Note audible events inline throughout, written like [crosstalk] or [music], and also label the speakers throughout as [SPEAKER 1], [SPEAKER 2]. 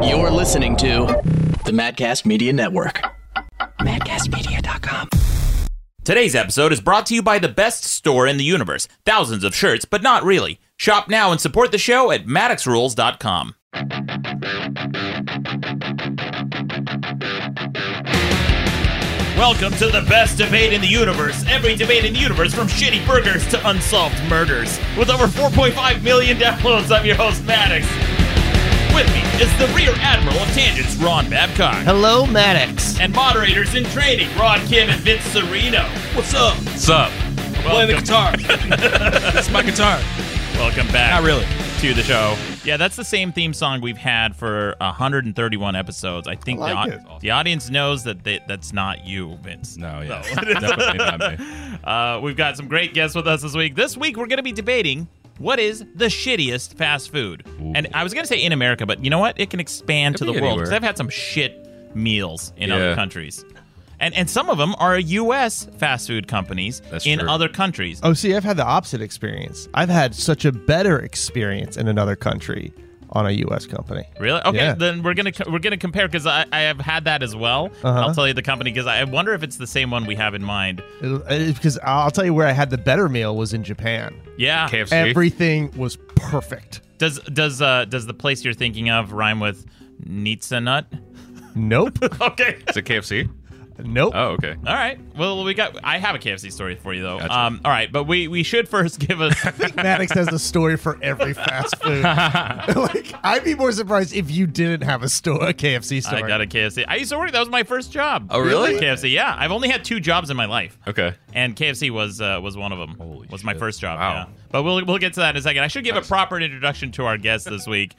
[SPEAKER 1] You're listening to the Madcast Media Network. MadcastMedia.com.
[SPEAKER 2] Today's episode is brought to you by the best store in the universe. Thousands of shirts, but not really. Shop now and support the show at MaddoxRules.com. Welcome to the best debate in the universe. Every debate in the universe, from shitty burgers to unsolved murders. With over 4.5 million downloads, I'm your host, Maddox. With me is the Rear Admiral of Tangents, Ron Babcock.
[SPEAKER 3] Hello, Maddox.
[SPEAKER 2] and moderators in training, Rod Kim and Vince Serino. What's up?
[SPEAKER 4] What's up?
[SPEAKER 2] Welcome,
[SPEAKER 4] guitar.
[SPEAKER 2] [laughs]
[SPEAKER 4] That's my guitar.
[SPEAKER 2] welcome back.
[SPEAKER 4] Not really.
[SPEAKER 2] To the show. Yeah, that's the same theme song we've had for 131 episodes. I think
[SPEAKER 3] I like
[SPEAKER 2] the, au- the audience knows that they, that's not you, Vince.
[SPEAKER 4] No, yeah. [laughs] Definitely not me.
[SPEAKER 2] Uh, we've got some great guests with us this week. This week, we're going to be debating what is the shittiest fast food.
[SPEAKER 4] Ooh.
[SPEAKER 2] And I was going to say in America, but you know what? It can expand
[SPEAKER 4] Could
[SPEAKER 2] to the
[SPEAKER 4] be
[SPEAKER 2] world
[SPEAKER 4] anywhere.
[SPEAKER 2] because I've had some shit meals in other
[SPEAKER 4] Yeah.
[SPEAKER 2] countries. And, and some of them are U.S. fast food companies
[SPEAKER 4] That's
[SPEAKER 2] in
[SPEAKER 4] true.
[SPEAKER 2] other countries.
[SPEAKER 3] Oh, see, I've had the opposite experience. I've had such a better experience in another country on a U.S. company.
[SPEAKER 2] Really? Okay,
[SPEAKER 3] Yeah.
[SPEAKER 2] then we're gonna co- we're gonna compare because I, I have had that as well.
[SPEAKER 4] Uh-huh.
[SPEAKER 2] And I'll tell you the company because I wonder if it's the same one we have in mind.
[SPEAKER 3] It- it- because I'll tell you where I had the better meal was in Japan.
[SPEAKER 2] Yeah.
[SPEAKER 4] KFC.
[SPEAKER 3] Everything was perfect.
[SPEAKER 2] Does does uh does the place you're thinking of rhyme with Nitsa Nut? [laughs]
[SPEAKER 3] Nope.
[SPEAKER 2] Okay.
[SPEAKER 4] Is it KFC?
[SPEAKER 3] nope.
[SPEAKER 4] Oh, okay.
[SPEAKER 2] All right. Well, we got. I have a KFC story for you though.
[SPEAKER 4] Gotcha.
[SPEAKER 2] Um. All right, but we we should first [laughs] give
[SPEAKER 4] [laughs]
[SPEAKER 2] us.
[SPEAKER 3] Maddox has a story for
[SPEAKER 2] [laughs]
[SPEAKER 3] every fast food. [laughs] like, I'd be more surprised if you didn't have a store, a KFC
[SPEAKER 2] I
[SPEAKER 3] story. [laughs]
[SPEAKER 2] got a KFC. I used to work. That was my first job.
[SPEAKER 4] Oh, really?
[SPEAKER 2] KFC. Yeah. I've only had two jobs in my life.
[SPEAKER 4] Okay.
[SPEAKER 2] and KFC was uh, was one of them.
[SPEAKER 4] Holy
[SPEAKER 2] was my
[SPEAKER 4] shit.
[SPEAKER 2] first job.
[SPEAKER 4] Wow.
[SPEAKER 2] Yeah. But we'll we'll get to that in a second. I should give a proper introduction to our guests this week.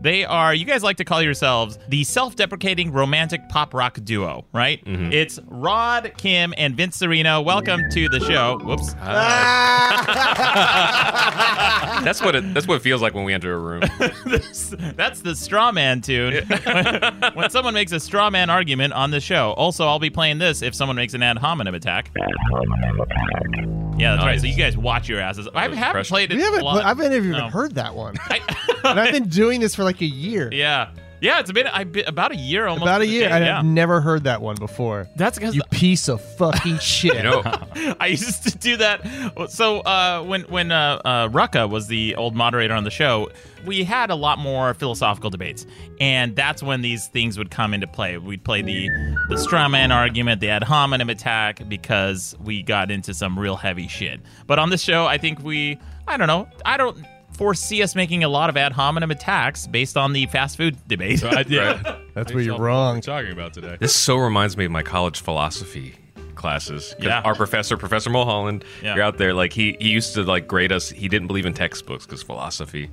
[SPEAKER 2] They are you guys like to call yourselves the self-deprecating romantic pop rock duo, right?
[SPEAKER 4] Mm-hmm.
[SPEAKER 2] It's Rod Kim and Vince Serino. Welcome to the show. Whoops.
[SPEAKER 3] Ah!
[SPEAKER 4] That's what it. That's what it feels like when we enter a room.
[SPEAKER 2] That's the straw man tune. [laughs] when someone makes a straw man argument on the show. Also, I'll be playing this if someone makes an ad hominem attack. Yeah, that's right. So you guys watch your asses. I haven't
[SPEAKER 4] pressure.
[SPEAKER 2] played it.
[SPEAKER 3] We haven't,
[SPEAKER 2] a lot.
[SPEAKER 3] I've never even
[SPEAKER 2] No. [laughs]
[SPEAKER 3] heard that one. and I've been doing this for like a year.
[SPEAKER 2] Yeah. Yeah, it's been, I, been about a year almost.
[SPEAKER 3] About a
[SPEAKER 2] to the
[SPEAKER 3] year.
[SPEAKER 2] day,
[SPEAKER 3] and
[SPEAKER 2] yeah.
[SPEAKER 3] I've never heard that one before.
[SPEAKER 2] That's because
[SPEAKER 3] You piece of
[SPEAKER 2] [laughs]
[SPEAKER 3] fucking shit. [laughs]
[SPEAKER 4] You know,
[SPEAKER 2] I used to do that. So uh, when when uh, uh, Rucka was the old moderator on the show, we had a lot more philosophical debates, and that's when these things would come into play. We'd play the the straw man argument, the ad hominem attack, because we got into some real heavy shit. But on this show, I think we, I don't know, I don't foresee us making a lot of ad hominem attacks based on the fast food debate.
[SPEAKER 4] right?
[SPEAKER 3] That's where you're wrong.
[SPEAKER 5] talking about today.
[SPEAKER 4] This so reminds me of my college philosophy classes. 'Cause
[SPEAKER 2] Yeah.
[SPEAKER 4] Our professor, Professor Mulholland,
[SPEAKER 2] Yeah.
[SPEAKER 4] you're out there. Like he, he used to like grade us. He didn't believe in textbooks because philosophy.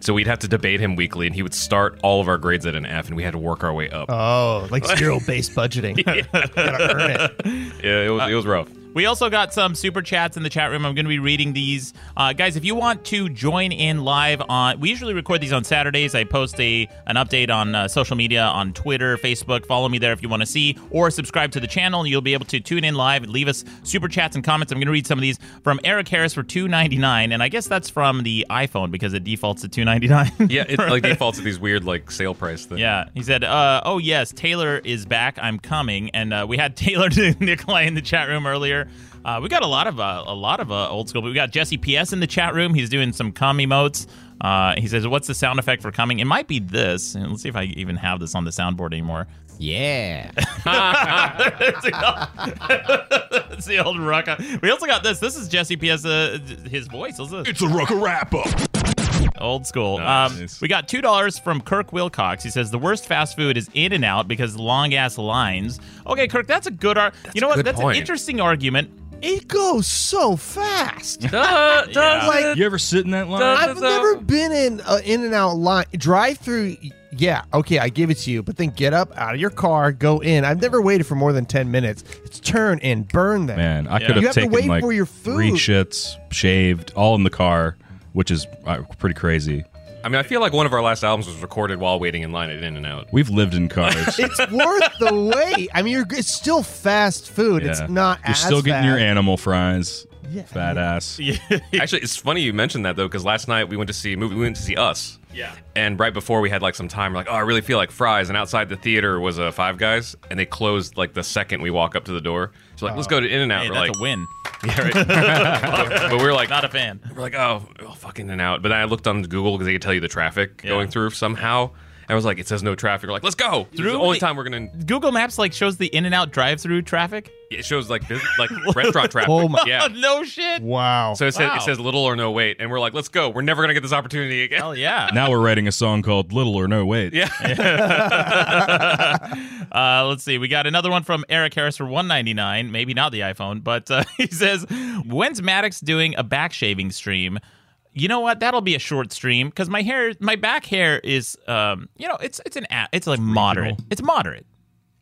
[SPEAKER 4] So we'd have to debate him weekly, and he would start all of our grades at an F, and we had to work our way up.
[SPEAKER 3] Oh, like zero based
[SPEAKER 5] [laughs]
[SPEAKER 3] budgeting. [laughs] Gotta earn it.
[SPEAKER 4] yeah, it was it was rough.
[SPEAKER 2] We also got some super chats in the chat room. I'm going to be reading these. Uh, guys, if you want to join in live on, we usually record these on Saturdays. I post a an update on uh, social media, on Twitter, Facebook. Follow me there if you want to see, or subscribe to the channel. and You'll be able to tune in live and leave us super chats and comments. I'm going to read some of these from Eric Harris for 2.99, and I guess that's from the iPhone because it defaults to 2.99.
[SPEAKER 4] Yeah, it like defaults to these weird like sale price things.
[SPEAKER 2] Yeah, he said, uh, "Oh yes, Taylor is back. I'm coming." And uh, we had [laughs] Taylor Nikolai in the chat room earlier. Uh, we got a lot of uh, a lot of uh, old school. But we got Jesse PS in the chat room. He's doing some cum emotes. Uh, he says, "What's the sound effect for coming?" It might be this. And let's see if I even have this on the soundboard anymore.
[SPEAKER 6] Yeah.
[SPEAKER 2] [laughs] That's the old, [laughs] That's the old rucka. We also got this. This is Jesse PS. Uh, his voice. Listen to this.
[SPEAKER 5] It's a rock a wrap up.
[SPEAKER 2] Old school.
[SPEAKER 4] Nice.
[SPEAKER 2] Um, we got two dollars from Kirk Wilcox. He says the worst fast food is In and Out because long ass lines. Okay, Kirk, that's a good. Ar- you know what?
[SPEAKER 4] good
[SPEAKER 2] That's
[SPEAKER 4] point.
[SPEAKER 2] an interesting argument.
[SPEAKER 3] It goes so fast.
[SPEAKER 2] Yeah.
[SPEAKER 3] Like,
[SPEAKER 5] You ever sit in that line?
[SPEAKER 3] I've never been in a in and out line. Drive through, yeah, okay, I give it to you. But then get up out of your car, go in. I've never waited for more than 10 minutes. It's turn and burn them.
[SPEAKER 5] Man, I
[SPEAKER 2] Yeah.
[SPEAKER 5] could
[SPEAKER 3] You
[SPEAKER 5] have
[SPEAKER 3] have to
[SPEAKER 5] taken
[SPEAKER 3] wait
[SPEAKER 5] like
[SPEAKER 3] for your
[SPEAKER 5] three
[SPEAKER 3] food.
[SPEAKER 5] shits, shaved, all in the car, which is uh, pretty crazy.
[SPEAKER 4] I mean, I feel like one of our last albums was recorded while waiting in line at In and Out.
[SPEAKER 5] We've lived in cars.
[SPEAKER 3] It's worth the wait. I mean, you're, it's still fast food.
[SPEAKER 5] Yeah.
[SPEAKER 3] [laughs] It's not
[SPEAKER 5] You're
[SPEAKER 3] as
[SPEAKER 5] still getting your
[SPEAKER 3] fast.
[SPEAKER 5] animal fries.
[SPEAKER 3] Yeah.
[SPEAKER 5] Fat ass.
[SPEAKER 4] [laughs] Actually, it's funny you mentioned that though, because last night we went to see a movie. We went to see Us. Yeah. And right before we had like some time, we're like, oh, I really feel like fries. And outside the theater was a Five Guys, and they closed like the second we walk up to the door. So like, let's go to In and Out.
[SPEAKER 2] Oh. Hey,
[SPEAKER 4] we're
[SPEAKER 2] that's
[SPEAKER 4] like,
[SPEAKER 2] a win.
[SPEAKER 4] yeah, right. but we we're like,
[SPEAKER 2] Not a fan.
[SPEAKER 4] we're like, oh, oh fucking In and Out. But then I looked on Google because they could tell you the traffic going through somehow. And I was like, it says no traffic. We're like, let's go. This is
[SPEAKER 2] Through
[SPEAKER 4] the only
[SPEAKER 2] the-
[SPEAKER 4] time we're gonna.
[SPEAKER 2] Google Maps like shows the in and out drive through traffic.
[SPEAKER 4] It shows like this,
[SPEAKER 2] [laughs]
[SPEAKER 4] like restaurant traffic.
[SPEAKER 3] Oh my-
[SPEAKER 4] Yeah.
[SPEAKER 2] no shit.
[SPEAKER 3] Wow.
[SPEAKER 4] So it says,
[SPEAKER 2] Wow.
[SPEAKER 4] it says little or no wait, and we're like, let's go. We're never gonna get this opportunity again.
[SPEAKER 2] Hell yeah.
[SPEAKER 5] Now we're writing a song called Little or No Wait.
[SPEAKER 4] Yeah.
[SPEAKER 2] Uh, let's see. We got another one from Eric Harris for 199. Maybe not the iPhone, but uh, [laughs] he says, "When's Maddox doing a back shaving stream?" You know what? That'll be a short stream because my hair, my back hair is, um, you know, it's it's an a- it's like moderate. It's moderate.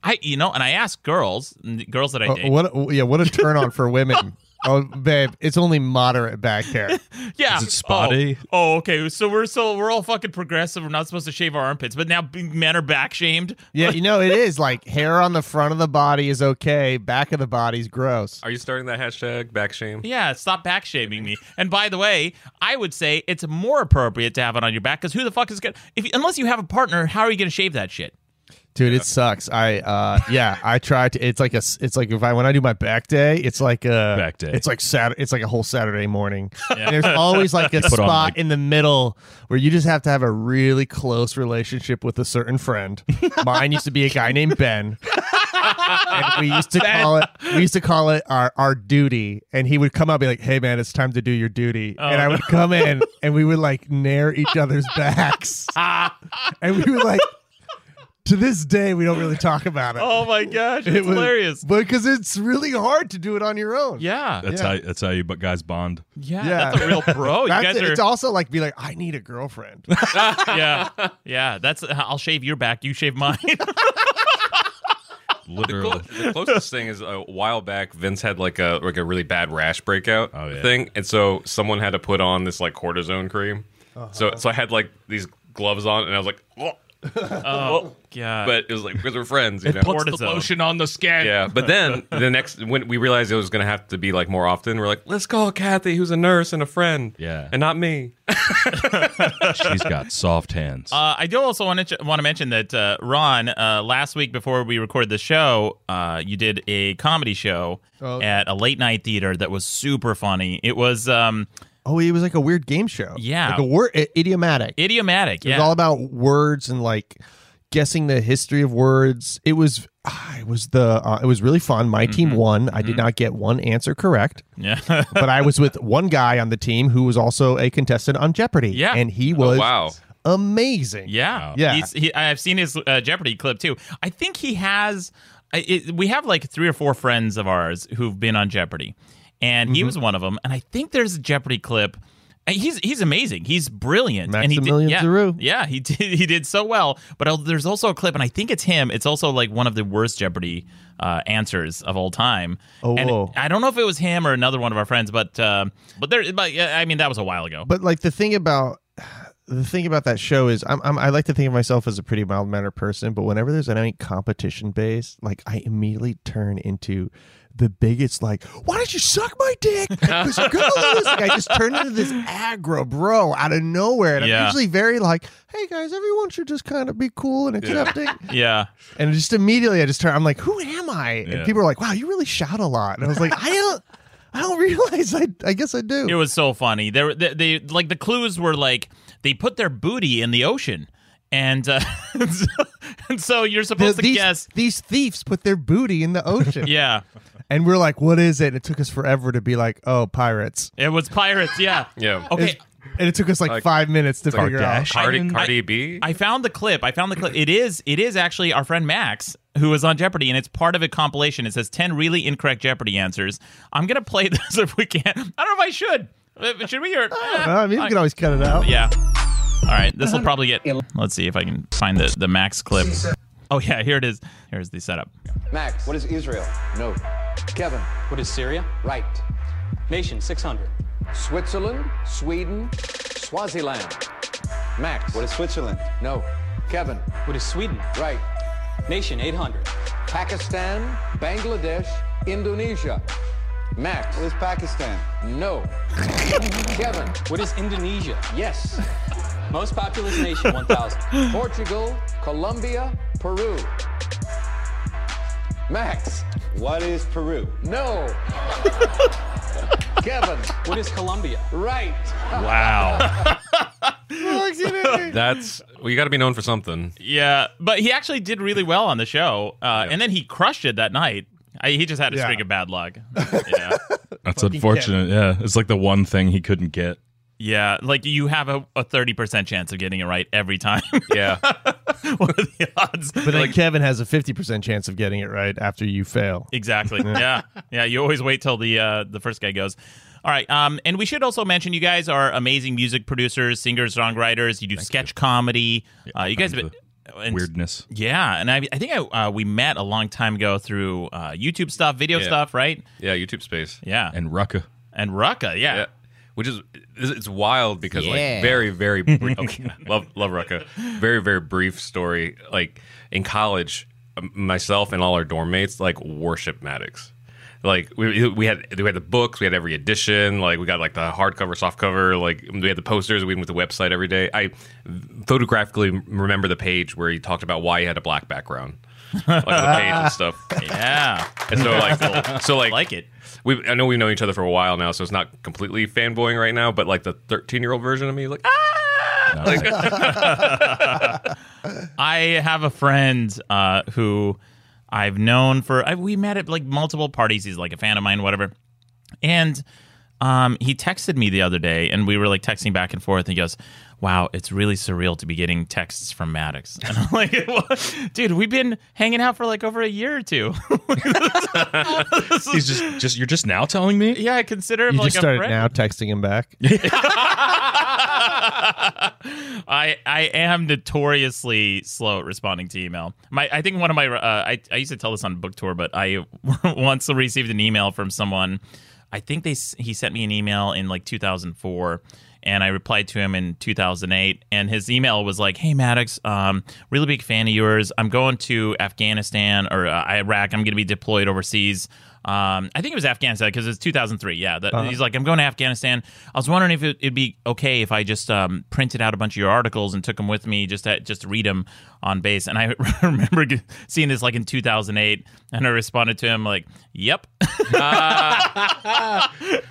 [SPEAKER 2] I you know, and I ask girls, n- girls that I
[SPEAKER 3] Uh,
[SPEAKER 2] date.
[SPEAKER 3] what? A, yeah. What a turn on for
[SPEAKER 5] [laughs]
[SPEAKER 3] women. Oh, babe, it's only moderate back hair.
[SPEAKER 2] yeah,
[SPEAKER 5] Is it spotty?
[SPEAKER 2] Oh, oh, okay. So we're so we're all fucking progressive. We're not supposed to shave our armpits, but now b- men are back shamed.
[SPEAKER 3] Yeah, you know it is like hair on the front of the body is okay, back of the body's gross.
[SPEAKER 4] Are you starting that hashtag back shame?
[SPEAKER 2] Yeah, stop back shaming me. And by the way, I would say it's more appropriate to have it on your back because who the fuck is gonna? If unless you have a partner, how are you gonna shave that shit?
[SPEAKER 3] Dude, it sucks. I uh yeah, I try to it's like a s- it's like if I when I do my back day, it's like a
[SPEAKER 5] Back day.
[SPEAKER 3] It's like Saturday it's like a whole Saturday
[SPEAKER 5] [laughs]
[SPEAKER 3] morning. And there's always like a spot
[SPEAKER 5] on, like-
[SPEAKER 3] in the middle where you just have to have a really close relationship with a certain
[SPEAKER 5] [laughs]
[SPEAKER 3] friend. Mine used to be a guy named Ben. and we used to call it we used to call it our our duty and he would come out and be like hey man it's time to do your duty and i would
[SPEAKER 5] Oh.
[SPEAKER 3] come
[SPEAKER 5] [laughs]
[SPEAKER 3] in and we would like nair each other's backs and we would like to this day we don't really talk about it
[SPEAKER 2] Oh my gosh, it's
[SPEAKER 3] It was-
[SPEAKER 2] hilarious.
[SPEAKER 3] but because it's really hard to do it on your own
[SPEAKER 2] Yeah,
[SPEAKER 5] That's
[SPEAKER 3] Yeah.
[SPEAKER 5] how that's how you but guys bond.
[SPEAKER 2] yeah,
[SPEAKER 3] Yeah.
[SPEAKER 2] that's a real bro. You
[SPEAKER 3] That's
[SPEAKER 2] guys
[SPEAKER 3] it. it's
[SPEAKER 2] are,
[SPEAKER 3] also like be like i need
[SPEAKER 2] [laughs]
[SPEAKER 3] a girlfriend
[SPEAKER 2] yeah, yeah. That's I'll shave your back, you shave mine. [laughs]
[SPEAKER 5] Literally.
[SPEAKER 4] The closest thing is a while back, Vince had like a like a really bad rash breakout
[SPEAKER 5] Oh, yeah.
[SPEAKER 4] thing, and so someone had to put on this like cortisone cream. So
[SPEAKER 5] Uh-huh.
[SPEAKER 4] so I had like these gloves on, and I was like, "Ugh."
[SPEAKER 2] oh, yeah,
[SPEAKER 4] but it was like because we're friends, you know.
[SPEAKER 2] Cortisone.
[SPEAKER 5] on the skin.
[SPEAKER 4] yeah, but then
[SPEAKER 5] [laughs]
[SPEAKER 4] the next when we realized it was gonna have to be like more often, we're like, let's call Kathy, who's a nurse and a friend,
[SPEAKER 5] Yeah.
[SPEAKER 4] and not me.
[SPEAKER 5] [laughs] She's got soft hands.
[SPEAKER 2] Uh, I do also want to want to mention that uh, Ron, uh, last week before we recorded the show, uh, you did a comedy show
[SPEAKER 3] Oh.
[SPEAKER 2] at a late night theater that was super funny. It was um,
[SPEAKER 3] oh it was like a weird game show
[SPEAKER 2] Yeah.
[SPEAKER 3] like a word idiomatic
[SPEAKER 2] idiomatic.
[SPEAKER 3] It was
[SPEAKER 2] yeah.
[SPEAKER 3] all about words and like guessing the history of words. It was ah, it was the uh, it was really fun. My team
[SPEAKER 2] Mm-hmm.
[SPEAKER 3] won. I did not get one
[SPEAKER 2] [laughs]
[SPEAKER 3] answer correct,
[SPEAKER 2] yeah.
[SPEAKER 3] but I was with one guy on the team who was also a contestant on Jeopardy.
[SPEAKER 2] Yeah. Oh,
[SPEAKER 3] and he was
[SPEAKER 4] wow.
[SPEAKER 3] amazing.
[SPEAKER 2] Yeah,
[SPEAKER 3] Yeah.
[SPEAKER 2] He's, he, I've seen his uh, Jeopardy clip too. I think he has. I- It, we have like three or four friends of ours who've been on Jeopardy, and
[SPEAKER 3] Mm-hmm.
[SPEAKER 2] he was one of them. And I think there's a Jeopardy clip. And He's he's amazing. He's brilliant. and he
[SPEAKER 3] Maximilian
[SPEAKER 2] did, yeah,
[SPEAKER 3] Giroux.
[SPEAKER 2] Yeah, he [laughs] did he did so well. But I'll- there's also a clip, and I think it's him. It's also like one of the worst Jeopardy uh, answers of all time.
[SPEAKER 3] Oh,
[SPEAKER 2] and
[SPEAKER 3] whoa.
[SPEAKER 2] I don't know if it was him or another one of our friends, but uh, but there. But yeah, I mean, that was a while ago.
[SPEAKER 3] But like the thing about the thing about that show is I'm, I'm I like to think of myself as a pretty mild mannered person, but whenever there's any competition based, like I immediately turn into the biggest like, why don't you suck my dick? 'Cause you're gonna lose." Like, I just turn into this aggro bro out of nowhere, and
[SPEAKER 2] Yeah.
[SPEAKER 3] I'm usually very like, hey guys, everyone should just kind of be cool and accepting.
[SPEAKER 2] yeah.
[SPEAKER 3] and just immediately I just turn, I'm like, who am I?
[SPEAKER 5] Yeah.
[SPEAKER 3] And people are like, wow, you really shout a lot, and I was like, I don't, I don't [laughs] realize I, I guess I do.
[SPEAKER 2] It was so funny. There, were- they, they like the clues were like they put their booty in the ocean, and uh, [laughs] and, so, and so you're
[SPEAKER 3] The-
[SPEAKER 2] supposed to
[SPEAKER 3] these,
[SPEAKER 2] guess.
[SPEAKER 3] these thieves put their booty in the ocean.
[SPEAKER 2] Yeah,
[SPEAKER 3] And we're like, what is it? And it took us forever to be like, oh, pirates.
[SPEAKER 2] it was pirates. Yeah.
[SPEAKER 4] Yeah.
[SPEAKER 5] Oh,
[SPEAKER 2] Okay.
[SPEAKER 3] It's- And it took us like,
[SPEAKER 4] Like-
[SPEAKER 3] five minutes to figure out.
[SPEAKER 4] Cardi,
[SPEAKER 5] I-
[SPEAKER 4] Cardi B.
[SPEAKER 2] I found the clip. I found the clip. It is. It is actually our friend Max who was on Jeopardy, and it's part of a compilation. It says ten really incorrect Jeopardy answers. I'm gonna play [laughs] this if we can. I don't know if I should. Uh, Should we? Or,
[SPEAKER 3] Well, I mean, you can always cut it out.
[SPEAKER 2] Yeah. All right. This will probably get. Let's see if I can find the, the max clip. Oh, yeah. Here it is. Here's the setup.
[SPEAKER 6] Max, what is Israel? No. Kevin,
[SPEAKER 7] What is Syria?
[SPEAKER 6] right.
[SPEAKER 7] Nation 600.
[SPEAKER 6] Switzerland, Sweden, Swaziland. Max, what is Switzerland? No. Kevin,
[SPEAKER 7] What is Sweden?
[SPEAKER 6] right.
[SPEAKER 7] Nation 800.
[SPEAKER 6] Pakistan, Bangladesh, Indonesia. Max. What is Pakistan? No. [laughs] Kevin,
[SPEAKER 7] What is Indonesia?
[SPEAKER 6] yes.
[SPEAKER 7] Most populous nation 1000.
[SPEAKER 6] Portugal, Colombia, Peru. Max.
[SPEAKER 8] What is Peru? [laughs]
[SPEAKER 6] No. Kevin.
[SPEAKER 7] What is Colombia?
[SPEAKER 6] Right.
[SPEAKER 2] Wow.
[SPEAKER 4] That's well, you got to be known for something.
[SPEAKER 2] [laughs] yeah, but he actually did really well on the show, uh, and then he crushed it that night. I, he just had a
[SPEAKER 3] Yeah.
[SPEAKER 2] string of bad luck. Yeah.
[SPEAKER 5] That's unfortunate. Yeah, it's like the one thing he couldn't get.
[SPEAKER 2] yeah, like you have a a thirty percent chance of getting it right every time.
[SPEAKER 4] Yeah,
[SPEAKER 2] [laughs] what are the odds?
[SPEAKER 3] But then Kevin has a 50% chance of getting it right after you fail.
[SPEAKER 2] [laughs] Exactly. yeah. Yeah. You always wait till the uh, the first guy goes. All right. Um, and we should also mention you guys are amazing music producers, singers, songwriters. You do sketch comedy. uh, you guys have
[SPEAKER 5] I'm
[SPEAKER 2] been and-
[SPEAKER 5] Weirdness.
[SPEAKER 2] Yeah, and I, I think I, uh, we met a long time ago through uh, YouTube stuff, video
[SPEAKER 4] Yeah.
[SPEAKER 2] stuff, right?
[SPEAKER 4] yeah. YouTube space.
[SPEAKER 2] Yeah, and,
[SPEAKER 5] And Rucka.
[SPEAKER 2] and Rucka, yeah.
[SPEAKER 4] Yeah. Which is it's it's wild because like very
[SPEAKER 2] [laughs]
[SPEAKER 4] very brief, okay, love love Rucka, very very brief story. Like in college, m- myself and all our dorm mates like worship Maddox. Like we, we had we had the books, we had every edition. Like we got like the hardcover, softcover. Like we had the posters. We went to the website every day. I photographically remember the page where he talked about why he had a black background, like the page and stuff.
[SPEAKER 2] [laughs] Yeah.
[SPEAKER 4] And so like so
[SPEAKER 2] I like it.
[SPEAKER 4] we I know we've known each other for a while now, so it's not completely fanboying right now, but like the 13 year old version of me, like, ah!
[SPEAKER 2] I have a friend uh, who I've known for I, we met at like multiple parties. He's like a fan of mine, whatever. And um, he texted me the other day, and we were like texting back and forth. And he goes, "Wow, it's really surreal to be getting texts from Maddox." [laughs] And I'm like, "What? "Dude, we've been hanging out for like over a year or two. [laughs]
[SPEAKER 5] He's just just you're just now
[SPEAKER 2] [laughs]
[SPEAKER 5] telling me.
[SPEAKER 2] yeah, I consider him
[SPEAKER 3] You
[SPEAKER 2] like
[SPEAKER 3] just
[SPEAKER 2] a
[SPEAKER 3] started
[SPEAKER 2] friend.
[SPEAKER 3] now texting him
[SPEAKER 5] [laughs]
[SPEAKER 3] back.
[SPEAKER 2] [laughs] I I am notoriously slow at responding to email. My I think one of my uh, I I used to tell this on book tour, but I [laughs] once received an email from someone. I think they s- he sent me an email in like 2004, and I replied to him in 2008. And his email was like, "Hey Maddox, um, really big fan of yours. I'm going to Afghanistan or uh, Iraq. I'm going to be deployed overseas." Um, I think it was Afghanistan because it's 2003. Yeah, that,
[SPEAKER 3] Uh-huh.
[SPEAKER 2] he's like, I'm going to Afghanistan. I was wondering if it, it'd be okay if I just um, printed out a bunch of your articles and took them with me just to, just to read them on base. And I [laughs] remember g- seeing this like in 2008, and I responded to him like, "Yep." [laughs]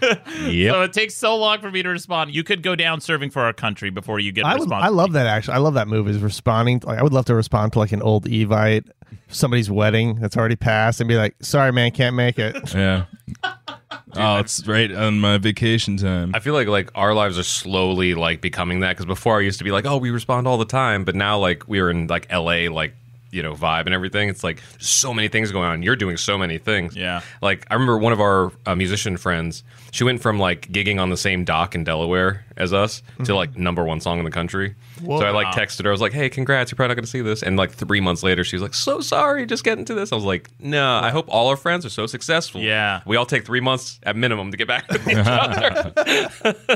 [SPEAKER 5] Yep.
[SPEAKER 2] so it takes so long for me to respond. You could go down serving for our country before you get a
[SPEAKER 3] I, would,
[SPEAKER 2] response.
[SPEAKER 3] I love that actually. I love that move is responding. Like, I would love to respond to like an old Evite, somebody's wedding that's already passed, and be like, "Sorry, man, can't make it."
[SPEAKER 5] Yeah. [laughs] oh, it's right on my vacation time.
[SPEAKER 4] I feel like like our lives are slowly like becoming that because before I used to be like, oh, we respond all the time, but now like we are in like LA, like, you know, vibe and everything. It's like so many things going on. You're doing so many things.
[SPEAKER 2] Yeah.
[SPEAKER 4] Like I remember one of our uh, musician friends, she went from like gigging on the same dock in Delaware as us to like
[SPEAKER 2] Mm-hmm.
[SPEAKER 4] number one song in the country. So I like texted her. I was like, hey, congrats. You're probably not going to see this. And like three months later, she was like, so sorry, just getting to this. I was like, no, I hope all our friends are so successful.
[SPEAKER 2] Yeah.
[SPEAKER 4] We all take three months at minimum to get back
[SPEAKER 2] [laughs]
[SPEAKER 4] with each other.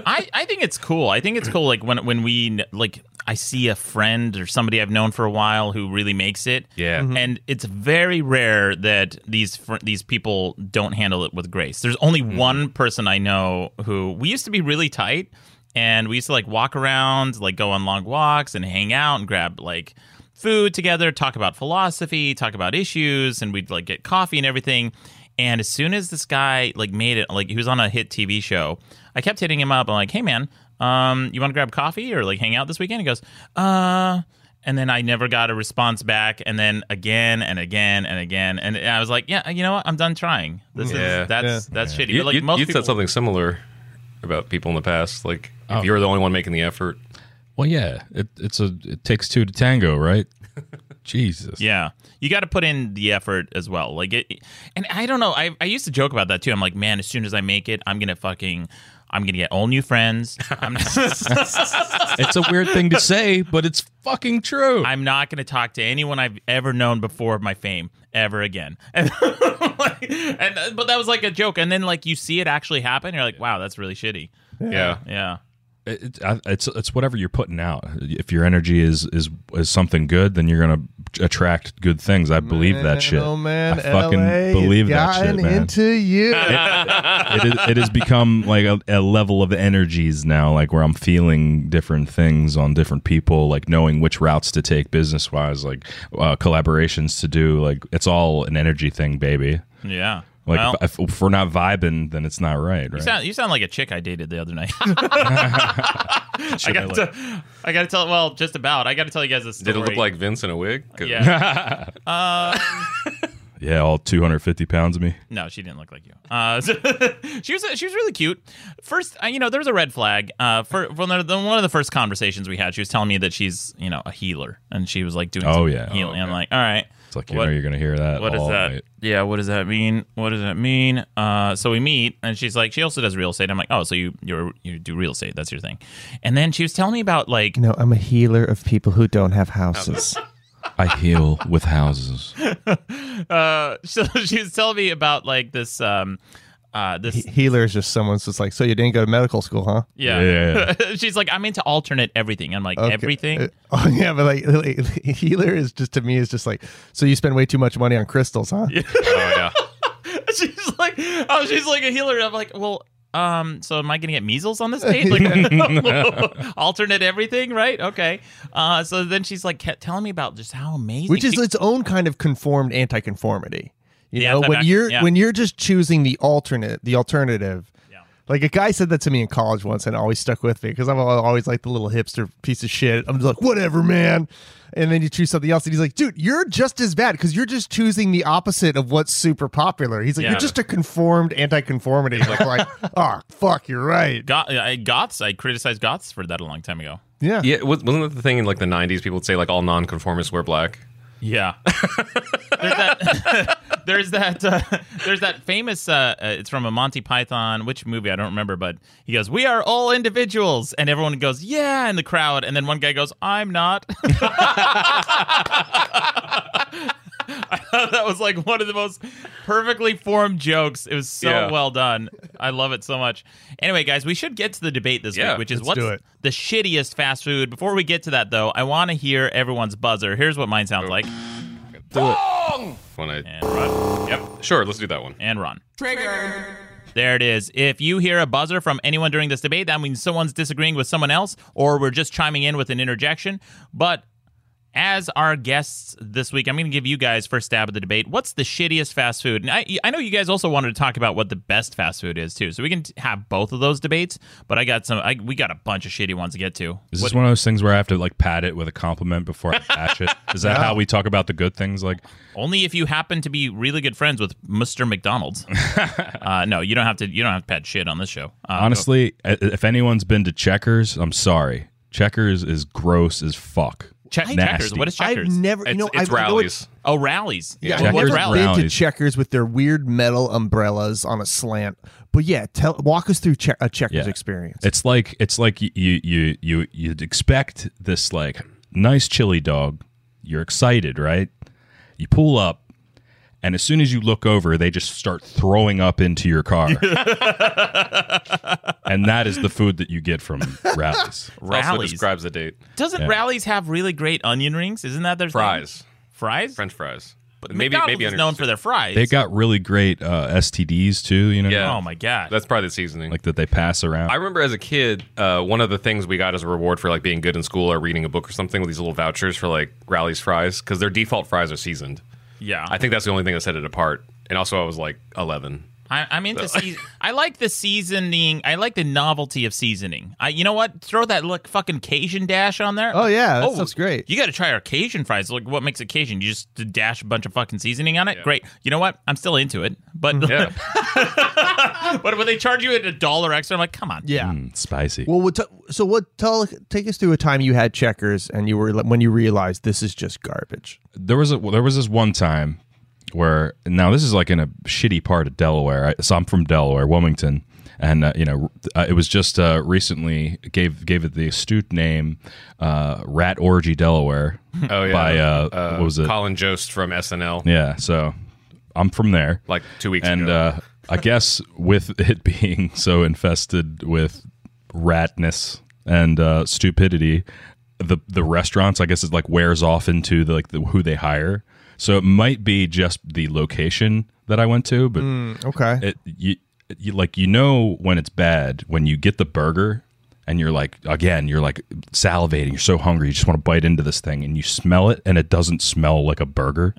[SPEAKER 2] I, I think it's cool. I think it's cool. Like when when we kn- like I see a friend or somebody I've known for a while who really makes it.
[SPEAKER 4] Yeah.
[SPEAKER 3] Mm-hmm.
[SPEAKER 4] Mhm.
[SPEAKER 2] And it's very rare that these fr- these people don't handle it with grace. There's only one person I know who we used to be really tight, and we used to like walk around, like go on long walks and hang out and grab like food together, talk about philosophy, talk about issues, and we'd like get coffee and everything. And as soon as this guy like made it, like he was on a hit TV show, I kept hitting him up. I'm like, hey man, um, you want to grab coffee or like hang out this weekend? He goes, uh. And then I never got a response back. And then again and again and again. And I was like, yeah, you know what? I'm done trying. This
[SPEAKER 4] Yeah.
[SPEAKER 2] is that's that's shitty.
[SPEAKER 4] You,
[SPEAKER 2] but like
[SPEAKER 4] you-
[SPEAKER 2] most
[SPEAKER 4] you
[SPEAKER 2] people, Oh.
[SPEAKER 4] said something similar about people in the past. Like if you were the only one making the effort,
[SPEAKER 5] Well, yeah. It, it's a it takes two to tango, [laughs] right? Jesus.
[SPEAKER 2] Yeah, you got to put in the effort as well. Like it, and I don't know. I I used to joke about that too. I'm like, man, as soon as I make it, I'm gonna fucking, I'm gonna get all new friends. I'm
[SPEAKER 5] It's a weird thing to say, but it's fucking true.
[SPEAKER 2] [laughs] I'm not going to talk to anyone I've ever known before of my fame ever again. [laughs] And, like, and- but that was like a joke. And then like you see it actually happen, you're like, wow, that's really shitty.
[SPEAKER 4] yeah,
[SPEAKER 2] Yeah.
[SPEAKER 5] It- it- I- it's it's whatever you're putting out. If your energy is is is something good, then you're gonna attract good things. I believe that shit.
[SPEAKER 3] Oh man,
[SPEAKER 5] I fucking
[SPEAKER 3] LA
[SPEAKER 5] believe
[SPEAKER 3] has
[SPEAKER 5] that shit,
[SPEAKER 3] gotten
[SPEAKER 5] man.
[SPEAKER 3] Into you.
[SPEAKER 5] it, is, it has become like a, a level of energies now, like where I'm feeling different things on different people, like knowing which routes to take business wise, like uh, collaborations to do. Like it's all an energy thing, baby.
[SPEAKER 2] Yeah.
[SPEAKER 5] Like
[SPEAKER 2] Well,
[SPEAKER 5] if, if we're not vibing, then it's not right. Right?
[SPEAKER 2] you sound, you sound like a chick I dated the other
[SPEAKER 5] [laughs]
[SPEAKER 2] night. [laughs] I got
[SPEAKER 5] like-
[SPEAKER 2] to, I got to tell. Well, just about. I got to tell you guys this.
[SPEAKER 4] Did it look like Vince in a wig? 'Cause-
[SPEAKER 5] [laughs]
[SPEAKER 2] Yeah.
[SPEAKER 5] yeah, all 250 pounds of me.
[SPEAKER 2] No, she didn't look like you. Uh, [laughs] so- she was she was really cute. First, uh, you know, there was a red flag. Uh, for one of, the, one of the first conversations we had, she was telling me that she's you know a healer, and she was like doing
[SPEAKER 5] Oh,
[SPEAKER 2] some
[SPEAKER 5] yeah.
[SPEAKER 2] healing.
[SPEAKER 5] Oh,
[SPEAKER 2] I'm like, all right.
[SPEAKER 5] It's like you
[SPEAKER 2] What-
[SPEAKER 5] know you're gonna hear that.
[SPEAKER 2] What is
[SPEAKER 5] all
[SPEAKER 2] that?
[SPEAKER 5] night.
[SPEAKER 2] Yeah, what does that mean? What does that mean? Uh, so we meet, and she's like, she also does real estate. I'm like, oh, so you you you do real estate? That's your thing. And then she was telling me about like,
[SPEAKER 3] no, I'm a healer of people who don't have houses.
[SPEAKER 5] I heal with houses.
[SPEAKER 2] [laughs] uh, so she was telling me about like this um, uh, this
[SPEAKER 3] healer is just someone that's like, so you didn't go to medical school, huh?
[SPEAKER 2] yeah. [laughs]
[SPEAKER 5] Yeah,
[SPEAKER 2] she's like, I'm into alternate everything. I'm like,
[SPEAKER 3] Okay.
[SPEAKER 2] everything.
[SPEAKER 3] Uh, [laughs] oh yeah, but like, like, healer is just to me is just like, so you spend way too much money on crystals, huh?
[SPEAKER 4] [laughs] Oh yeah.
[SPEAKER 2] [laughs] she's like, oh, she's like a healer. I'm like, well, um, so am I gonna get measles
[SPEAKER 3] [laughs]
[SPEAKER 2] on this date? Like, [laughs] alternate everything, right? Okay. Uh, so then she's like, kept telling me about just how amazing, [laughs]
[SPEAKER 3] Which is
[SPEAKER 2] she-
[SPEAKER 3] its own kind of conformed anti-conformity. You
[SPEAKER 2] The
[SPEAKER 3] know, when
[SPEAKER 2] anti-vax-
[SPEAKER 3] you're
[SPEAKER 2] yeah.
[SPEAKER 3] when you're just choosing the alternate, the alternative. Like a guy said that to me in college once, and it always stuck with me because I'm al- always like the little hipster piece of shit. I'm just like, whatever, man. And then you choose something else, and he's like, dude, you're just as bad because you're just choosing the opposite of what's super popular. He's like,
[SPEAKER 2] Yeah.
[SPEAKER 3] you're just a conformed anti-conformity. like, like, [laughs] oh fuck, you're right.
[SPEAKER 2] Goth, I, goths. I criticized goths for that a long time ago.
[SPEAKER 3] Yeah,
[SPEAKER 4] Yeah. wa- Wasn't that the thing in like the '90s? People would say like all nonconformists wear black.
[SPEAKER 2] Yeah. there's that. [laughs] there's that. Uh, there's that famous. Uh, uh, it's from a Monty Python, which movie I don't remember, but he goes, "We are all individuals," and everyone goes, "Yeah," in the crowd, and then one guy goes, "I'm not." [laughs] I thought that was like one of the most perfectly formed jokes. It was so
[SPEAKER 4] Yeah.
[SPEAKER 2] well done. I love it so much. Anyway, guys, we should get to the debate this
[SPEAKER 4] Yeah,
[SPEAKER 2] week, which is
[SPEAKER 3] let's
[SPEAKER 2] what's
[SPEAKER 3] do it.
[SPEAKER 2] the shittiest fast food. Before we get to that, though, I want to hear everyone's buzzer. Here's what mine sounds like.
[SPEAKER 4] When I
[SPEAKER 2] And run. Yep.
[SPEAKER 4] sure, let's do that one.
[SPEAKER 2] And run. Trigger. There it is. If you hear a buzzer from anyone during this debate, that means someone's disagreeing with someone else, or we're just chiming in with an interjection. But as our guests this week, I'm going to give you guys first stab at the debate. What's the shittiest fast food? And I, I know you guys also wanted to talk about what the best fast food is too, so we can t- have both of those debates. But I got some. I, we got a bunch of shitty ones to get to.
[SPEAKER 5] Is this one of those things where I have to like pat it with a compliment before I bash it? Is that how we talk about the good things? Like,
[SPEAKER 2] Only if you happen to be really good friends with Mr. McDonald's. uh, no, you don't have to. You don't have to pat shit on this show. Uh,
[SPEAKER 5] honestly, i- if anyone's been to Checkers, I'm sorry. Checkers is gross as fuck.
[SPEAKER 2] Che- checkers. What is checkers?
[SPEAKER 3] I've never, you
[SPEAKER 4] It's,
[SPEAKER 3] know,
[SPEAKER 4] it's
[SPEAKER 3] I've, I know it's-
[SPEAKER 4] rallies.
[SPEAKER 2] Oh, rallies.
[SPEAKER 3] Yeah,
[SPEAKER 2] Well,
[SPEAKER 3] I've
[SPEAKER 2] what's
[SPEAKER 5] Checkers
[SPEAKER 3] never
[SPEAKER 2] rally?
[SPEAKER 5] and
[SPEAKER 3] been to
[SPEAKER 5] brownies.
[SPEAKER 3] checkers with their weird metal umbrellas on a slant. But yeah, tell walk us through che- a checkers
[SPEAKER 5] Yeah.
[SPEAKER 3] experience.
[SPEAKER 5] It's like it's like you you you you'd expect this like nice chili dog. You're excited, right? You pull up, and as soon as you look over, they just start throwing up into
[SPEAKER 2] [laughs]
[SPEAKER 5] your car. and that is the food that you get from rallies.
[SPEAKER 4] Also
[SPEAKER 2] Rallies.
[SPEAKER 4] describes the date.
[SPEAKER 2] Doesn't rallies have really great onion rings? Isn't that their thing?
[SPEAKER 4] Fries,
[SPEAKER 2] Fries?
[SPEAKER 4] French fries. But
[SPEAKER 2] McDonald's is known for their fries.
[SPEAKER 5] They got really great uh, STDs too. You know,
[SPEAKER 4] Yeah.
[SPEAKER 2] Oh my god.
[SPEAKER 4] That's probably the seasoning.
[SPEAKER 5] like that they pass around.
[SPEAKER 4] I remember as a kid, uh, one of the things we got as a reward for like being good in school or reading a book or something with these little vouchers for like Rally's fries because their default fries are seasoned.
[SPEAKER 2] yeah.
[SPEAKER 4] I think that's the only thing that set it apart. And also, I was like 11.
[SPEAKER 2] I, I'm
[SPEAKER 4] [laughs]
[SPEAKER 2] into. seas- I like the seasoning. I like the novelty of seasoning. I, you know what? Throw that look fucking Cajun dash on there.
[SPEAKER 3] Oh, yeah, that sounds great.
[SPEAKER 2] You got to try our Cajun fries. Like, what makes it Cajun? You just dash a bunch of fucking seasoning on it. Great. You know what? I'm still into it. But
[SPEAKER 4] [laughs] Yeah,
[SPEAKER 2] [laughs] but when they charge you a dollar extra, I'm like, come on.
[SPEAKER 3] yeah.
[SPEAKER 5] Mm, spicy.
[SPEAKER 3] Well, what t- so what? Tell take us through a time you had checkers and you were when you realized this is just garbage.
[SPEAKER 5] there was a there was this one time where now this is like in a shitty part of Delaware. I, so I'm from Delaware, Wilmington, and uh, you know uh, it was just uh, recently gave gave it the astute name uh, Rat Orgy Delaware.
[SPEAKER 4] [laughs] Oh, yeah.
[SPEAKER 5] by uh,
[SPEAKER 4] Uh,
[SPEAKER 5] [laughs] what was it?
[SPEAKER 4] Colin Jost from SNL.
[SPEAKER 5] Yeah, so I'm from there.
[SPEAKER 4] Like two weeks
[SPEAKER 5] and,
[SPEAKER 4] ago.
[SPEAKER 5] uh, I guess with [laughs] it being so infested with ratness and uh, stupidity, the the restaurants, I guess, it like wears off into the, like the, who they hire. So it might be just the location that I went to, but
[SPEAKER 4] Hmm.
[SPEAKER 3] Okay.
[SPEAKER 5] it you, you like you know when it's bad when you get the burger and you're like again you're like salivating you're so hungry you just want to bite into this thing and you smell it and it doesn't smell like a burger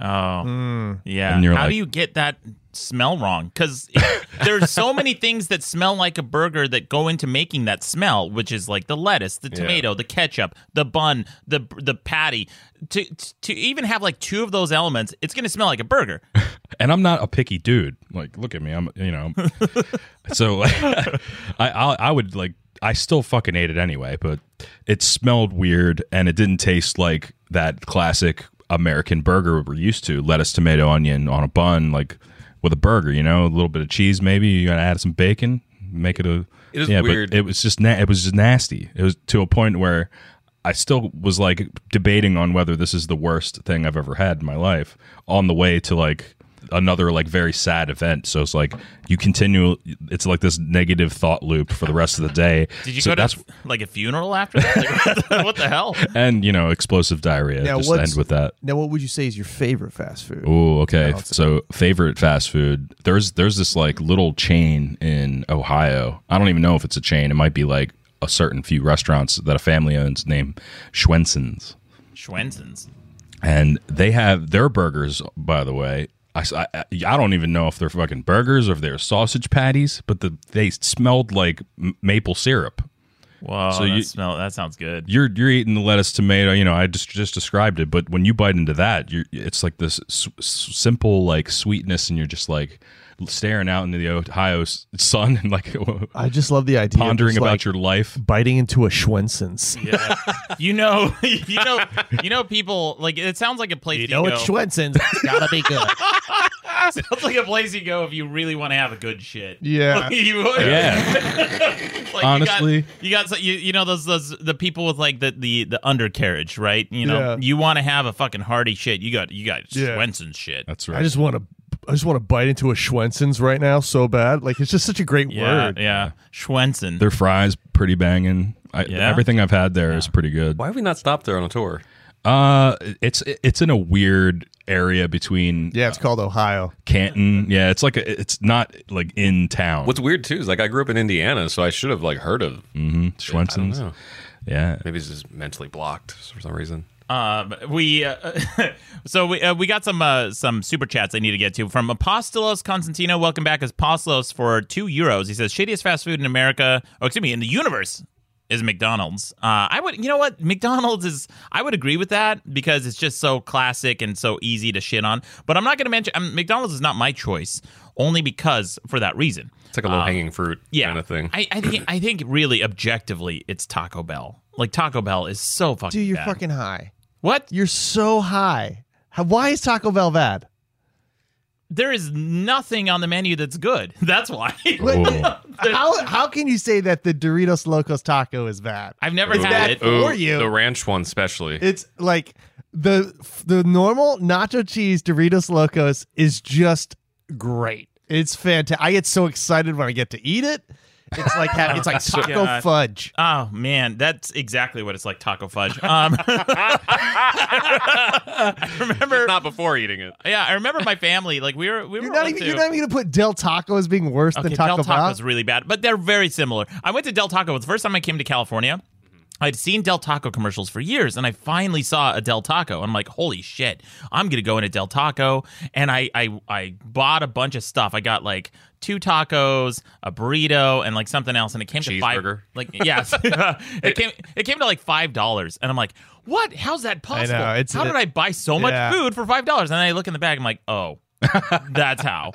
[SPEAKER 2] Yeah.
[SPEAKER 5] And you're
[SPEAKER 2] How
[SPEAKER 5] like-
[SPEAKER 2] do you get that smell wrong? Because [laughs] there's so many things that smell like a burger that go into making that smell, which is like the lettuce, the tomato, the ketchup, the bun, the the patty. To to even have like two of those elements, it's gonna smell like a burger.
[SPEAKER 5] and I'm not a picky dude like look at me I'm
[SPEAKER 4] [laughs]
[SPEAKER 5] you know so [laughs] I, I I would like I still fucking ate it anyway but it smelled weird and it didn't taste like that classic American burger we're used to lettuce tomato onion on a bun like with a burger you know a little bit of cheese maybe you gotta add some bacon make it a
[SPEAKER 4] It is
[SPEAKER 5] yeah but
[SPEAKER 4] weird.
[SPEAKER 5] it was just na- it was just nasty it was to a point where I still was like debating on whether this is the worst thing I've ever had in my life on the way to like another like very sad event. So it's like you continue it's like this negative thought loop for the rest of the day.
[SPEAKER 2] Did you
[SPEAKER 5] so
[SPEAKER 2] go to
[SPEAKER 5] that's
[SPEAKER 2] like a funeral after that? Like, what, the, what the hell?
[SPEAKER 5] and you know, explosive diarrhea.
[SPEAKER 3] Now,
[SPEAKER 5] just
[SPEAKER 3] what's-
[SPEAKER 5] end with that.
[SPEAKER 3] Now, what would you say is your favorite fast food?
[SPEAKER 5] Oh, okay. So favorite fast food. There's there's this like little chain in Ohio. I don't even know if it's a chain. It might be like a certain few restaurants that a family owns named Schwenson's.
[SPEAKER 2] Schwenson's.
[SPEAKER 5] and they have their burgers by the way I, s- I- I- I don't even know if they're fucking burgers or if they're sausage patties but the, they smelled like m- maple syrup
[SPEAKER 2] Wow,
[SPEAKER 5] So
[SPEAKER 2] that
[SPEAKER 5] you-
[SPEAKER 2] smell that sounds good.
[SPEAKER 5] you're you're eating the lettuce tomato you know i just just described it but when you bite into that you're it's like this s- s- simple like sweetness and you're just like staring out into the ohio s- sun and like [laughs]
[SPEAKER 3] I just love the idea. of
[SPEAKER 5] pondering
[SPEAKER 3] just,
[SPEAKER 5] about
[SPEAKER 3] like,
[SPEAKER 5] your life
[SPEAKER 3] biting into a Schwenson's.
[SPEAKER 2] You know, [laughs] you know, you know, people like it sounds like a place you,
[SPEAKER 3] You know
[SPEAKER 2] go.
[SPEAKER 3] it's Schwenson's. It's gotta be good.
[SPEAKER 2] [laughs] sounds like a place you go if you really want to have a good shit.
[SPEAKER 3] Yeah.
[SPEAKER 2] [laughs] You-
[SPEAKER 5] yeah
[SPEAKER 2] Like,
[SPEAKER 5] Honestly.
[SPEAKER 2] you got, you, got so- you, you know those those the people with like the the, the undercarriage, right? You know,
[SPEAKER 3] Yeah.
[SPEAKER 2] you want to have a fucking hearty shit. You got you got
[SPEAKER 3] Yeah.
[SPEAKER 2] Swenson shit.
[SPEAKER 3] [laughs]
[SPEAKER 5] that's
[SPEAKER 3] I
[SPEAKER 5] right
[SPEAKER 3] just want to. I just want to bite into a Schwenson's right now so bad. Like it's just such a great
[SPEAKER 2] yeah,
[SPEAKER 3] word.
[SPEAKER 2] yeah, Schwenson.
[SPEAKER 5] their fries pretty banging I,
[SPEAKER 2] Yeah?
[SPEAKER 5] everything i've had there is pretty good
[SPEAKER 4] Why have we not stopped there on a tour?
[SPEAKER 5] Uh, it's it's in a weird area between
[SPEAKER 3] Yeah, it's called Ohio.
[SPEAKER 5] Canton. Yeah, it's like a, it's not like in town.
[SPEAKER 4] What's weird too is like I grew up in Indiana, so I should have like heard of.
[SPEAKER 5] Mhm,
[SPEAKER 4] I don't
[SPEAKER 5] Schwenson's?
[SPEAKER 4] know.
[SPEAKER 5] Yeah,
[SPEAKER 4] Maybe it's just mentally blocked for some reason.
[SPEAKER 2] Um, we uh, [laughs] so we uh, we got some uh, some super chats I need to get to from Apostolos Constantino. Welcome back as Apostolos for two euros. He says shittiest fast food in America. Oh, excuse me, in the universe is McDonald's. Uh, I would you know what McDonald's is. I would agree with that because it's just so classic and so easy to shit on. But I'm not going to mention um, McDonald's is not my choice only because for that reason.
[SPEAKER 4] It's like a
[SPEAKER 5] Um,
[SPEAKER 4] low hanging fruit
[SPEAKER 2] Yeah,
[SPEAKER 4] kind of thing.
[SPEAKER 2] I, I think I think really objectively it's Taco Bell. Like Taco Bell is so fucking.
[SPEAKER 3] Dude, you're
[SPEAKER 2] bad.
[SPEAKER 3] fucking high.
[SPEAKER 2] what?
[SPEAKER 3] You're so high. How, why is Taco Bell bad?
[SPEAKER 2] there is nothing on the menu that's good. [laughs] That's why.
[SPEAKER 5] Oh.
[SPEAKER 3] How how can you say that the Doritos Locos Taco is bad?
[SPEAKER 2] I've never
[SPEAKER 4] Ooh.
[SPEAKER 2] had it.
[SPEAKER 3] bad. for you.
[SPEAKER 4] The ranch one, especially.
[SPEAKER 3] It's like the the normal nacho cheese Doritos Locos is just great. It's fantastic. I get so excited when I get to eat it. It's like having, it's
[SPEAKER 2] [laughs]
[SPEAKER 3] like taco
[SPEAKER 2] God.
[SPEAKER 3] fudge.
[SPEAKER 2] Oh man, that's exactly what it's like taco fudge.
[SPEAKER 3] [laughs]
[SPEAKER 2] Um, [laughs] I remember.
[SPEAKER 4] not before eating it.
[SPEAKER 2] yeah, I remember my family. Like we were, we
[SPEAKER 3] You're
[SPEAKER 2] were
[SPEAKER 3] not
[SPEAKER 2] able
[SPEAKER 3] even
[SPEAKER 2] to-
[SPEAKER 3] you're not even gonna put Del Taco as being worse
[SPEAKER 2] Okay,
[SPEAKER 3] than Taco
[SPEAKER 2] Del
[SPEAKER 3] Bell.
[SPEAKER 2] Taco's really bad, but they're very similar. I went to Del Taco the first time I came to California. I'd seen Del Taco commercials for years, and I finally saw a Del Taco. I'm like, holy shit, I'm gonna go into Del Taco, and I I I bought a bunch of stuff. I got like two tacos, a burrito, and like something else, and it came to five.
[SPEAKER 4] Cheeseburger.
[SPEAKER 2] Like yes, [laughs] it came it came to like five dollars, and I'm like, what? How's that possible?
[SPEAKER 3] it's-
[SPEAKER 2] How did I buy so
[SPEAKER 3] Yeah.
[SPEAKER 2] much food for five dollars? And then I look in the bag, I'm like,
[SPEAKER 4] [laughs]
[SPEAKER 2] oh. That's how.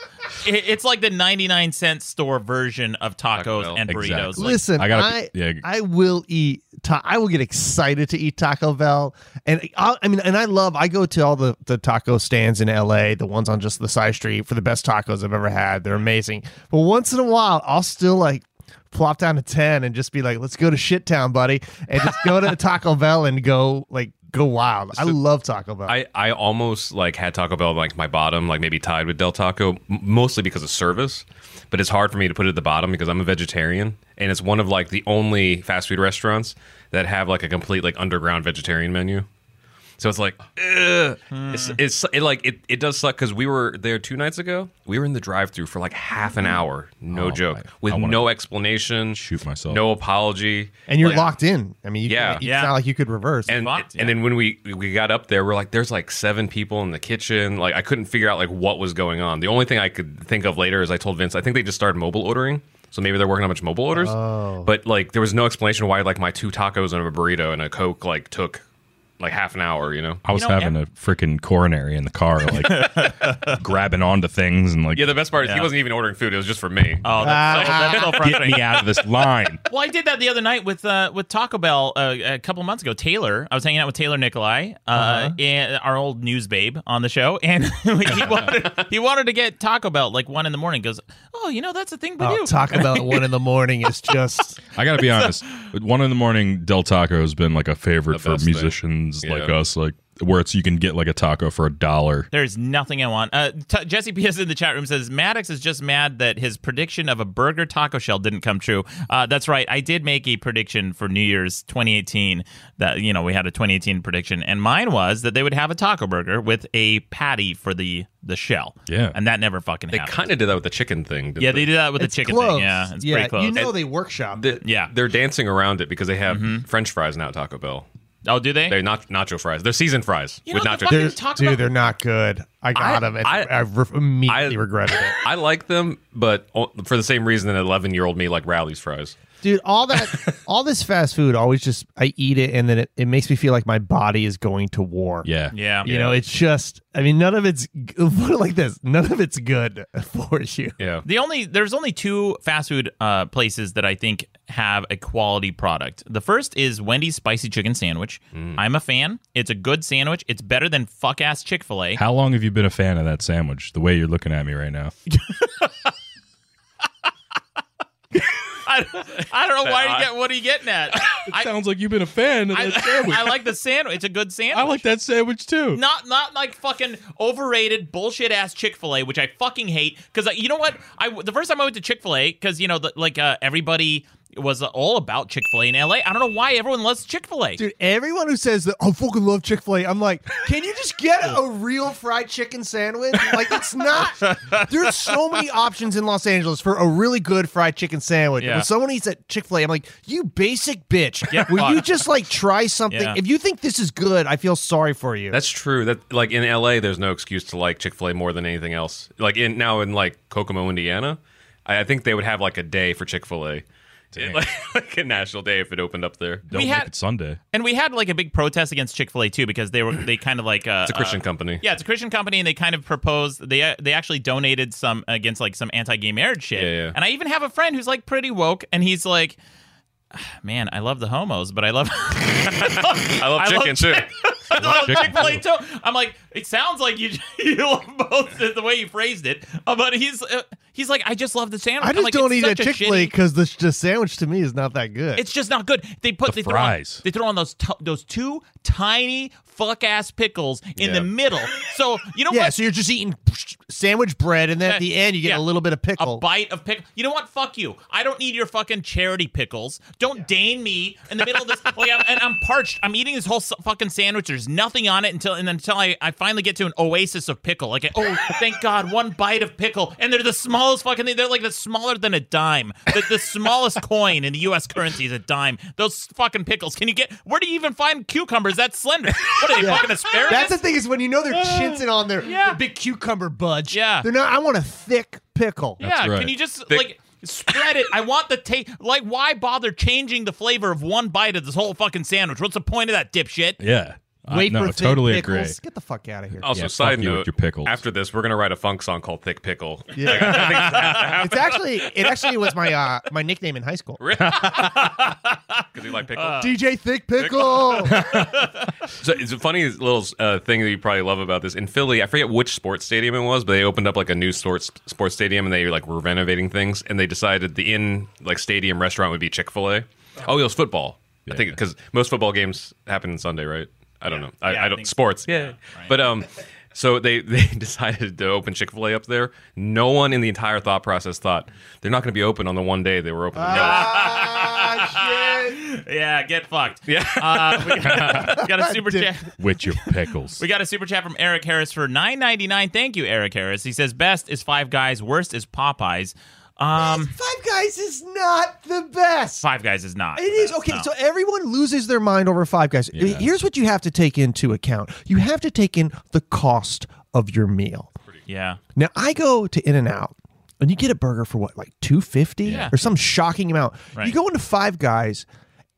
[SPEAKER 2] It- it's like the 99 cent store version of
[SPEAKER 4] Taco
[SPEAKER 2] tacos
[SPEAKER 4] Bell.
[SPEAKER 2] and burritos.
[SPEAKER 5] Exactly.
[SPEAKER 2] Like,
[SPEAKER 3] Listen, I,
[SPEAKER 5] I gotta- yeah.
[SPEAKER 3] I will eat. Ta- I will get excited to eat Taco Bell, and I'll, I mean, and I love. I go to all the the taco stands in L.A. The ones on just the side street for the best tacos I've ever had. They're amazing. But once in a while, I'll still like
[SPEAKER 2] [laughs]
[SPEAKER 3] plop down to ten and just be like, "Let's go to Shit Town, buddy," and just go to Taco Bell and go like go wild. I love Taco Bell.
[SPEAKER 4] I, I almost like had Taco Bell like my bottom, like maybe tied with Del Taco, m- mostly because of service. But it's hard for me to put it at the bottom because I'm a vegetarian, and it's one of like the only fast food restaurants that have like a complete like underground vegetarian menu. So it's like, ugh. it's, it's it like it, it does suck because we were there two nights ago. We were in the drive-through for like half an hour, no joke, with no explanation,
[SPEAKER 5] shoot myself.
[SPEAKER 4] no apology,
[SPEAKER 3] and you're
[SPEAKER 4] like-
[SPEAKER 3] locked in. I mean, you
[SPEAKER 4] Yeah.
[SPEAKER 3] can't- it's
[SPEAKER 2] Oh, Yeah.
[SPEAKER 3] not like you could reverse.
[SPEAKER 4] and
[SPEAKER 2] fucked,
[SPEAKER 4] and then when we we got up there, we're like, there's like seven people in the kitchen. Like I couldn't figure out like what was going on. The only thing I could think of later is I told Vince I think they just started mobile ordering, so maybe they're working on much mobile orders. But like there was no explanation why like my two tacos and a burrito and a coke like took like half an hour. You know?
[SPEAKER 5] I was
[SPEAKER 2] know,
[SPEAKER 5] having a freaking coronary in the car, like grabbing onto things and like
[SPEAKER 4] Yeah. The best part is he
[SPEAKER 2] Yeah.
[SPEAKER 4] wasn't even ordering food. It was just for me.
[SPEAKER 2] Oh, that's, so,
[SPEAKER 3] [laughs]
[SPEAKER 2] that's so
[SPEAKER 5] get
[SPEAKER 2] frustrating.
[SPEAKER 5] me out of this line.
[SPEAKER 2] Well, I did that the other night with uh, with Taco Bell uh, a couple months ago. Taylor, I was hanging out with Taylor Nikolai, uh,
[SPEAKER 4] Uh-huh.
[SPEAKER 2] and our old news babe on the show, and [laughs] he wanted he wanted to get Taco Bell like one in the morning. He Goes, oh, you know that's a thing we
[SPEAKER 3] oh,
[SPEAKER 2] do.
[SPEAKER 3] Taco Bell at one in the
[SPEAKER 2] [laughs]
[SPEAKER 3] morning is just
[SPEAKER 5] I gotta be honest. One in the morning, Del Taco has been like a favorite for
[SPEAKER 4] best thing.
[SPEAKER 5] musicians like
[SPEAKER 4] Yeah.
[SPEAKER 5] us, like where it's you can get like a taco for a dollar.
[SPEAKER 2] There's nothing I want. Uh, t- Jesse P.S. in the chat room says Maddox is just mad that his prediction of a burger taco shell didn't come true. Uh, that's right. I did make a prediction for New Year's 2018 that, you know, we had a 2018 prediction. And mine was that they would have a taco burger with a patty for the, the shell.
[SPEAKER 5] Yeah.
[SPEAKER 2] And that never fucking
[SPEAKER 4] They
[SPEAKER 2] happened.
[SPEAKER 4] kind of did that with the chicken thing. didn't
[SPEAKER 2] yeah, they did that with
[SPEAKER 3] it's
[SPEAKER 2] the chicken
[SPEAKER 3] close.
[SPEAKER 2] thing. Yeah, it's pretty close.
[SPEAKER 3] You know they workshop.
[SPEAKER 4] The-
[SPEAKER 2] Yeah. Mm-hmm.
[SPEAKER 4] They're dancing around it because they have French fries now at Taco Bell.
[SPEAKER 2] oh, do they?
[SPEAKER 4] They're not nacho fries. They're seasoned fries
[SPEAKER 2] You
[SPEAKER 4] with
[SPEAKER 2] know, the
[SPEAKER 4] nacho.
[SPEAKER 2] fucking-
[SPEAKER 3] They're-
[SPEAKER 2] Taco
[SPEAKER 3] dude,
[SPEAKER 2] Bell-
[SPEAKER 3] they're not good. I got them, and I,
[SPEAKER 4] I-
[SPEAKER 3] re- immediately
[SPEAKER 4] I-
[SPEAKER 3] regretted it.
[SPEAKER 4] I like them, but o- for the same reason an 11 year old me like Rowley's fries.
[SPEAKER 3] [laughs] dude all that all this fast food always just i eat it and then it, it makes me feel like my body is going to war
[SPEAKER 5] Yeah,
[SPEAKER 2] yeah.
[SPEAKER 3] you know it's just i mean none of it's g- [laughs] put it like this none of it's good [laughs] for you
[SPEAKER 4] Yeah.
[SPEAKER 2] The only there's only two fast food uh, places that I think have a quality product. The first is Wendy's spicy chicken sandwich. I'm a fan. It's a good sandwich. It's better than fuck ass Chick fil A.
[SPEAKER 5] How long have you been a fan of that sandwich? The way you're looking at me right now.
[SPEAKER 2] [laughs] I, I don't know why you get what are you getting at. I,
[SPEAKER 5] Sounds like you've been a fan
[SPEAKER 2] [laughs]
[SPEAKER 5] of
[SPEAKER 2] I, I like the sandwich. It's a good sandwich.
[SPEAKER 5] that sandwich too.
[SPEAKER 2] Not not like fucking overrated bullshit ass Chick Fil A, which I fucking hate. Because you know what? I the first time I went to Chick Fil A, because you know the, like uh, everybody was all about Chick Fil A in L.A. I don't know why everyone loves Chick Fil A.
[SPEAKER 3] Dude, everyone who says that I fucking love Chick Fil A, I'm like, can you just get a real fried chicken sandwich? Like,
[SPEAKER 2] [laughs]
[SPEAKER 3] it's not. There's so many options in Los Angeles for a really good fried chicken sandwich.
[SPEAKER 2] Yeah.
[SPEAKER 3] When someone eats at Chick Fil A, I'm like, you basic bitch.
[SPEAKER 2] Get
[SPEAKER 3] Will you
[SPEAKER 2] fucked.
[SPEAKER 3] just like try something?
[SPEAKER 2] Yeah.
[SPEAKER 3] If you think this is good, I feel sorry for you.
[SPEAKER 4] That's true. That like in LA there's no excuse to like Chick-fil-A more than anything else. Like in now in like Kokomo, Indiana, I, I think they would have like a day for Chick-fil-A. It- like, [laughs] like a national day if it opened up there.
[SPEAKER 5] Don't
[SPEAKER 2] We
[SPEAKER 5] make
[SPEAKER 2] had-
[SPEAKER 5] it Sunday.
[SPEAKER 2] And we had like a big protest against Chick Fil A too because they were they kind of like uh,
[SPEAKER 4] It's a Christian
[SPEAKER 2] uh, [laughs]
[SPEAKER 4] company.
[SPEAKER 2] yeah, it's a Christian company, and they kind of proposed they uh, they actually donated some against like some anti gay marriage shit.
[SPEAKER 4] Yeah, yeah.
[SPEAKER 2] And I even have a friend who's like pretty woke, and he's like, "Man, I love the homos, but I love [laughs]
[SPEAKER 4] I love
[SPEAKER 2] I love
[SPEAKER 4] chicken too.
[SPEAKER 2] Chick Fil A too." I'm like, it sounds like you [laughs] you love both the way you phrased it, Uh, but he's uh, he's like, I just love the sandwich.
[SPEAKER 3] I
[SPEAKER 2] I'm
[SPEAKER 3] just
[SPEAKER 2] like,
[SPEAKER 3] don't
[SPEAKER 2] "It's
[SPEAKER 3] eat at
[SPEAKER 2] such a
[SPEAKER 3] Chick Fil A
[SPEAKER 2] shitty-
[SPEAKER 3] because the, the sandwich to me is not that good.
[SPEAKER 2] It's just not good. They put
[SPEAKER 5] The
[SPEAKER 2] they Throw on,
[SPEAKER 5] fries.
[SPEAKER 2] they throw on those t- those two tiny fuck ass pickles in
[SPEAKER 4] Yeah.
[SPEAKER 2] the middle. So you know
[SPEAKER 3] [laughs] yeah,
[SPEAKER 2] what?
[SPEAKER 3] so you're just eating sandwich bread, and then at the end you get
[SPEAKER 2] Yeah.
[SPEAKER 3] a little bit of pickle.
[SPEAKER 2] a bite of pickle. You know what? Fuck you. I don't need your fucking charity pickles. Don't deign me in the middle of this. like, I'm, and I'm parched. I'm eating this whole s- fucking sandwich. There's nothing on it until and then until I, I finally get to an oasis of pickle. Like, oh, thank God, one bite of pickle. And they're the smallest fucking thing. They're like the smaller than a dime. The, the smallest coin in the U.S. currency is a dime. Those fucking pickles. Can you get? Where do you even find cucumbers that slender? What are they fucking asparagus?
[SPEAKER 3] That's the thing is when you know they're chintzing on their,
[SPEAKER 2] yeah.
[SPEAKER 3] their big cucumber budge.
[SPEAKER 2] Yeah.
[SPEAKER 3] they're not. I want a thick pickle.
[SPEAKER 2] Yeah,
[SPEAKER 5] right.
[SPEAKER 2] can you just like spread it? I want the taste. Like, why bother changing the flavor of one bite of this whole fucking sandwich? What's the point of that dipshit?
[SPEAKER 5] Yeah, I-
[SPEAKER 3] Wait
[SPEAKER 5] Uh, no,
[SPEAKER 3] for thick
[SPEAKER 5] totally
[SPEAKER 3] pickles.
[SPEAKER 5] agree.
[SPEAKER 3] Get the fuck out of here.
[SPEAKER 2] Oh.
[SPEAKER 4] Also,
[SPEAKER 5] Yeah,
[SPEAKER 4] side
[SPEAKER 5] fuck you with
[SPEAKER 4] note,
[SPEAKER 5] your pickles.
[SPEAKER 4] after this, we're going to write a funk song called Thick Pickle.
[SPEAKER 3] Yeah. it's actually it actually was my uh, my nickname in high school.
[SPEAKER 4] Because you like pickles.
[SPEAKER 3] DJ Thick Pickle. [laughs]
[SPEAKER 2] [laughs]
[SPEAKER 4] So it's a funny little uh, thing that you probably love about this. In Philly, I forget which sports stadium it was, but they opened up like a new sports sports stadium, and they like were renovating things, and they decided the in like stadium Oh, restaurant would be Chick Fil A. Oh, it was football. I think because most football games happen on Sunday, right? I don't know. I,
[SPEAKER 2] Yeah, I
[SPEAKER 4] I don't
[SPEAKER 2] think so.
[SPEAKER 4] sports. Yeah. But um, so they [laughs] they decided to open Chick Fil A up there. No one in the entire thought process thought they're not going to be open on the one day they were open.
[SPEAKER 2] Ah. Yeah, get fucked.
[SPEAKER 4] Yeah.
[SPEAKER 2] Uh, we got, we got
[SPEAKER 3] [laughs]
[SPEAKER 2] a super chat.
[SPEAKER 5] With your
[SPEAKER 2] [laughs]
[SPEAKER 5] pickles.
[SPEAKER 2] We got a super chat from Eric Harris for nine ninety nine. Thank you, Eric Harris. He says best is Five Guys, worst is Popeyes. Um,
[SPEAKER 3] Five Guys is not the best.
[SPEAKER 2] Five Guys is not.
[SPEAKER 3] It is okay. So everyone loses their mind over Five Guys. Here's what you have to take into account: you have to take in the cost of your meal.
[SPEAKER 2] yeah,
[SPEAKER 3] Now I go to In and Out, and you get a burger for what, like two fifty
[SPEAKER 2] Yeah.
[SPEAKER 3] or some shocking amount.
[SPEAKER 2] Right.
[SPEAKER 3] You go into Five Guys,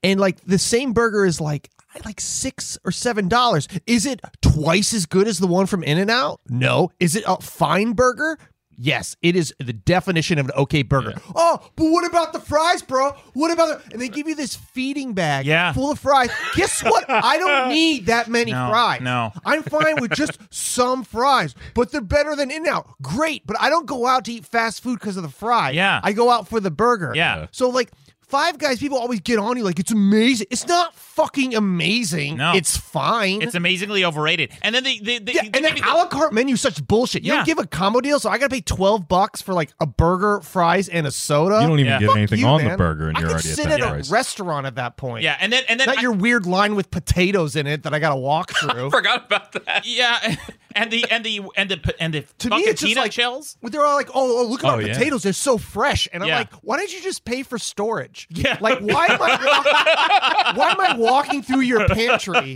[SPEAKER 3] and like the same burger is like like six or seven dollars. Is it twice as good as the one from In and Out? No. Is it a fine burger? Yes, it is the definition of an okay burger. Oh, but what about the fries, bro? What about the and they give you this feeding bag
[SPEAKER 2] Yeah.
[SPEAKER 3] full of fries. Guess what?
[SPEAKER 2] [laughs]
[SPEAKER 3] I don't need that many
[SPEAKER 2] No,
[SPEAKER 3] fries.
[SPEAKER 2] no.
[SPEAKER 3] I'm fine with just some fries, but they're better than In Out. Great, but I don't go out to eat fast food because of the fry.
[SPEAKER 2] Yeah.
[SPEAKER 3] I go out for the burger.
[SPEAKER 2] Yeah.
[SPEAKER 3] So, like, Five Guys, people always get on you like, it's amazing. It's not fucking amazing.
[SPEAKER 2] No.
[SPEAKER 3] It's fine.
[SPEAKER 2] it's amazingly overrated. And then they, they, they,
[SPEAKER 3] yeah,
[SPEAKER 2] they
[SPEAKER 3] and then a la carte menu, such bullshit. You
[SPEAKER 2] Yeah.
[SPEAKER 3] don't give a combo deal, so I gotta pay twelve bucks for like a burger, fries, and a soda.
[SPEAKER 5] You don't even
[SPEAKER 2] Yeah.
[SPEAKER 5] get
[SPEAKER 3] Fuck
[SPEAKER 5] anything
[SPEAKER 3] you,
[SPEAKER 5] on the
[SPEAKER 3] man.
[SPEAKER 5] burger, and
[SPEAKER 3] I
[SPEAKER 5] you're
[SPEAKER 3] could
[SPEAKER 5] already
[SPEAKER 3] sit
[SPEAKER 5] at
[SPEAKER 3] at
[SPEAKER 5] that
[SPEAKER 3] a
[SPEAKER 5] price.
[SPEAKER 3] restaurant at that point.
[SPEAKER 2] yeah, and then and then
[SPEAKER 3] not
[SPEAKER 2] I-
[SPEAKER 3] your weird line with potatoes in it that I gotta
[SPEAKER 2] [laughs]
[SPEAKER 3] walk through.
[SPEAKER 4] forgot about
[SPEAKER 3] [laughs]
[SPEAKER 4] that.
[SPEAKER 2] yeah, [laughs] and the and the and the and the
[SPEAKER 3] to me,
[SPEAKER 2] fucking
[SPEAKER 3] it's just
[SPEAKER 2] peanut
[SPEAKER 3] like
[SPEAKER 2] shells.
[SPEAKER 3] They're all like, "Oh, oh look at
[SPEAKER 5] Oh,
[SPEAKER 3] our
[SPEAKER 5] yeah.
[SPEAKER 3] potatoes; they're so fresh." And I'm
[SPEAKER 2] Yeah.
[SPEAKER 3] like, "Why don't you just pay for storage?
[SPEAKER 2] Yeah.
[SPEAKER 3] like why am I [laughs] why am I walking through your pantry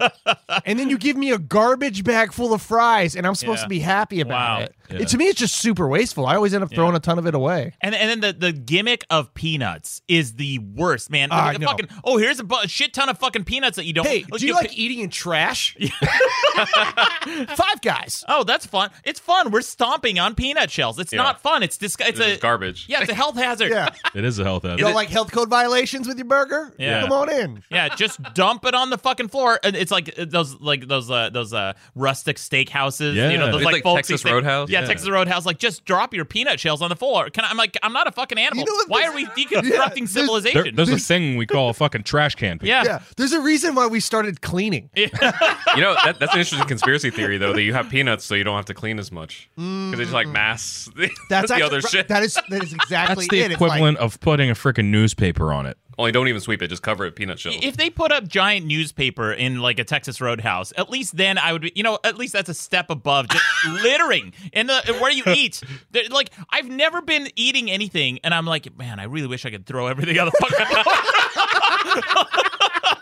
[SPEAKER 3] and then you give me a garbage bag full of fries and I'm supposed
[SPEAKER 2] Yeah.
[SPEAKER 3] to be happy about
[SPEAKER 2] Wow.
[SPEAKER 3] it? It- To me, it's just super wasteful. I always end up throwing a ton of it away.
[SPEAKER 2] And, and then the, the gimmick of peanuts is the worst, man.
[SPEAKER 3] Ah, I
[SPEAKER 2] the
[SPEAKER 3] know.
[SPEAKER 2] fucking oh, here's a, bu- a shit ton of fucking peanuts that you don't.
[SPEAKER 3] Hey, do you like eating in trash? [laughs] Five guys.
[SPEAKER 2] Oh, that's fun. It's fun. We're stomping on peanut shells. It's not fun. It's disg- It's
[SPEAKER 4] This
[SPEAKER 2] a
[SPEAKER 4] is garbage.
[SPEAKER 2] Yeah, it's a health hazard.
[SPEAKER 3] Yeah.
[SPEAKER 5] It is a health hazard.
[SPEAKER 3] You don't like health code violations with your burger?
[SPEAKER 2] Yeah.
[SPEAKER 3] Come on in.
[SPEAKER 2] [laughs] Yeah, just dump it on the fucking floor. And it's like uh, those, like those, uh, those uh, rustic steak houses. you know,
[SPEAKER 5] Yeah.
[SPEAKER 2] those
[SPEAKER 5] It's
[SPEAKER 2] like,
[SPEAKER 4] like
[SPEAKER 2] folksy
[SPEAKER 4] Texas
[SPEAKER 2] steak-
[SPEAKER 4] Roadhouse.
[SPEAKER 2] Yeah,
[SPEAKER 4] Yeah.
[SPEAKER 2] Texas Roadhouse. Like, just drop your peanut shells on the floor. Can I, I'm like, I'm not a fucking animal.
[SPEAKER 3] know what
[SPEAKER 2] Why
[SPEAKER 3] this-
[SPEAKER 2] are we
[SPEAKER 3] [laughs] Yeah,
[SPEAKER 2] deconstructing
[SPEAKER 3] there's-
[SPEAKER 2] civilization?
[SPEAKER 5] There, there's a thing we call a fucking trash can.
[SPEAKER 2] yeah.
[SPEAKER 3] Yeah. There's a reason why we started cleaning.
[SPEAKER 4] You know that, that's an interesting conspiracy theory though that you have peanuts so you don't have to clean as much because they just like mass. [laughs]
[SPEAKER 3] That's
[SPEAKER 4] the
[SPEAKER 3] actually-
[SPEAKER 4] other shit.
[SPEAKER 3] That is that is exactly
[SPEAKER 5] That's the
[SPEAKER 3] it. It's like-
[SPEAKER 5] equivalent of putting a freaking newspaper on it.
[SPEAKER 4] Only don't even sweep it. Just cover it with peanut shells.
[SPEAKER 2] If they put up giant newspaper in like a Texas Roadhouse, at least then I would be, you know, at least that's a step above
[SPEAKER 3] [laughs]
[SPEAKER 2] just littering in the where you eat. They're- Like I've never been eating anything, and I'm like, man, I really wish I could throw everything on the fucking
[SPEAKER 3] [laughs]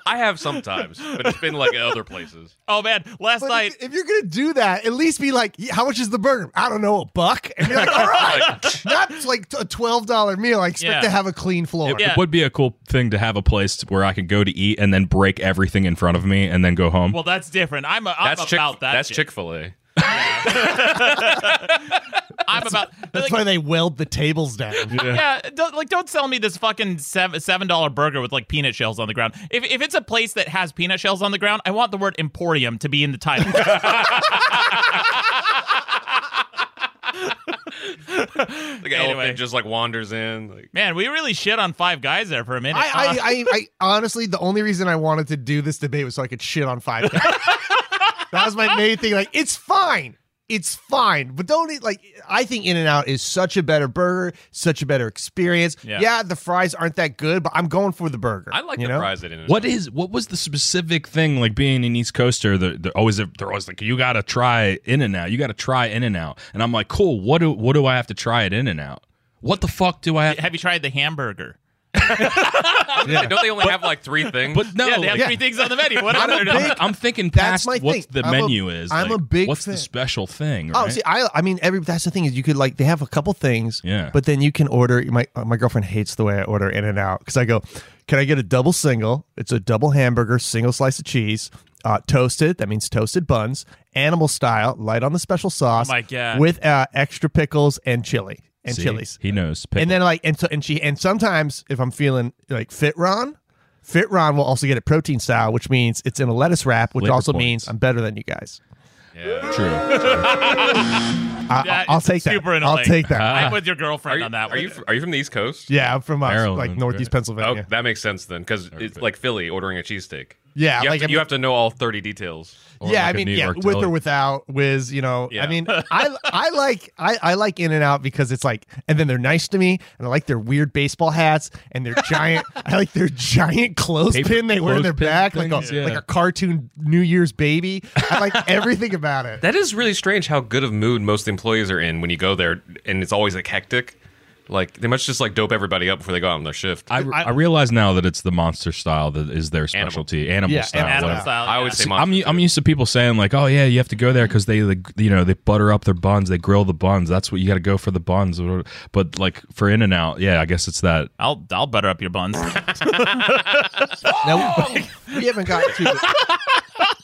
[SPEAKER 4] I have sometimes, but it's been like at other places.
[SPEAKER 2] Oh man, last
[SPEAKER 3] But
[SPEAKER 2] night.
[SPEAKER 3] if, if you're gonna do that, at least be like, "Yeah, how much is the burger? I don't know, a buck. And you're like, all right, not like a twelve dollar meal. I expect
[SPEAKER 2] Yeah.
[SPEAKER 3] to have a clean floor.
[SPEAKER 5] It
[SPEAKER 2] Yeah.
[SPEAKER 5] would be a cool thing to have a place where I could go to eat and then break everything in front of me and then go home.
[SPEAKER 2] well, that's different. I'm, a, I'm
[SPEAKER 4] [laughs] That's Chick.
[SPEAKER 2] about that.
[SPEAKER 4] that's
[SPEAKER 2] shit.
[SPEAKER 4] Chick Fil A.
[SPEAKER 2] I'm
[SPEAKER 4] [laughs]
[SPEAKER 2] about.
[SPEAKER 3] That's
[SPEAKER 2] like,
[SPEAKER 3] why they weld the tables down.
[SPEAKER 2] yeah, don't, like don't sell me this fucking seven seven dollar burger with like peanut shells on the ground. If if it's a place that has peanut shells on the ground, I want the word emporium to be in the title.
[SPEAKER 3] [laughs]
[SPEAKER 4] Like an
[SPEAKER 2] Anyway.
[SPEAKER 4] elephant just like wanders in. Like,
[SPEAKER 2] Man, we really shit on Five Guys there for a minute. Uh,
[SPEAKER 3] I, I, I, I honestly, the only reason I wanted to do this debate was so I could shit on five.
[SPEAKER 4] [laughs]
[SPEAKER 3] Guys. that was my main thing. Like, it's fine. It's fine, but don't eat like I think In and Out is such a better burger, such a better experience.
[SPEAKER 2] Yeah.
[SPEAKER 3] Yeah. the fries aren't that good, but I'm going for the burger.
[SPEAKER 4] I like
[SPEAKER 3] you
[SPEAKER 4] the
[SPEAKER 3] know?
[SPEAKER 4] fries. It in
[SPEAKER 5] What is what was the specific thing like being an East Coaster? They're, they're always they're always like you got to try In and Out. You got to try In and Out. And I'm like, cool. What do what do I have to try at In and Out? What the fuck do I? have
[SPEAKER 2] have you tried the hamburger?
[SPEAKER 4] Don't they only have like [laughs] three things?
[SPEAKER 5] [laughs] But no,
[SPEAKER 2] Yeah, they have
[SPEAKER 5] like,
[SPEAKER 2] three things on the menu. What
[SPEAKER 3] [laughs]
[SPEAKER 5] I'm,
[SPEAKER 2] are they?
[SPEAKER 5] I'm- I'm thinking
[SPEAKER 3] That's
[SPEAKER 5] past
[SPEAKER 3] my
[SPEAKER 5] what
[SPEAKER 3] thing.
[SPEAKER 5] the
[SPEAKER 3] I'm a-
[SPEAKER 5] menu is.
[SPEAKER 3] I'm a
[SPEAKER 5] like,
[SPEAKER 3] big
[SPEAKER 5] What's the
[SPEAKER 3] fan.
[SPEAKER 5] special thing?
[SPEAKER 3] Oh,
[SPEAKER 5] right?
[SPEAKER 3] see, I I mean, every that's the thing is you could like they have a couple things,
[SPEAKER 5] Yeah.
[SPEAKER 3] But then you can order. My uh, my girlfriend hates the way I order In and Out because I go, can I get a double single? It's a double hamburger, single slice of cheese, uh, toasted. That means toasted buns, animal style, light on the special sauce.
[SPEAKER 2] my God.
[SPEAKER 3] With uh, extra pickles and chili and
[SPEAKER 5] See?
[SPEAKER 3] chilies.
[SPEAKER 5] He knows.
[SPEAKER 3] And then like and so and she and sometimes if I'm feeling like fit Ron, fit Ron will also get it protein style, which means it's in a lettuce wrap, which
[SPEAKER 5] Flavor
[SPEAKER 3] also
[SPEAKER 5] points.
[SPEAKER 3] means I'm better than you guys.
[SPEAKER 4] yeah.
[SPEAKER 5] true.
[SPEAKER 3] I,
[SPEAKER 2] That
[SPEAKER 3] I'll
[SPEAKER 2] is
[SPEAKER 3] take that.
[SPEAKER 2] super
[SPEAKER 3] I'll
[SPEAKER 2] annoying.
[SPEAKER 3] take that.
[SPEAKER 2] I'm with your girlfriend
[SPEAKER 4] Are you,
[SPEAKER 2] on that.
[SPEAKER 4] are
[SPEAKER 2] one.
[SPEAKER 4] you fr- are you from the East Coast?
[SPEAKER 3] Yeah, I'm from uh,
[SPEAKER 5] Maryland,
[SPEAKER 3] like
[SPEAKER 5] right.
[SPEAKER 3] northeast
[SPEAKER 4] Oh,
[SPEAKER 3] Pennsylvania.
[SPEAKER 4] that makes sense then, because it's like Philly ordering a cheesesteak.
[SPEAKER 3] Yeah,
[SPEAKER 4] You,
[SPEAKER 3] like
[SPEAKER 4] have,
[SPEAKER 3] I
[SPEAKER 4] to,
[SPEAKER 3] mean-
[SPEAKER 4] you have to know all 30 details.
[SPEAKER 3] [laughs]
[SPEAKER 5] Or
[SPEAKER 3] yeah,
[SPEAKER 5] like
[SPEAKER 3] I
[SPEAKER 5] a
[SPEAKER 3] mean,
[SPEAKER 5] New
[SPEAKER 3] yeah,
[SPEAKER 5] York
[SPEAKER 3] with
[SPEAKER 5] deli.
[SPEAKER 3] or without Wiz, you know.
[SPEAKER 4] Yeah.
[SPEAKER 3] I [laughs] mean, I I like I, I like In and Out because it's like, and then they're nice to me, and I like their weird baseball hats and their [laughs] giant. I like their giant clothespin they wear in their
[SPEAKER 5] clothespin
[SPEAKER 3] back, like
[SPEAKER 5] things,
[SPEAKER 3] a,
[SPEAKER 5] yeah.
[SPEAKER 3] like a cartoon New Year's baby. I [laughs] like everything about it.
[SPEAKER 4] That is really strange how good of mood most employees are in when you go there and it's always like hectic. Like they must just like dope everybody up before they go out on their shift.
[SPEAKER 5] I, I realize now that it's the monster style that is their
[SPEAKER 4] Animal.
[SPEAKER 5] specialty, animal,
[SPEAKER 3] Yeah,
[SPEAKER 5] style.
[SPEAKER 3] animal
[SPEAKER 5] whatever.
[SPEAKER 2] Adam style.
[SPEAKER 4] Oh, I would
[SPEAKER 2] yeah.
[SPEAKER 4] say
[SPEAKER 5] See,
[SPEAKER 4] monster
[SPEAKER 5] I'm, u- I'm used to people saying like, "Oh yeah, you have to go there because they, like, you know, they butter up their buns, they grill the buns. That's what you got to go for the buns." But like for In and Out, yeah, I guess it's that.
[SPEAKER 2] I'll I'll butter up your
[SPEAKER 4] [laughs]
[SPEAKER 2] buns.
[SPEAKER 3] Now [laughs] we, we haven't gotten [laughs] to.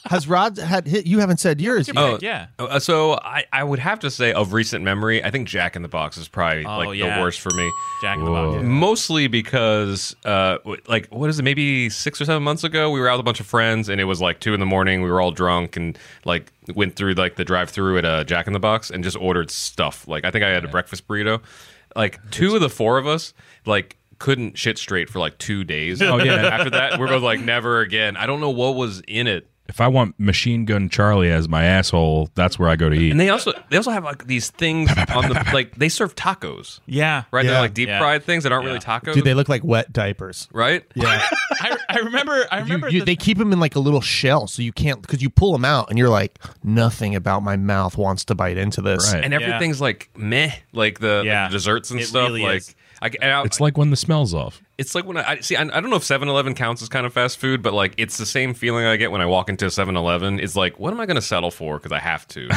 [SPEAKER 3] Has Rod had hit? You haven't said yours. yet.
[SPEAKER 4] Oh
[SPEAKER 2] yeah.
[SPEAKER 4] Uh, so I, I would have to say of recent memory, I think Jack in the Box is probably
[SPEAKER 2] Oh,
[SPEAKER 4] like
[SPEAKER 2] yeah.
[SPEAKER 4] the worst for me.
[SPEAKER 2] Jack in the box.
[SPEAKER 4] Mostly because, uh, w- like, what is it? Maybe six or seven months ago, we were out with a bunch of friends, and it was like two in the morning. We were all drunk, and like went through like the drive-through at uh, Jack in the Box, and just ordered stuff. Like, I think I had a breakfast burrito. Like, two of the four of us, like. Couldn't shit straight for like
[SPEAKER 2] [laughs]
[SPEAKER 4] two days. Oh yeah! After that, we're both like, never again. I don't know what was in it.
[SPEAKER 5] If I want Machine Gun Charlie as my asshole, that's where I go to eat.
[SPEAKER 4] And they also they also have like these things on the like they serve tacos,
[SPEAKER 2] Yeah.
[SPEAKER 4] right?
[SPEAKER 3] Yeah.
[SPEAKER 4] They're like deep
[SPEAKER 2] Yeah.
[SPEAKER 4] fried things that aren't really
[SPEAKER 2] Yeah.
[SPEAKER 4] tacos,
[SPEAKER 3] Dude, they look like wet diapers.
[SPEAKER 4] right?
[SPEAKER 3] Yeah.
[SPEAKER 2] I, I remember. I
[SPEAKER 3] You,
[SPEAKER 2] remember.
[SPEAKER 3] you,
[SPEAKER 2] the-
[SPEAKER 3] they keep them in like a little shell, so you can't because you pull them out, and you're like, nothing about my mouth wants to bite into this.
[SPEAKER 5] Right.
[SPEAKER 4] And everything's like meh, like the,
[SPEAKER 2] Yeah.
[SPEAKER 4] the desserts and
[SPEAKER 2] It
[SPEAKER 4] stuff.
[SPEAKER 2] really
[SPEAKER 4] like
[SPEAKER 2] is.
[SPEAKER 4] I, and I-
[SPEAKER 5] it's like when the smells off.
[SPEAKER 4] it's like when I, I see. I, I don't know if 7-Eleven counts as kind of fast food, but like it's the same feeling I get when I walk into a 7-Eleven. It's like, what am I going to settle for? Because I have
[SPEAKER 2] [laughs]
[SPEAKER 4] to,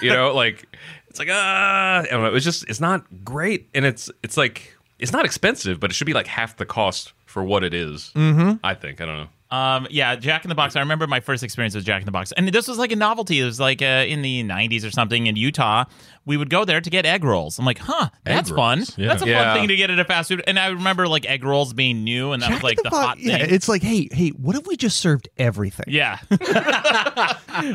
[SPEAKER 4] you know. Like it's like ah, I don't know. It's just it's not great, and it's it's like it's not expensive, but it should be like half the cost for what it is,
[SPEAKER 3] Mm-hmm.
[SPEAKER 4] I think. I don't know.
[SPEAKER 2] Um, yeah, Jack in the Box. I remember my first experience with Jack in the Box, and this was like a novelty. It was like uh, in the '90s or something in Utah. We would go there to get egg rolls. I'm like, huh, that's fun.
[SPEAKER 5] rolls, yeah.
[SPEAKER 2] That's a
[SPEAKER 4] Yeah.
[SPEAKER 2] fun thing to get at a fast food. And I remember like egg rolls being new, and that was like the,
[SPEAKER 3] Fuck,
[SPEAKER 2] hot
[SPEAKER 3] yeah,
[SPEAKER 2] thing.
[SPEAKER 3] it's like, hey, hey, what if we just served everything? [laughs]
[SPEAKER 2] Yeah.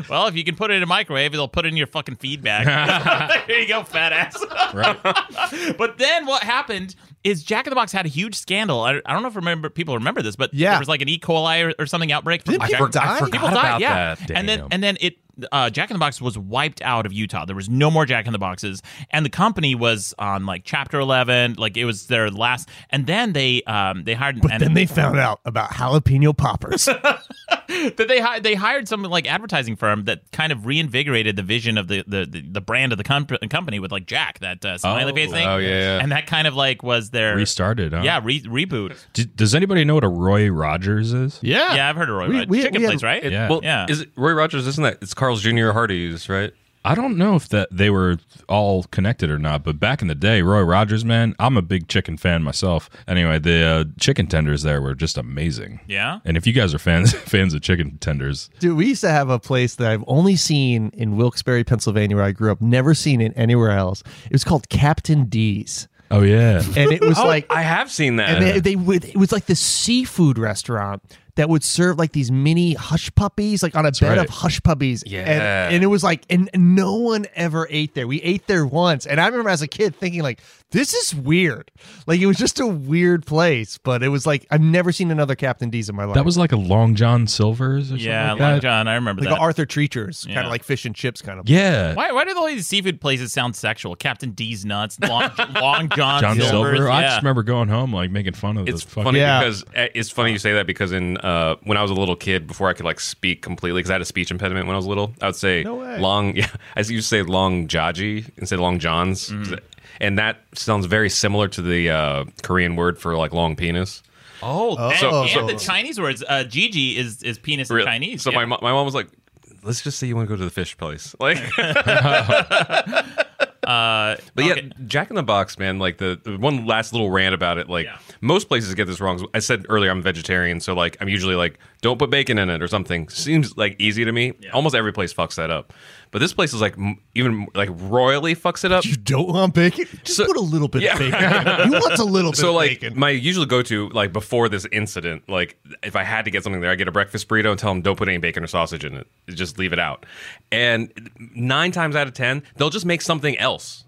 [SPEAKER 2] well, if you can put it in a microwave, they'll put it in your fucking
[SPEAKER 3] [laughs]
[SPEAKER 2] feedback. there you go, fat ass. [laughs] but then what happened is Jack in the Box had a huge scandal. I, I don't know if remember people remember this, but
[SPEAKER 3] Yeah.
[SPEAKER 2] there was like an E. coli or, or something outbreak. from
[SPEAKER 3] Didn't
[SPEAKER 2] Jack-
[SPEAKER 3] people die?
[SPEAKER 2] People died,
[SPEAKER 4] about
[SPEAKER 2] yeah.
[SPEAKER 4] that.
[SPEAKER 2] And then
[SPEAKER 5] Damn.
[SPEAKER 2] and then it uh, Jack in the Box was wiped out of Utah. There was no more Jack in the Boxes, and the company was on like Chapter Eleven. Like it was their last. And then they um they hired
[SPEAKER 3] But
[SPEAKER 2] and
[SPEAKER 3] then they found out about jalapeno poppers.
[SPEAKER 2] that they hired they hired some like advertising firm that kind of reinvigorated the vision of the the, the, the brand of the com- company with like Jack that uh, smiley
[SPEAKER 5] Oh.
[SPEAKER 2] face thing.
[SPEAKER 4] Oh, yeah, yeah.
[SPEAKER 2] and that kind of like was their
[SPEAKER 5] Restarted, huh?
[SPEAKER 2] Yeah, re- reboot.
[SPEAKER 5] D- does anybody know what a Roy Rogers is?
[SPEAKER 2] [laughs] Yeah. I've heard of Roy.
[SPEAKER 3] We-
[SPEAKER 2] Rogers.
[SPEAKER 3] we-
[SPEAKER 2] Chicken
[SPEAKER 3] we had-
[SPEAKER 2] place, right?
[SPEAKER 4] It-
[SPEAKER 5] Yeah.
[SPEAKER 4] Well,
[SPEAKER 2] Yeah.
[SPEAKER 4] is it Roy Rogers? Isn't that it's Carl's Jr. Hardee's, right?
[SPEAKER 5] I don't know if that they were all connected or not, but back in the day, Roy Rogers, man, I'm a big chicken fan myself. Anyway, the uh, chicken tenders there were just amazing.
[SPEAKER 2] Yeah?
[SPEAKER 5] And if you guys are fans [laughs] fans of chicken tenders,
[SPEAKER 3] Dude, we used to have a place that I've only seen in Wilkes-Barre, Pennsylvania, where I grew up. Never seen it anywhere else. It was called Captain D's,
[SPEAKER 5] oh yeah,
[SPEAKER 2] [laughs]
[SPEAKER 3] and it was like
[SPEAKER 4] I have seen that.
[SPEAKER 3] and they, they would it was like the seafood restaurant that would serve like these mini hush puppies like on a bed
[SPEAKER 5] right.
[SPEAKER 3] of hush puppies
[SPEAKER 4] Yeah.
[SPEAKER 3] and, and it was like and no one ever ate there we ate there once and i remember as a kid thinking like this is weird like it was just a weird place but it was like i've never seen another captain d's in my life
[SPEAKER 5] that was like a Long John Silver's. Or
[SPEAKER 2] Yeah,
[SPEAKER 5] something like
[SPEAKER 2] Long
[SPEAKER 5] that.
[SPEAKER 2] John. I remember
[SPEAKER 3] like
[SPEAKER 2] that.
[SPEAKER 3] a arthur treacher's kind
[SPEAKER 2] Yeah.
[SPEAKER 3] of like fish and chips kind of
[SPEAKER 5] Yeah,
[SPEAKER 2] why, why do all these seafood places sound sexual? Captain D's nuts, Long, Long John,
[SPEAKER 5] John Silver.
[SPEAKER 2] Silver's,
[SPEAKER 5] I
[SPEAKER 2] yeah.
[SPEAKER 5] just remember going home like making fun of
[SPEAKER 4] it's
[SPEAKER 5] the fucking
[SPEAKER 4] funny
[SPEAKER 3] Yeah.
[SPEAKER 4] because uh, it's funny you say that because in uh, when I was a little kid, before I could like speak completely, because I had a speech impediment when I was little, I would say
[SPEAKER 3] way.
[SPEAKER 4] long. [laughs] Yeah, I used to say long jaji instead of long johns, and that sounds very similar to the uh, Korean word for like long penis.
[SPEAKER 2] Oh, and,
[SPEAKER 4] so-
[SPEAKER 2] and
[SPEAKER 4] so-
[SPEAKER 2] the Chinese words. Uh, Gigi is, is penis
[SPEAKER 4] Really.
[SPEAKER 2] in Chinese.
[SPEAKER 4] So
[SPEAKER 2] yeah.
[SPEAKER 4] my my my mom was like, "Let's just say you want to go to the fish place." [laughs] Like,
[SPEAKER 2] [laughs]
[SPEAKER 4] but yeah,
[SPEAKER 2] Uh, okay.
[SPEAKER 4] Jack in the Box, man. Like the, the one last little rant about it. Like
[SPEAKER 2] Yeah.
[SPEAKER 4] most places get this wrong. I said earlier I'm vegetarian, so like I'm usually like don't put bacon in it or something. Seems like easy to me. Almost every place fucks that up, but this place is like m- even like royally fucks it up.
[SPEAKER 3] you don't want bacon just
[SPEAKER 4] So-
[SPEAKER 3] put a little bit
[SPEAKER 4] Yeah.
[SPEAKER 3] of bacon you want a little bit
[SPEAKER 4] so
[SPEAKER 3] of
[SPEAKER 4] like
[SPEAKER 3] bacon
[SPEAKER 4] my usual go-to like before this incident like if i had to get something there i get a breakfast burrito and tell them don't put any bacon or sausage in it just leave it out and nine times out of ten they'll just make something else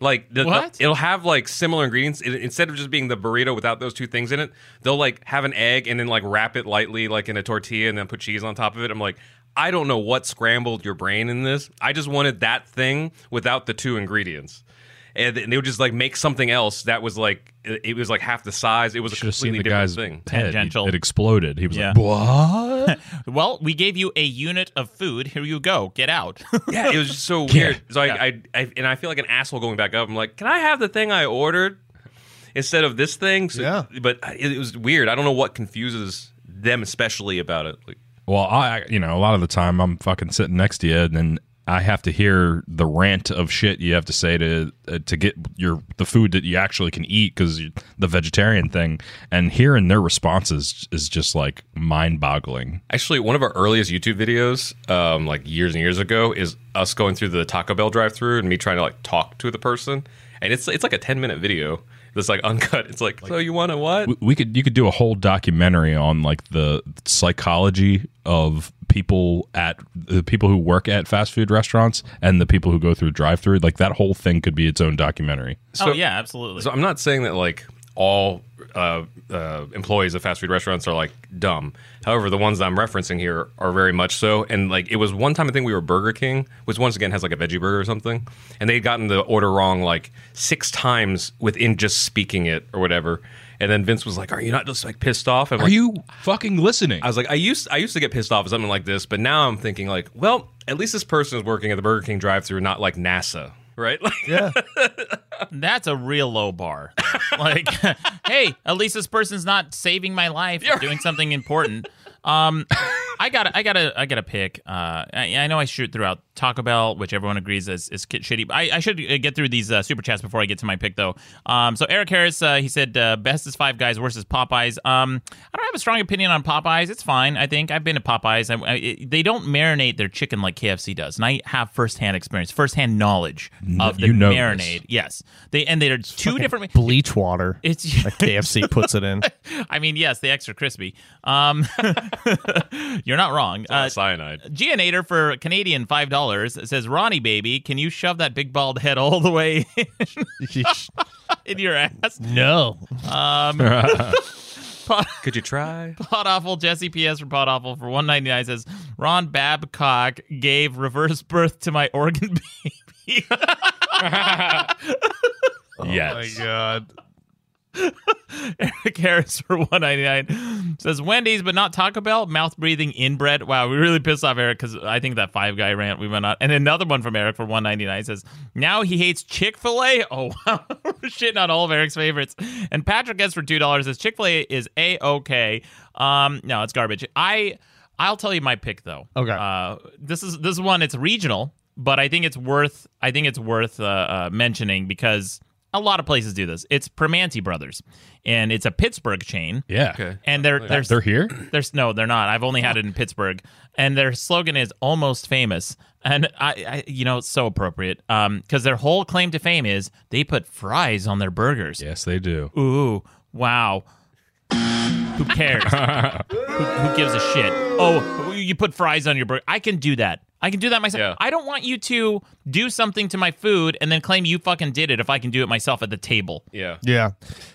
[SPEAKER 4] Like the, the-
[SPEAKER 2] What?
[SPEAKER 4] it'll have like similar ingredients. It, instead of just being the burrito without those two things in it, they'll like have an egg and then like wrap it lightly like in a tortilla and then put cheese on top of it. I'm like, I don't know what scrambled your brain in this. I just wanted that thing without the two ingredients. And they would just like make something else that was like it it was like half the size. It was a
[SPEAKER 5] Should have seen
[SPEAKER 4] completely
[SPEAKER 5] the
[SPEAKER 4] different
[SPEAKER 5] guy's [laughs]
[SPEAKER 4] thing.
[SPEAKER 5] head.
[SPEAKER 2] Tangential.
[SPEAKER 5] He- It exploded. He was
[SPEAKER 2] Yeah.
[SPEAKER 5] like,
[SPEAKER 2] [laughs]
[SPEAKER 5] "What?"
[SPEAKER 2] Well, we gave you a unit of food. Here you go. Get out. [laughs]
[SPEAKER 4] Yeah, it was just so weird. So I, I, I, and I feel like an asshole going back up. I'm like, can I have the thing I ordered instead of this thing? So,
[SPEAKER 3] Yeah.
[SPEAKER 4] But it, it was weird. I don't know what confuses them especially about it. Like,
[SPEAKER 5] Well, I you know a lot of the time I'm fucking sitting next to you, and then I have to hear the rant of shit you have to say to uh, to get your the food that you actually can eat because the vegetarian thing, and hearing their responses is just like mind boggling.
[SPEAKER 4] actually, one of our earliest YouTube videos, um, like years and years ago, is us going through the Taco Bell drive-through and me trying to like talk to the person, and it's it's like a 10 minute video. That's like [laughs] uncut. It's like, so you want to what?
[SPEAKER 5] We, we could you could do a whole documentary on like the psychology of people at the people who work at fast food restaurants and the people who go through drive through. Like that whole thing could be its own documentary.
[SPEAKER 2] oh yeah, absolutely.
[SPEAKER 4] So I'm not saying that like all uh, uh, employees of fast food restaurants are like dumb. However, the ones that I'm referencing here are very much so. And like it was one time I think we were Burger King, which once again has like a veggie burger or something, and they had gotten the order wrong like six times within just speaking it or whatever. And then Vince was like, "Are you not just like pissed off?" And
[SPEAKER 5] Are you fucking listening?
[SPEAKER 4] I was like, I used I used to get pissed off at something like this, but now I'm thinking like, well, at least this person is working at the Burger King drive-through, not like NASA, right? [laughs] Like,
[SPEAKER 3] Yeah.
[SPEAKER 2] That's a real low bar. like, [laughs] hey, at least this person's not saving my life or doing something important. Um, I got, I got to, I got to pick. Uh, I, I know I shoot throughout Taco Bell, which everyone agrees is is ki- shitty. I, I should uh, get through these uh, super chats before I get to my pick, though. Um, so Eric Harris, uh, he said, uh, best is Five Guys, worst is Popeyes. Um, I don't have a strong opinion on Popeyes. It's fine. I think I've been to Popeyes. I, I, it- they don't marinate their chicken like KFC does, and I have firsthand experience, firsthand knowledge of the
[SPEAKER 5] you know this.
[SPEAKER 2] marinade. Yes, they and they're two
[SPEAKER 5] [laughs]
[SPEAKER 2] different.
[SPEAKER 3] Bleach water.
[SPEAKER 2] It's [laughs]
[SPEAKER 3] Like KFC puts it [laughs] in.
[SPEAKER 2] I mean yes, the extra crispy. Um, [laughs] you're not wrong. Uh,
[SPEAKER 4] cyanide.
[SPEAKER 2] Gianator for Canadian five dollars says Ronnie baby, can you shove that big bald head all the way [laughs] in your ass?
[SPEAKER 3] no.
[SPEAKER 4] Could you try?
[SPEAKER 2] Pot awful Jesse PS for pot awful for one ninety nine says Ron Babcock gave reverse birth to my organ baby.
[SPEAKER 4] yes.
[SPEAKER 3] God.
[SPEAKER 2] [laughs] Eric Harris for one ninety nine says Wendy's, but not Taco Bell. Mouth breathing inbred. Wow, we really pissed off Eric because I think that five guy rant we went on. And another one from Eric for one ninety nine says now he hates Chick fil A. [laughs] Oh wow, we're shitting on all of Eric's favorites. And Patrick S for two dollars says Chick fil A is a okay. Um, no, it's garbage. I I'll tell you my pick though.
[SPEAKER 3] Okay.
[SPEAKER 2] Uh, this is this is one. It's regional, but I think it's worth I think it's worth uh, uh, mentioning because a lot of places do this. It's Primanti Brothers, and it's a Pittsburgh chain.
[SPEAKER 5] yeah.
[SPEAKER 2] And they're they're,
[SPEAKER 5] They're here.
[SPEAKER 2] there's no, they're not. I've only had it in Pittsburgh, and their slogan is "Almost Famous," and I, I you know, it's so appropriate because their whole claim to fame is they put fries on their burgers.
[SPEAKER 5] Yes, they do.
[SPEAKER 2] Ooh, wow. Who
[SPEAKER 5] [laughs]
[SPEAKER 2] cares? who, who gives a shit? Oh, you put fries on your burger. I can do that. I can do that myself.
[SPEAKER 4] Yeah.
[SPEAKER 2] I don't want you to do something to my food and then claim you fucking did it if I can do it myself at the
[SPEAKER 5] [laughs]
[SPEAKER 2] table.
[SPEAKER 4] Yeah.
[SPEAKER 3] Yeah.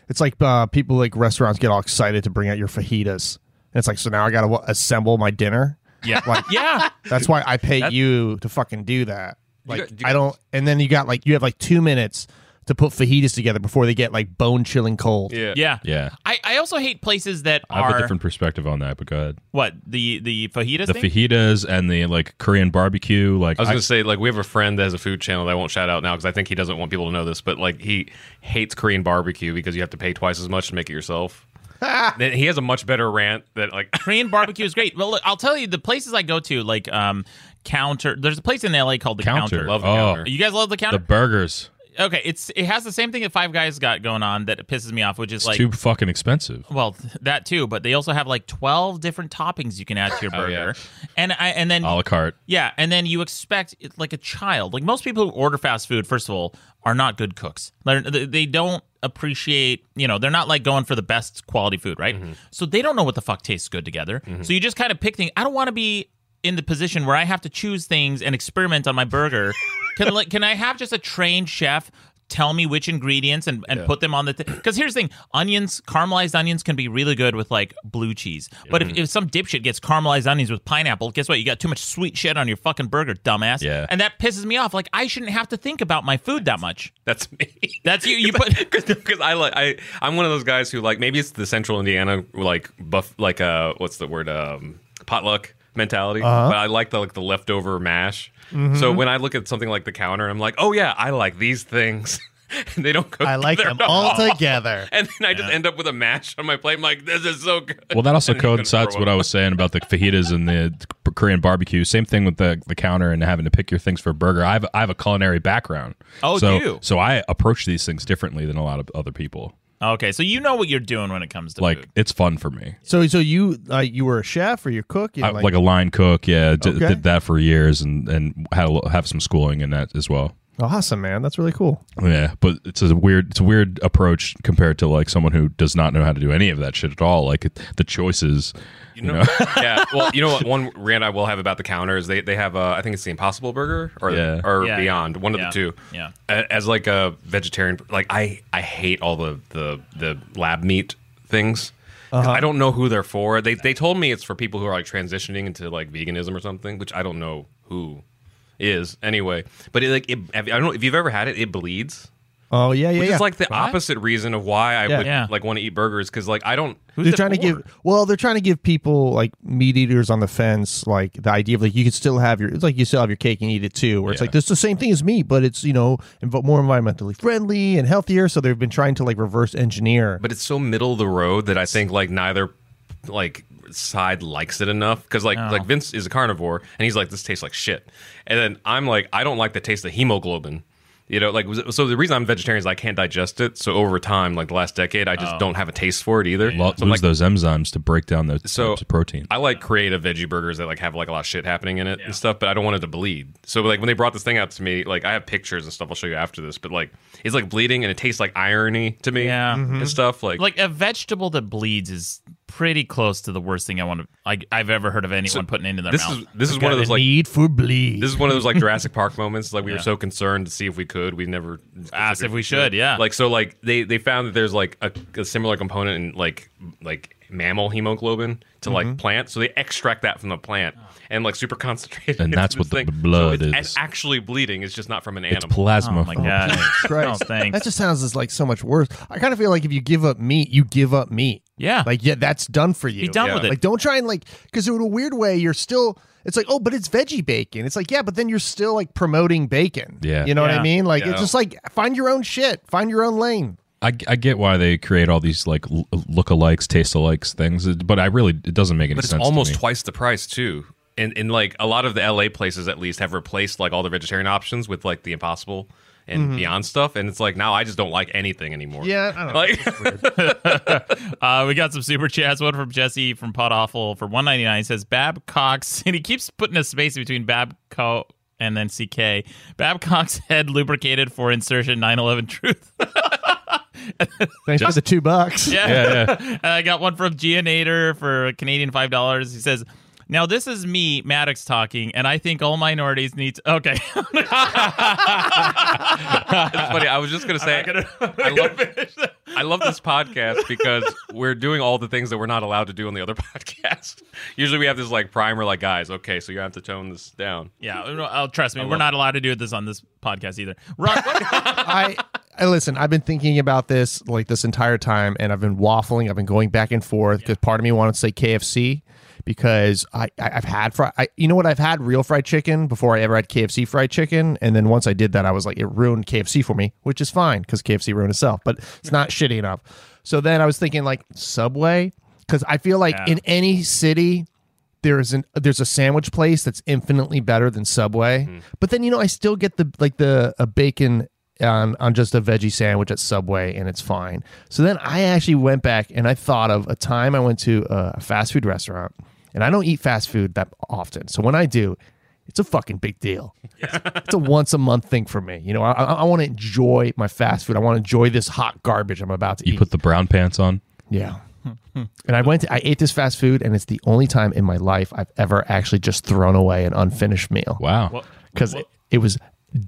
[SPEAKER 3] It's like uh, people like restaurants get all excited to bring out your fajitas. And it's like, so now I got to assemble my dinner.
[SPEAKER 2] Yeah.
[SPEAKER 3] Like,
[SPEAKER 2] Yeah.
[SPEAKER 3] That's why I pay you to fucking do that. Like
[SPEAKER 4] got- you
[SPEAKER 3] I don't. And then you got like you have like two minutes to put fajitas together before they get like bone chilling cold.
[SPEAKER 4] Yeah.
[SPEAKER 2] Yeah.
[SPEAKER 5] Yeah.
[SPEAKER 2] I, I also hate places that
[SPEAKER 5] I have
[SPEAKER 2] are
[SPEAKER 5] a different perspective on that, but go ahead.
[SPEAKER 2] what the the fajitas
[SPEAKER 5] The
[SPEAKER 2] thing?
[SPEAKER 5] fajitas and the like Korean barbecue, like
[SPEAKER 4] I was
[SPEAKER 5] I-
[SPEAKER 4] gonna say, like, we have a friend that has a food channel that I won't shout out now because I think he doesn't want people to know this, but like, he hates Korean barbecue because you have to pay twice as much to make
[SPEAKER 3] [laughs]
[SPEAKER 4] it yourself. then he has a much better rant that, like, [laughs]
[SPEAKER 2] Korean barbecue is great. Well, look, I'll tell you the places I go to, like um, Counter. There's a place in LA called the Counter.
[SPEAKER 5] counter.
[SPEAKER 4] Love the
[SPEAKER 5] oh,
[SPEAKER 4] counter.
[SPEAKER 2] You guys love the
[SPEAKER 5] the
[SPEAKER 2] Counter?
[SPEAKER 5] burgers.
[SPEAKER 2] okay, it's it has the same thing that Five Guys got going on that pisses me off, which is like Oh
[SPEAKER 5] Too fucking expensive.
[SPEAKER 2] Well, th- that too, but they also have like twelve different toppings you can add to your
[SPEAKER 4] yeah.
[SPEAKER 2] burger, and I and then
[SPEAKER 5] A la carte.
[SPEAKER 2] yeah, and then you expect it like a child. Like most people who order fast food, first of all, are not good cooks. They're, they they don't appreciate, you know, they're not like going for the best quality food, right? So they don't know what the fuck tastes good together. So you just kind of pick things. I don't want to be in the position where I have to choose things and experiment on my burger. can like can I have just a trained chef tell me which ingredients and, and put them on the thing. Because here's the thing onions, caramelized onions can be really good with like blue cheese. But
[SPEAKER 4] Mm-hmm.
[SPEAKER 2] if, if some dipshit gets caramelized onions with pineapple, guess what? You got too much sweet shit on your fucking burger, dumbass.
[SPEAKER 5] Yeah.
[SPEAKER 2] And that pisses me off. Like, I shouldn't have to think about my food that much.
[SPEAKER 4] That's me. [laughs]
[SPEAKER 2] That's you. You put. [laughs]
[SPEAKER 4] because I like I I'm one of those guys who like maybe it's the Central Indiana like buff like uh what's the word um potluck mentality,
[SPEAKER 3] Uh-huh.
[SPEAKER 4] but I like the like the leftover mash.
[SPEAKER 3] Mm-hmm.
[SPEAKER 4] So when I look at something like the counter, I'm like, oh yeah, I like these things, [laughs] and they don't go.
[SPEAKER 3] I like
[SPEAKER 4] together
[SPEAKER 3] them
[SPEAKER 4] at
[SPEAKER 3] all
[SPEAKER 4] [laughs]
[SPEAKER 3] together.
[SPEAKER 4] And then I just end up with a mash on my plate. I'm like, this is so good.
[SPEAKER 5] Well,
[SPEAKER 4] [laughs]
[SPEAKER 5] that also
[SPEAKER 4] And then I'm gonna
[SPEAKER 5] coincides
[SPEAKER 4] throw
[SPEAKER 5] what
[SPEAKER 4] up.
[SPEAKER 5] I was saying about the fajitas and the Korean barbecue. Same thing with the, the counter and having to pick your things for a burger. I have I have a culinary background.
[SPEAKER 2] Oh,
[SPEAKER 5] so,
[SPEAKER 2] do you?
[SPEAKER 5] So I approach these things differently than a lot of other people.
[SPEAKER 2] Okay, so you know what you're doing when it comes to
[SPEAKER 5] Like
[SPEAKER 2] food.
[SPEAKER 5] it's fun for me.
[SPEAKER 3] So, so you uh, you were a chef or your cook? You
[SPEAKER 5] I,
[SPEAKER 3] know,
[SPEAKER 5] like, a line cook, yeah, d-
[SPEAKER 3] Okay.
[SPEAKER 5] did that for years and and had a, lo- have some schooling in that as well.
[SPEAKER 3] awesome, man. That's really cool.
[SPEAKER 5] Yeah, but it's a weird it's a weird approach compared to like someone who does not know how to do any of that shit at all. Like it, the choices, you know,
[SPEAKER 4] [laughs] yeah. Well, you know what? One rant I will have about the counter is they they have uh, I think it's the Impossible Burger or
[SPEAKER 5] Yeah.
[SPEAKER 4] or
[SPEAKER 2] Yeah,
[SPEAKER 4] Beyond, one of
[SPEAKER 2] yeah,
[SPEAKER 4] the two.
[SPEAKER 2] yeah.
[SPEAKER 4] A- As like a vegetarian, like I I hate all the the the lab meat things.
[SPEAKER 2] Uh-huh.
[SPEAKER 4] 'Cause I don't know who they're for. They they told me it's for people who are like transitioning into like veganism or something, which I don't know who is anyway. But it, like it, I don't know if you've ever had it. It bleeds.
[SPEAKER 3] Oh yeah, yeah,
[SPEAKER 4] Which
[SPEAKER 3] yeah.
[SPEAKER 4] is like the opposite reason of why I
[SPEAKER 3] Yeah.
[SPEAKER 4] would
[SPEAKER 2] Yeah.
[SPEAKER 4] like want to eat burgers because like I don't.
[SPEAKER 3] they're trying to give well, they're trying to give people like meat eaters on the fence like the idea of like you can still have your it's like you still have your cake and eat it too. Where it's like it's the same thing as meat, but it's you know inv- more environmentally friendly and healthier. So they've been trying to like reverse engineer.
[SPEAKER 4] but it's so middle of the road that I think like neither like side likes it enough because like like
[SPEAKER 3] Oh.
[SPEAKER 4] Vince is a carnivore and he's like this tastes like shit, and then I'm like I don't like the taste of hemoglobin. You know, like so. The reason I'm vegetarian is I can't digest it. So over time, like the last decade, I just
[SPEAKER 3] Oh.
[SPEAKER 4] don't have a taste for it either. so
[SPEAKER 5] lo- lose
[SPEAKER 4] I'm like,
[SPEAKER 5] those enzymes to break down those
[SPEAKER 4] so
[SPEAKER 5] types of protein.
[SPEAKER 4] I like creative veggie burgers that like have like a lot of shit happening in it and stuff, but I don't want it to bleed. So like when they brought this thing out to me, like I have pictures and stuff. I'll show you after this, but like it's like bleeding and it tastes like irony to me.
[SPEAKER 2] Yeah. Mm-hmm.
[SPEAKER 4] and stuff like
[SPEAKER 2] like a vegetable that bleeds is pretty close to the worst thing I want to I, I've ever heard of anyone putting into their
[SPEAKER 4] this
[SPEAKER 2] mouth.
[SPEAKER 4] is this is one of those like
[SPEAKER 3] need for bleed.
[SPEAKER 4] This is one of those
[SPEAKER 2] [laughs]
[SPEAKER 4] like Jurassic Park moments. Like we were so concerned to see if we could, we never
[SPEAKER 2] Asked if we should, yeah.
[SPEAKER 4] Like so, like they they found that there's like a, a similar component in like like mammal hemoglobin to
[SPEAKER 2] Mm-hmm.
[SPEAKER 4] like plant, so they extract that from the plant
[SPEAKER 2] Oh.
[SPEAKER 4] and like super concentrated.
[SPEAKER 5] And
[SPEAKER 4] into
[SPEAKER 5] that's
[SPEAKER 4] this
[SPEAKER 5] what the
[SPEAKER 4] thing.
[SPEAKER 5] blood
[SPEAKER 4] so it's
[SPEAKER 5] is.
[SPEAKER 4] a- actually bleeding. It's just not from an
[SPEAKER 5] it's
[SPEAKER 4] animal.
[SPEAKER 5] plasma.
[SPEAKER 2] oh
[SPEAKER 4] [laughs]
[SPEAKER 2] my god,
[SPEAKER 3] Christ.
[SPEAKER 2] no thanks.
[SPEAKER 3] That just sounds as like so much worse. I kind of feel like if you give up meat, you give up meat.
[SPEAKER 2] Yeah.
[SPEAKER 3] Like yeah, that's done for you.
[SPEAKER 2] Be done
[SPEAKER 4] Yeah.
[SPEAKER 2] with it.
[SPEAKER 3] Like, don't try and like, because in a weird way, you're still. It's like, oh, but it's veggie bacon. It's like, yeah, but then you're still like promoting bacon.
[SPEAKER 5] Yeah.
[SPEAKER 3] you know what I
[SPEAKER 2] Yeah.
[SPEAKER 3] mean. Like,
[SPEAKER 4] Yeah.
[SPEAKER 3] it's just like find your own shit, find your own lane.
[SPEAKER 5] I, I get why they create all these like l- look-alikes, taste-alikes things, but I really it doesn't make any
[SPEAKER 4] but it's
[SPEAKER 5] sense. to
[SPEAKER 4] almost
[SPEAKER 5] me.
[SPEAKER 4] twice the price too. And and like a lot of the LA places at least have replaced like all the vegetarian options with like the impossible and beyond stuff. And it's like now I just don't like anything anymore.
[SPEAKER 3] Mm-hmm. Yeah, I don't know.
[SPEAKER 4] [laughs] Like
[SPEAKER 2] Uh, we got some super chats. One from Jesse from Pot Awful for one ninety nine. Says Babcock's, [laughs] and he keeps putting a space between Babcock and then CK. Babcock's [laughs] head lubricated for insertion nine eleven truth. [laughs]
[SPEAKER 3] Thanks for the two bucks.
[SPEAKER 2] Yeah. [laughs] And I got one from Gianator for Canadian five dollars. He says. Now this is me, Maddox, talking, and I think all minorities need to. [laughs] Okay,
[SPEAKER 4] It's funny. I was just gonna say. [laughs] I love. I love this podcast because we're doing all the things that we're not allowed to do on the other [laughs] podcast. Usually we have this like primer, like guys, okay, so you have to tone this down.
[SPEAKER 2] yeah, I'll, trust me. We're
[SPEAKER 4] love
[SPEAKER 2] not allowed to do this on this podcast either. Rock,
[SPEAKER 4] [laughs]
[SPEAKER 3] I, I listen. I've been thinking about this like this entire time, and I've been waffling. I've been going back and forth because part of me wanted to say KFC because I, I I've had fried. I, you know what? I've had real fried chicken before I ever had KFC fried chicken, and then once I did that, I was like, it ruined KFC for me, which is fine because KFC ruined itself, but it's not shitty enough. So then I was thinking like Subway because I feel like in any city there's an there's a sandwich place that's infinitely better than Subway.
[SPEAKER 5] Mm-hmm.
[SPEAKER 3] But then you know I still get the like the a bacon on on just a veggie sandwich at Subway and it's fine. So then I actually went back and I thought of a time I went to a fast food restaurant and I don't eat fast food that often. So when I do, it's a fucking big
[SPEAKER 5] [laughs]
[SPEAKER 3] deal. It's a once a month thing for me. You know, I, I, I want to enjoy my fast food. I want to enjoy this hot garbage I'm about to eat.
[SPEAKER 5] You put the brown pants on.
[SPEAKER 3] Yeah. and I went to, I ate this fast food and it's the only time in my life I've ever actually just thrown away an unfinished meal
[SPEAKER 5] Wow.
[SPEAKER 3] cuz it, it was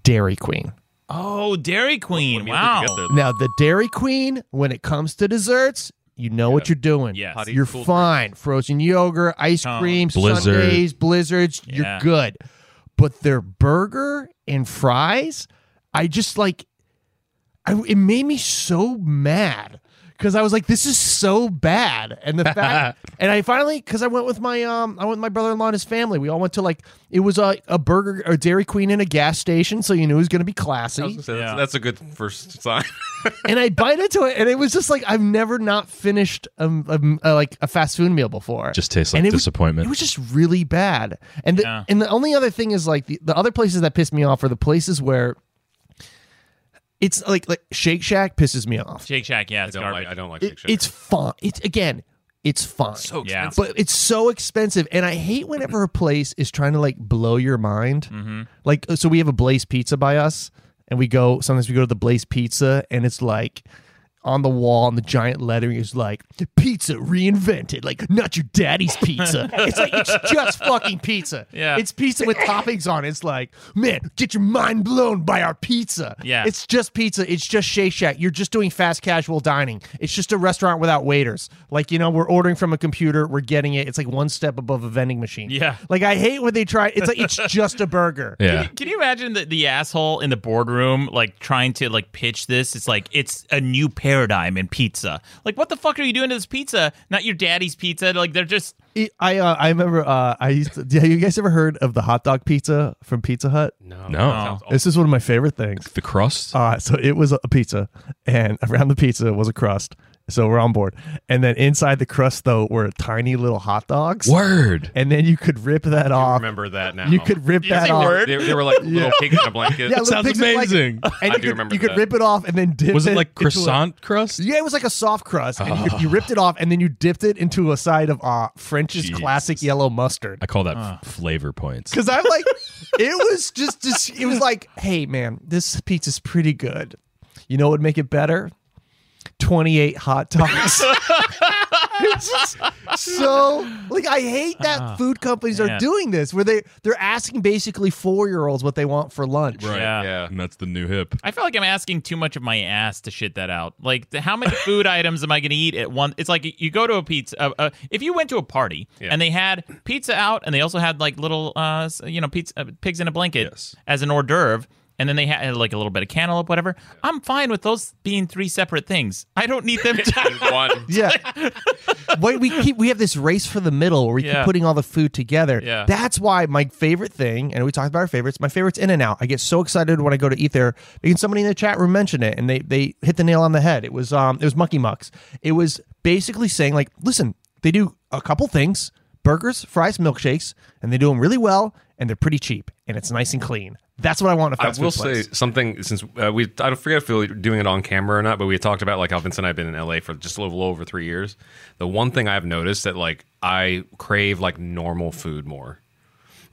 [SPEAKER 3] Dairy Queen.
[SPEAKER 2] Oh, Dairy Queen.
[SPEAKER 4] When you
[SPEAKER 2] Wow.
[SPEAKER 4] get there,
[SPEAKER 3] Now, the Dairy Queen, when it comes to desserts, you know what you're doing.
[SPEAKER 2] Yes. Hot
[SPEAKER 3] You're fine. Frozen yogurt, ice
[SPEAKER 2] Oh.
[SPEAKER 3] cream,
[SPEAKER 5] Blizzard.
[SPEAKER 3] sundaes, blizzards,
[SPEAKER 2] Yeah.
[SPEAKER 3] you're good. But their burger and fries, I just like, I, it made me so mad because I was like, this is so bad. And
[SPEAKER 2] [laughs]
[SPEAKER 3] the fact, and I finally, because I went with my, um, I went with my brother in law and his family. We all went to like, it was a, a burger or Dairy Queen in a gas station. So you knew it was going to be classy
[SPEAKER 4] So that's,
[SPEAKER 2] Yeah.
[SPEAKER 4] that's a good first sign. [laughs]
[SPEAKER 3] and I bite into it, and it was just like I've never not finished um, um, uh, like a fast food meal before.
[SPEAKER 5] Just tastes like
[SPEAKER 3] And it was-
[SPEAKER 5] disappointment.
[SPEAKER 3] it was just really bad. And the,
[SPEAKER 2] Yeah.
[SPEAKER 3] and the only other thing is like the, the other places that piss me off are the places where it's like like Shake Shack pisses me off.
[SPEAKER 2] Shake Shack. Yeah, it's
[SPEAKER 4] don't
[SPEAKER 2] garbage.
[SPEAKER 4] like, I don't like
[SPEAKER 3] It,
[SPEAKER 4] Shake Shack.
[SPEAKER 3] it's fine. It's again, it's fine.
[SPEAKER 4] so
[SPEAKER 2] Yeah.
[SPEAKER 4] expensive.
[SPEAKER 3] but it's so expensive, and I hate whenever a place is trying to like blow your mind.
[SPEAKER 4] Mm-hmm.
[SPEAKER 3] Like, uh, so we have a Blaze Pizza by us, and we go sometimes we go to the Blaze Pizza, and it's like on the wall, and the giant lettering is like "Pizza reinvented," like not your daddy's
[SPEAKER 4] [laughs]
[SPEAKER 3] pizza. it's like it's just fucking pizza.
[SPEAKER 2] Yeah.
[SPEAKER 3] it's pizza with toppings on. it. It's like, man, get your mind blown by our pizza.
[SPEAKER 2] Yeah.
[SPEAKER 3] it's just pizza. It's just Shake Shack. You're just doing fast casual dining. It's just a restaurant without waiters. Like, you know, we're ordering from a computer, we're getting it. It's like one step above a vending machine.
[SPEAKER 2] Yeah.
[SPEAKER 3] Like, I hate when they try. It's
[SPEAKER 4] [laughs]
[SPEAKER 3] like, it's just a burger.
[SPEAKER 5] yeah.
[SPEAKER 2] Can you imagine the, the asshole in the boardroom like trying to like pitch this? It's like it's a new paradigm in pizza. Like what the fuck are you doing to this pizza? Not your daddy's pizza. Like they're just
[SPEAKER 3] It- I uh, I remember uh, I used to. Have you guys ever heard of the hot dog pizza from Pizza Hut?
[SPEAKER 4] no,
[SPEAKER 5] No.
[SPEAKER 4] that sounds
[SPEAKER 3] This is one of my favorite things.
[SPEAKER 5] The crust.
[SPEAKER 3] Uh, so it was a pizza, and around the pizza was a crust. So we're on board. And then inside the crust, though, were tiny little hot dogs.
[SPEAKER 5] Word.
[SPEAKER 3] And then you could rip that
[SPEAKER 4] awful.
[SPEAKER 3] off.
[SPEAKER 4] remember that now.
[SPEAKER 3] You could rip
[SPEAKER 2] Did you
[SPEAKER 3] that
[SPEAKER 2] say
[SPEAKER 3] off.
[SPEAKER 2] word?
[SPEAKER 4] They, they were like little pig in a
[SPEAKER 3] [laughs]
[SPEAKER 4] blanket.
[SPEAKER 3] Yeah, little
[SPEAKER 5] sounds
[SPEAKER 3] pigs in a blanket.
[SPEAKER 5] amazing.
[SPEAKER 3] and
[SPEAKER 4] I
[SPEAKER 3] you
[SPEAKER 4] do
[SPEAKER 3] could,
[SPEAKER 4] remember
[SPEAKER 3] you could
[SPEAKER 4] that.
[SPEAKER 3] rip it off and then dip. [laughs]
[SPEAKER 5] Was it like
[SPEAKER 3] into a-
[SPEAKER 5] croissant crust?
[SPEAKER 3] yeah, it was like a soft crust, and you, could- you ripped it off, and then you dipped it into a side of uh, French's
[SPEAKER 5] Jesus.
[SPEAKER 3] classic yellow mustard.
[SPEAKER 5] I call that f-
[SPEAKER 3] [laughs]
[SPEAKER 5] flavor points.
[SPEAKER 3] Because I'm like, it was just, dis- it was like, hey man, this pizza's pretty good. You know what would make it better? Twenty eight hot
[SPEAKER 4] [laughs]
[SPEAKER 3] dogs. It's just so like I hate
[SPEAKER 5] Ah.
[SPEAKER 3] that food companies are
[SPEAKER 2] man.
[SPEAKER 3] doing this, where they they're asking basically four year olds what they want for lunch.
[SPEAKER 2] yeah.
[SPEAKER 4] Yeah.
[SPEAKER 5] And that's the new hip.
[SPEAKER 2] I feel like I'm asking too much of my ass to shit that out. Like, th- how many food items am I going to eat at one? It's like you go to a pizza. Uh, uh, if you went to a party
[SPEAKER 4] Yeah.
[SPEAKER 2] and they had pizza out, and they also had like little, uh, s- you know, pizza uh, pigs in a blanket
[SPEAKER 5] Yes.
[SPEAKER 2] as an hors d'oeuvre, and then they had like a little bit of cantaloupe, whatever. I'm fine with those being three separate things. I don't need them
[SPEAKER 4] [laughs]
[SPEAKER 2] to. [laughs]
[SPEAKER 4] One.
[SPEAKER 3] Yeah. Wait, we keep we have this race for the middle where we
[SPEAKER 2] Yeah.
[SPEAKER 3] keep putting all the food together.
[SPEAKER 2] Yeah.
[SPEAKER 3] That's why my favorite thing, and we talked about our favorites, my favorite's In and Out. I get so excited when I go to eat there because somebody in the chat room mentioned it and they they hit the nail on the head. It was um it was Mucky Mucks. It was basically saying, like, listen, they do a couple things burgers, fries, milkshakes, and they do them really well and they're pretty cheap and it's nice and clean. That's what I want in a
[SPEAKER 4] I
[SPEAKER 3] fast
[SPEAKER 4] will
[SPEAKER 3] food place.
[SPEAKER 4] say something since uh, we I don't forget if we were doing it on camera or not, but we talked about like how Vincent and I've been in LA for just a little over three years. The one thing I've noticed that like I crave like normal food more.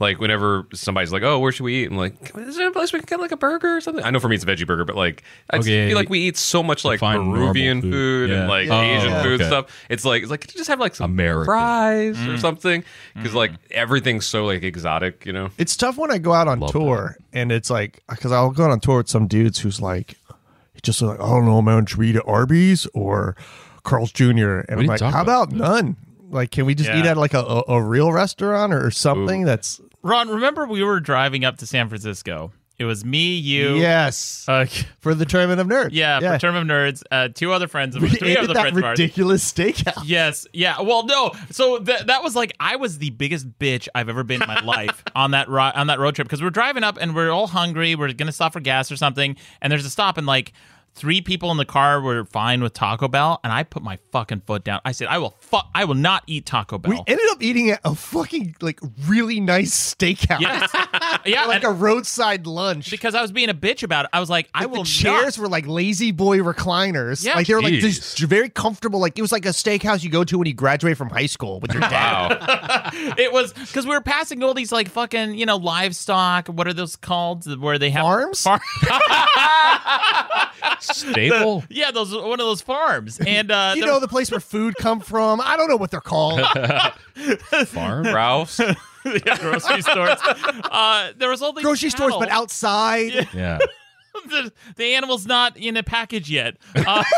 [SPEAKER 4] Like whenever somebody's like, "Oh, where should we eat?" I'm like, "Come on, "Is there a place we can get like a burger or something?" I know for me it's a veggie burger, but like I just
[SPEAKER 5] Okay.
[SPEAKER 4] feel like we eat so much like
[SPEAKER 5] Define normal
[SPEAKER 4] Peruvian
[SPEAKER 5] food.
[SPEAKER 4] food,
[SPEAKER 5] Yeah.
[SPEAKER 4] and like
[SPEAKER 5] Yeah.
[SPEAKER 4] Asian
[SPEAKER 5] Oh,
[SPEAKER 4] food
[SPEAKER 5] okay.
[SPEAKER 4] stuff. It's like it's like just have like some
[SPEAKER 5] American.
[SPEAKER 4] fries or something because like everything's so like exotic, you know.
[SPEAKER 3] It's tough when I go out on tour and it's like because I'll go out on tour with some dudes who's like, just like I don't know, man, should we eat at Arby's or Carl's Jr. And I'm
[SPEAKER 5] you
[SPEAKER 3] like,
[SPEAKER 5] talking
[SPEAKER 3] how
[SPEAKER 5] about?
[SPEAKER 3] about none? Like, can we just eat
[SPEAKER 2] Yeah.
[SPEAKER 3] at like a, a, a real restaurant or something? That's
[SPEAKER 2] Ron, remember we were driving up to San Francisco. It was me, you,
[SPEAKER 3] yes
[SPEAKER 2] uh,
[SPEAKER 3] for the tournament of nerds.
[SPEAKER 2] yeah, for Term of Nerds, uh, two other friends of
[SPEAKER 3] we
[SPEAKER 2] ours,
[SPEAKER 3] [laughs]
[SPEAKER 2] three
[SPEAKER 3] ate
[SPEAKER 2] other
[SPEAKER 3] at that
[SPEAKER 2] friends of ours.
[SPEAKER 3] ridiculous steakhouse.
[SPEAKER 2] Yes. Yeah. Well, no. So that that was like I was the biggest bitch I've ever been in
[SPEAKER 3] [laughs]
[SPEAKER 2] my life on that ro- on that road trip because we're driving up and we're all hungry. We're gonna stop for gas or something, and there's a stop and like. Three people in the car were fine with Taco Bell, and I put my fucking foot down. I said, "I will fuck. I will not eat Taco Bell."
[SPEAKER 3] We ended up eating at a fucking like really nice steakhouse,
[SPEAKER 2] yes, Uh, yeah,
[SPEAKER 3] [laughs]
[SPEAKER 2] and-
[SPEAKER 3] like a roadside lunch.
[SPEAKER 2] because I was being a bitch about it. I was like, "I will
[SPEAKER 3] the chairs
[SPEAKER 2] not."
[SPEAKER 3] were like lazy boy recliners.
[SPEAKER 2] Yeah.
[SPEAKER 3] like they were like
[SPEAKER 5] Jeez.
[SPEAKER 3] just very comfortable. Like it was like a steakhouse you go to when you graduate from high school with your dad.
[SPEAKER 4] Wow.
[SPEAKER 2] [laughs] it was because we were passing all these like fucking you know livestock. What are those called? Where they have [laughs]
[SPEAKER 3] Farms?
[SPEAKER 5] Staple?
[SPEAKER 2] Yeah, those one of those farms, and uh,
[SPEAKER 3] [laughs] you
[SPEAKER 2] there-
[SPEAKER 3] know the place where food come from. I don't know what they're called.
[SPEAKER 4] [laughs]
[SPEAKER 5] Farm?
[SPEAKER 2] [laughs]
[SPEAKER 4] Ralph's.
[SPEAKER 2] yeah, grocery stores. Uh, there was all these
[SPEAKER 3] Grocery stores,
[SPEAKER 2] cattle.
[SPEAKER 3] but outside.
[SPEAKER 5] Yeah.
[SPEAKER 2] [laughs] the, the animal's not in a package yet. Uh,
[SPEAKER 3] [laughs]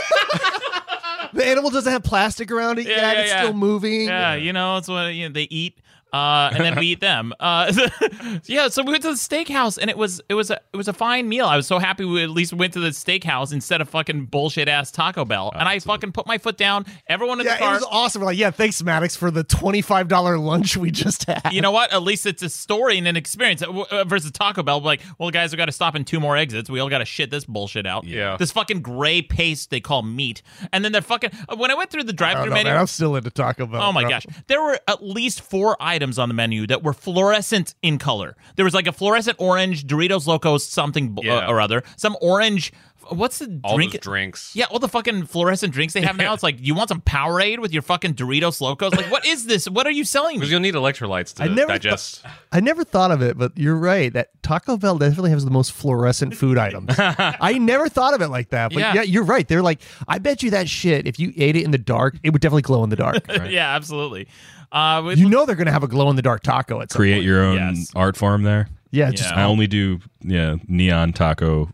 [SPEAKER 3] The animal doesn't have plastic around it
[SPEAKER 2] Yeah,
[SPEAKER 3] yet.
[SPEAKER 2] yeah,
[SPEAKER 3] it's
[SPEAKER 2] yeah.
[SPEAKER 3] still moving.
[SPEAKER 2] yeah, you know, it's what you know, they eat, uh, and then we eat them. Uh, [laughs] yeah, so we went to the steakhouse, and it was it was a it was a fine meal. I was so happy we at least went to the steakhouse instead of fucking bullshit ass Taco Bell. and I fucking put my foot down. Everyone in
[SPEAKER 3] Yeah,
[SPEAKER 2] the car.
[SPEAKER 3] it was awesome. We're like, yeah, thanks, Maddox, for the twenty-five dollar lunch we just had.
[SPEAKER 2] you know what? At least it's a story and an experience Uh, w- uh, versus Taco Bell. Like, well, guys, we got to stop in two more exits. We all got to shit this bullshit out.
[SPEAKER 4] Yeah.
[SPEAKER 2] This fucking gray paste they call meat, and then they're fucking. uh, When I went through the
[SPEAKER 3] I don't
[SPEAKER 2] drive-through
[SPEAKER 3] know,
[SPEAKER 2] menu,
[SPEAKER 3] man. I'm still into Taco Bell.
[SPEAKER 2] oh my
[SPEAKER 3] bro.
[SPEAKER 2] gosh, there were at least four items on the menu that were fluorescent in color. There was like a fluorescent orange Doritos Locos something bu-
[SPEAKER 4] Yeah.
[SPEAKER 2] uh, or other, some orange. What's the
[SPEAKER 4] All
[SPEAKER 2] drink?
[SPEAKER 4] those drinks.
[SPEAKER 2] Yeah, all the fucking fluorescent drinks they have now.
[SPEAKER 4] [laughs]
[SPEAKER 2] It's like you want some Powerade with your fucking Doritos Locos. Like, what is this? What are you selling? me?
[SPEAKER 4] Because you'll need electrolytes to
[SPEAKER 3] I never thought-
[SPEAKER 4] digest.
[SPEAKER 3] I never thought of it, but you're right. That Taco Bell definitely has the most fluorescent food items. I never thought of it like that, but
[SPEAKER 2] Yeah.
[SPEAKER 3] yeah. you're right. They're like, I bet you that shit. If you ate it in the dark, it would definitely glow in the dark.
[SPEAKER 2] Yeah, absolutely. Uh, with,
[SPEAKER 3] you know they're gonna have a glow in the dark taco at some
[SPEAKER 5] Create your own
[SPEAKER 2] Yes.
[SPEAKER 5] art form there.
[SPEAKER 3] Yeah, just
[SPEAKER 5] I only do yeah neon taco,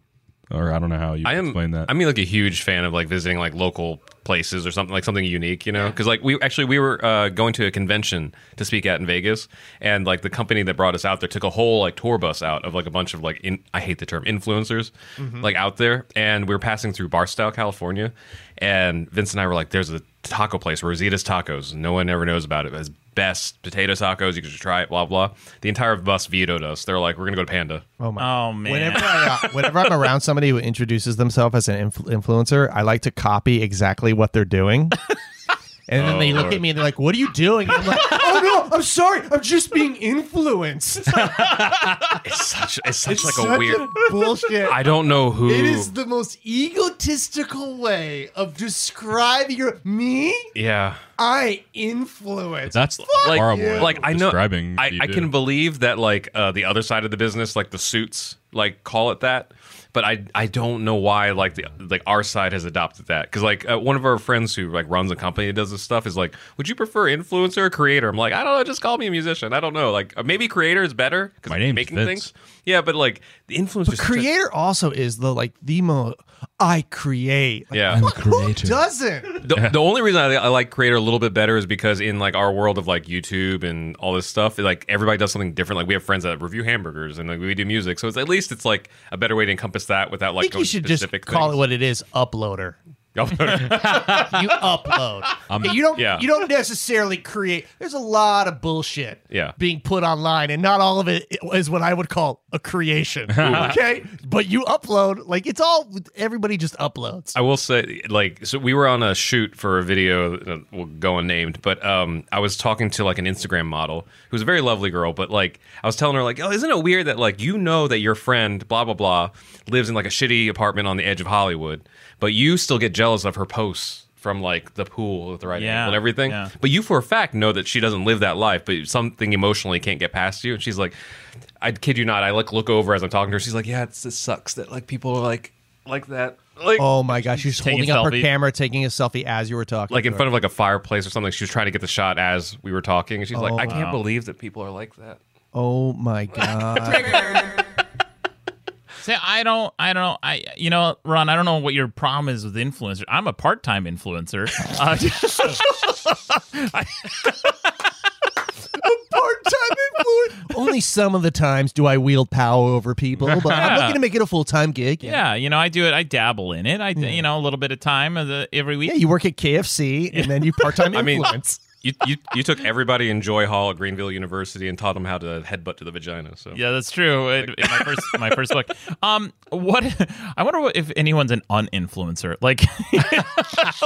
[SPEAKER 5] or I don't know how you
[SPEAKER 4] I am.
[SPEAKER 5] explain that.
[SPEAKER 4] I mean, like a huge fan of like visiting like local places or something like something unique, you know? Because like we actually we were uh, going to a convention to speak at in Vegas, and like the company that brought us out there took a whole like tour bus out of like a bunch of like in, I hate the term influencers, like out there, and we were passing through Barstow, California, and Vince and I were like, "There's a taco place, Rosita's Tacos. No one ever knows about it. but It's best potato tacos. You could just try it. Blah blah." The entire bus vetoed us. They're like, "We're gonna go to Panda."
[SPEAKER 3] Oh my.
[SPEAKER 2] oh man,
[SPEAKER 3] Whenever, I, uh, whenever I'm around somebody who introduces themselves as an influ- influencer, I like to copy exactly what they're doing. And then they look at me and they're like, "What are you doing?" And I'm like, "Oh no, I'm sorry. I'm just being influenced."
[SPEAKER 4] It's such. It's such
[SPEAKER 3] It's
[SPEAKER 4] like
[SPEAKER 3] such
[SPEAKER 4] a weird.
[SPEAKER 3] bullshit.
[SPEAKER 4] I don't know who.
[SPEAKER 3] It is the most egotistical way of describing your me.
[SPEAKER 4] Yeah.
[SPEAKER 3] I influence.
[SPEAKER 5] That's
[SPEAKER 4] Like,
[SPEAKER 5] horrible. way
[SPEAKER 4] like
[SPEAKER 5] of
[SPEAKER 4] I know.
[SPEAKER 5] describing what
[SPEAKER 4] I,
[SPEAKER 5] you
[SPEAKER 4] I
[SPEAKER 5] do. [laughs]
[SPEAKER 4] can believe that, like uh, the other side of the business, like the suits, like call it that. But I, I don't know why like the like our side has adopted that because like uh, one of our friends who like runs a company that does this stuff is like, would you prefer influencer or creator? I'm like, I don't know, just call me a musician. I don't know, like uh, maybe creator is better
[SPEAKER 5] My
[SPEAKER 4] because
[SPEAKER 5] name's
[SPEAKER 4] making
[SPEAKER 5] Vince.
[SPEAKER 4] things. Yeah, but like the influencer
[SPEAKER 3] But creator also is the like the most I create. Like,
[SPEAKER 4] Yeah,
[SPEAKER 3] Who doesn't?
[SPEAKER 4] The, the only reason I, I like creator a little bit better is because in like our world of like YouTube and all this stuff, like everybody does something different. Like we have friends that review hamburgers and like we do music, so it's at least it's like a better way to encompass that without
[SPEAKER 3] I
[SPEAKER 4] like
[SPEAKER 3] think you
[SPEAKER 4] going
[SPEAKER 3] should just
[SPEAKER 4] specific
[SPEAKER 3] call it
[SPEAKER 4] [laughs]
[SPEAKER 3] what it is. Uploader.
[SPEAKER 4] things.
[SPEAKER 3] [laughs]
[SPEAKER 4] [laughs]
[SPEAKER 3] You upload. Okay, you don't.
[SPEAKER 4] yeah.
[SPEAKER 3] You don't necessarily create. There's a lot of bullshit.
[SPEAKER 4] Yeah.
[SPEAKER 3] Being put online, and not all of it is what I would call a
[SPEAKER 4] [laughs]
[SPEAKER 3] creation. okay. But you upload. Like it's all. Everybody just uploads.
[SPEAKER 4] I will say, like, so we were on a shoot for a video uh, we'll go unnamed, but um, I was talking to like an Instagram model who's a very lovely girl, but like, I was telling her like, oh, isn't it weird that like you know that your friend blah blah blah lives in like a shitty apartment on the edge of Hollywood, but you still get jealous of her posts from like the pool at the right
[SPEAKER 2] Yeah,
[SPEAKER 4] angle and everything,
[SPEAKER 2] yeah.
[SPEAKER 4] but you for a fact know that she doesn't live that life, but something emotionally can't get past you, and she's like, I kid you not, I like look over as I'm talking to her, she's like, yeah, it's, it sucks that like people are like like that. Like,
[SPEAKER 3] Oh my gosh, she's
[SPEAKER 2] Taking
[SPEAKER 3] holding up her
[SPEAKER 2] selfie.
[SPEAKER 3] camera, taking a selfie as you were talking.
[SPEAKER 4] like in
[SPEAKER 3] to
[SPEAKER 4] front of like a fireplace or something. She was trying to get the shot as we were talking, and she's
[SPEAKER 2] Oh,
[SPEAKER 4] like, "I can't believe that people are like that."
[SPEAKER 3] her. Oh my [laughs] god.
[SPEAKER 2] See, I don't, I don't, I, you know, Ron, I don't know what your problem is with influencer. I'm a part-time
[SPEAKER 3] [laughs]
[SPEAKER 2] influencer. Uh, [laughs]
[SPEAKER 3] Part-time influence. Only some of the times do I wield power over people, but I'm looking to make it a full-time gig.
[SPEAKER 2] yeah, you know, I do it. I dabble in it. I, you know, a little bit of time of the, every week.
[SPEAKER 3] Yeah, you work at KFC and then you
[SPEAKER 2] [laughs]
[SPEAKER 3] part-time
[SPEAKER 4] mean-
[SPEAKER 3] influence.
[SPEAKER 4] [laughs] You, you you took everybody in Joy Hall at Greenville University and taught them how to headbutt to the vagina. So
[SPEAKER 2] Yeah, that's true. In, in my first, my first book. Um, what? [laughs] I wonder what, if anyone's an uninfluencer. Like, [laughs]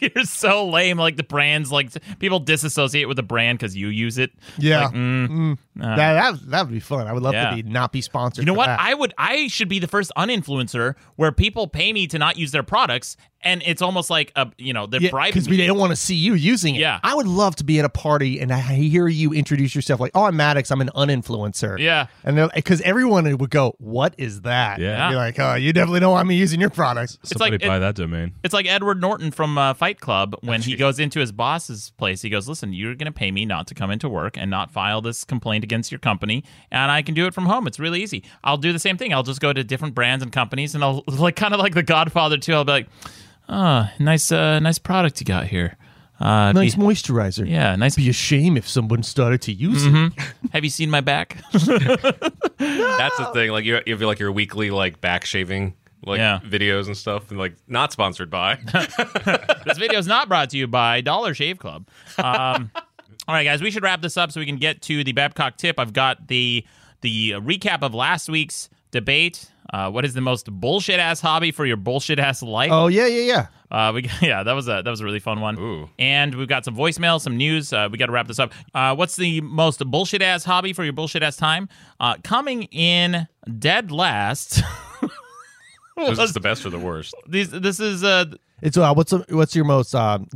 [SPEAKER 2] you're so lame. Like the brands, like people disassociate with the brand because you use it.
[SPEAKER 3] yeah, Mm. that, that would- that would be fun. I would love
[SPEAKER 2] uh. Yeah.
[SPEAKER 3] to be not be sponsored.
[SPEAKER 2] You know
[SPEAKER 3] for
[SPEAKER 2] what?
[SPEAKER 3] that.
[SPEAKER 2] I would. I should be the first uninfluencer where people pay me to not use their products, and it's almost like a you know they're bribing
[SPEAKER 3] because we
[SPEAKER 2] you.
[SPEAKER 3] don't want to see you using it.
[SPEAKER 2] Yeah.
[SPEAKER 3] I would love to be at a party and I hear you introduce yourself like, "Oh, I'm Maddox. I'm an uninfluencer."
[SPEAKER 2] Yeah.
[SPEAKER 3] and because everyone would go, "What is that?"
[SPEAKER 5] Yeah.
[SPEAKER 3] And you're like, "Oh, you definitely don't want me using your product."
[SPEAKER 5] Somebody
[SPEAKER 2] like-
[SPEAKER 5] buy
[SPEAKER 2] it-
[SPEAKER 5] that domain.
[SPEAKER 2] It's like Edward Norton from uh, Fight Club when he goes into his boss's place. He goes, "Listen, you're going to pay me not to come into work and not file this complaint against your company, and I can do it from home. It's really easy. I'll do the same thing. I'll just go to different brands and companies, and I'll [laughs] like kind of like The Godfather too. I'll be like, ah, nice, uh, nice product you got here. Uh,
[SPEAKER 3] Nice
[SPEAKER 2] be-
[SPEAKER 3] moisturizer.
[SPEAKER 2] yeah, nice.
[SPEAKER 3] Be a shame if someone started to use it.
[SPEAKER 2] Have you seen my back?
[SPEAKER 4] That's the thing. Like you, you have like your weekly like back shaving like
[SPEAKER 2] Yeah.
[SPEAKER 4] videos and stuff, and like not
[SPEAKER 2] [laughs]
[SPEAKER 4] sponsored by.
[SPEAKER 2] this video is not brought to you by Dollar Shave Club. Um,
[SPEAKER 4] [laughs]
[SPEAKER 2] all right, guys, we should wrap this up so we can get to the Babcock tip. I've got the the recap of last week's debate. Uh, what is the most bullshit ass hobby for your bullshit ass life?
[SPEAKER 3] Oh yeah, yeah, yeah.
[SPEAKER 2] Uh, we [laughs] yeah, that was a that was a really fun one.
[SPEAKER 4] Ooh.
[SPEAKER 2] And we've got some voicemail, some news. Uh, we got to wrap this up. Uh, what's the most bullshit ass hobby for your bullshit ass time? Uh, coming in dead last. [laughs]
[SPEAKER 4] Was this the best or the worst?
[SPEAKER 2] These this is uh
[SPEAKER 3] It's uh, what's what's your most um,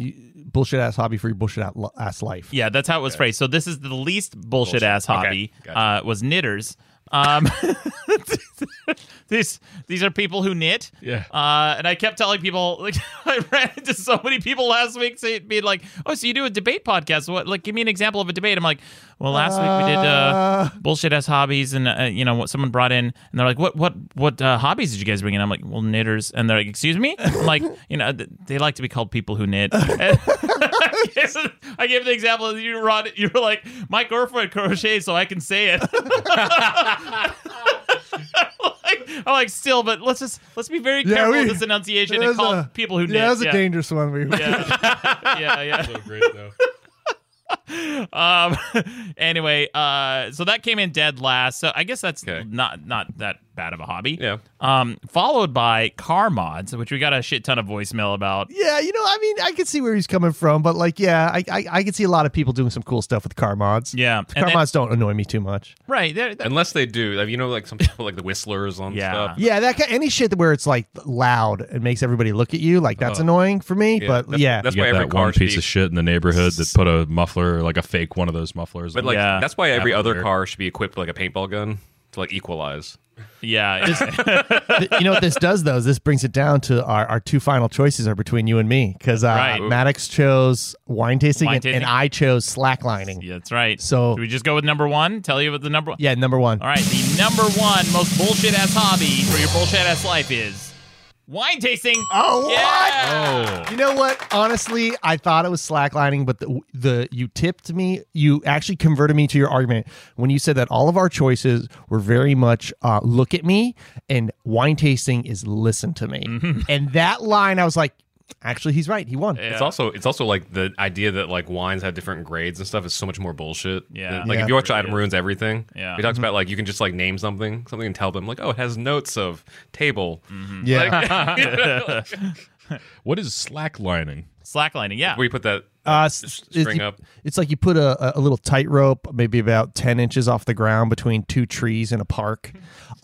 [SPEAKER 3] bullshit ass hobby for your bullshit ass life?
[SPEAKER 2] Yeah, that's how it was phrased. So this is the least bullshit, ass hobby.
[SPEAKER 4] Okay, gotcha.
[SPEAKER 2] Uh, was knitters. Um, [laughs] these these are people who knit.
[SPEAKER 5] [laughs] Yeah.
[SPEAKER 2] Uh, and I kept telling people, [laughs] like, I ran into so many people last week say- being like, "Oh, so you do a debate podcast? What? Like, give me an example of a debate." I'm like, "Well, last week we did uh, bullshit ass hobbies, and uh, you know what? Someone brought in, and they're like, "What? What? What uh, hobbies did you guys bring in?" I'm like, "Well, knitters," and they're like, "Excuse me?" I'm
[SPEAKER 3] [laughs]
[SPEAKER 2] like, "You know, th- they like to be called people who knit." [laughs] And- I gave the example of you, Rod. You were like, my girlfriend crochets, so I can say it. [laughs] like, I'm like, still, but let's just let's be very
[SPEAKER 3] Yeah,
[SPEAKER 2] careful
[SPEAKER 3] we-
[SPEAKER 2] with this enunciation
[SPEAKER 3] That
[SPEAKER 2] and
[SPEAKER 3] was
[SPEAKER 2] call
[SPEAKER 3] a-
[SPEAKER 2] people who knit.
[SPEAKER 3] Yeah, that was
[SPEAKER 2] yeah.
[SPEAKER 3] a dangerous one. We
[SPEAKER 2] yeah, yeah.
[SPEAKER 5] Great though.
[SPEAKER 2] [laughs] Um, [laughs] anyway, uh, so that came in dead last. So I guess that's
[SPEAKER 4] Okay.
[SPEAKER 2] not not that bad of a hobby.
[SPEAKER 4] Yeah.
[SPEAKER 2] Um, followed by car mods, which we got a shit ton of voicemail about.
[SPEAKER 3] [laughs] Yeah, you know, I mean, I could see where he's coming from, but like, yeah, I I, I could see a lot of people doing some cool stuff with car mods.
[SPEAKER 2] Yeah, and
[SPEAKER 3] car
[SPEAKER 2] then-
[SPEAKER 3] mods don't annoy me too much.
[SPEAKER 2] Right. There, there-
[SPEAKER 4] Unless they do, like, you know, like some people like the whistlers on
[SPEAKER 2] Yeah.
[SPEAKER 4] stuff.
[SPEAKER 3] Yeah, that kind, any shit that where it's like loud and makes everybody look at you, like
[SPEAKER 2] Uh,
[SPEAKER 3] that's annoying for me. but
[SPEAKER 4] that's-
[SPEAKER 3] yeah,
[SPEAKER 4] that's
[SPEAKER 5] You
[SPEAKER 4] why
[SPEAKER 5] got
[SPEAKER 4] every
[SPEAKER 5] that
[SPEAKER 4] car
[SPEAKER 5] one
[SPEAKER 4] should
[SPEAKER 5] piece
[SPEAKER 4] be-
[SPEAKER 5] of shit in the neighborhood that put a muffler, like a fake one of those mufflers.
[SPEAKER 4] But like
[SPEAKER 2] Yeah.
[SPEAKER 4] that's why every other
[SPEAKER 5] Everywhere.
[SPEAKER 4] car should be equipped with, like a paintball gun to like equalize.
[SPEAKER 2] yeah.
[SPEAKER 3] Th- you know what this does though is this brings it down to our, our two final choices are between you and me because uh,
[SPEAKER 2] Right.
[SPEAKER 3] Maddox chose wine tasting,
[SPEAKER 2] Wine
[SPEAKER 3] and,
[SPEAKER 2] tasting.
[SPEAKER 3] and I chose slacklining.
[SPEAKER 2] [laughs]
[SPEAKER 3] Yeah,
[SPEAKER 2] yeah, that's right.
[SPEAKER 3] So-
[SPEAKER 2] Should we just go with number one? Tell you what the number one.
[SPEAKER 3] number one.
[SPEAKER 2] All right, the number one most bullshit ass hobby for your bullshit ass life is wine tasting.
[SPEAKER 3] Oh,
[SPEAKER 2] yeah!
[SPEAKER 3] You know what? Honestly, I thought it was slacklining, but the, the you tipped me. You actually converted me to your argument when you said that all of our choices were very much uh, look at me and wine tasting is listen to me.
[SPEAKER 2] Mm-hmm.
[SPEAKER 3] And that line, I was like, actually, he's right. He won.
[SPEAKER 4] It's also it's also like the idea that like wines have different grades and stuff is so much more bullshit.
[SPEAKER 2] Yeah.
[SPEAKER 3] Yeah.
[SPEAKER 4] Like
[SPEAKER 3] Mm-hmm.
[SPEAKER 4] if you watch Item Ruins Everything,
[SPEAKER 2] Yeah.
[SPEAKER 4] he talks about like you can just like name something, something and tell them like, oh, it has notes of table.
[SPEAKER 2] Mm-hmm.
[SPEAKER 3] Yeah.
[SPEAKER 5] what is slacklining?
[SPEAKER 2] Slacklining, yeah.
[SPEAKER 4] Where you put that
[SPEAKER 3] Uh, s- it's-
[SPEAKER 4] string up.
[SPEAKER 3] It's like you put a, a- a little tightrope, maybe about ten inches off the ground, between two trees in a
[SPEAKER 4] [laughs]
[SPEAKER 3] park.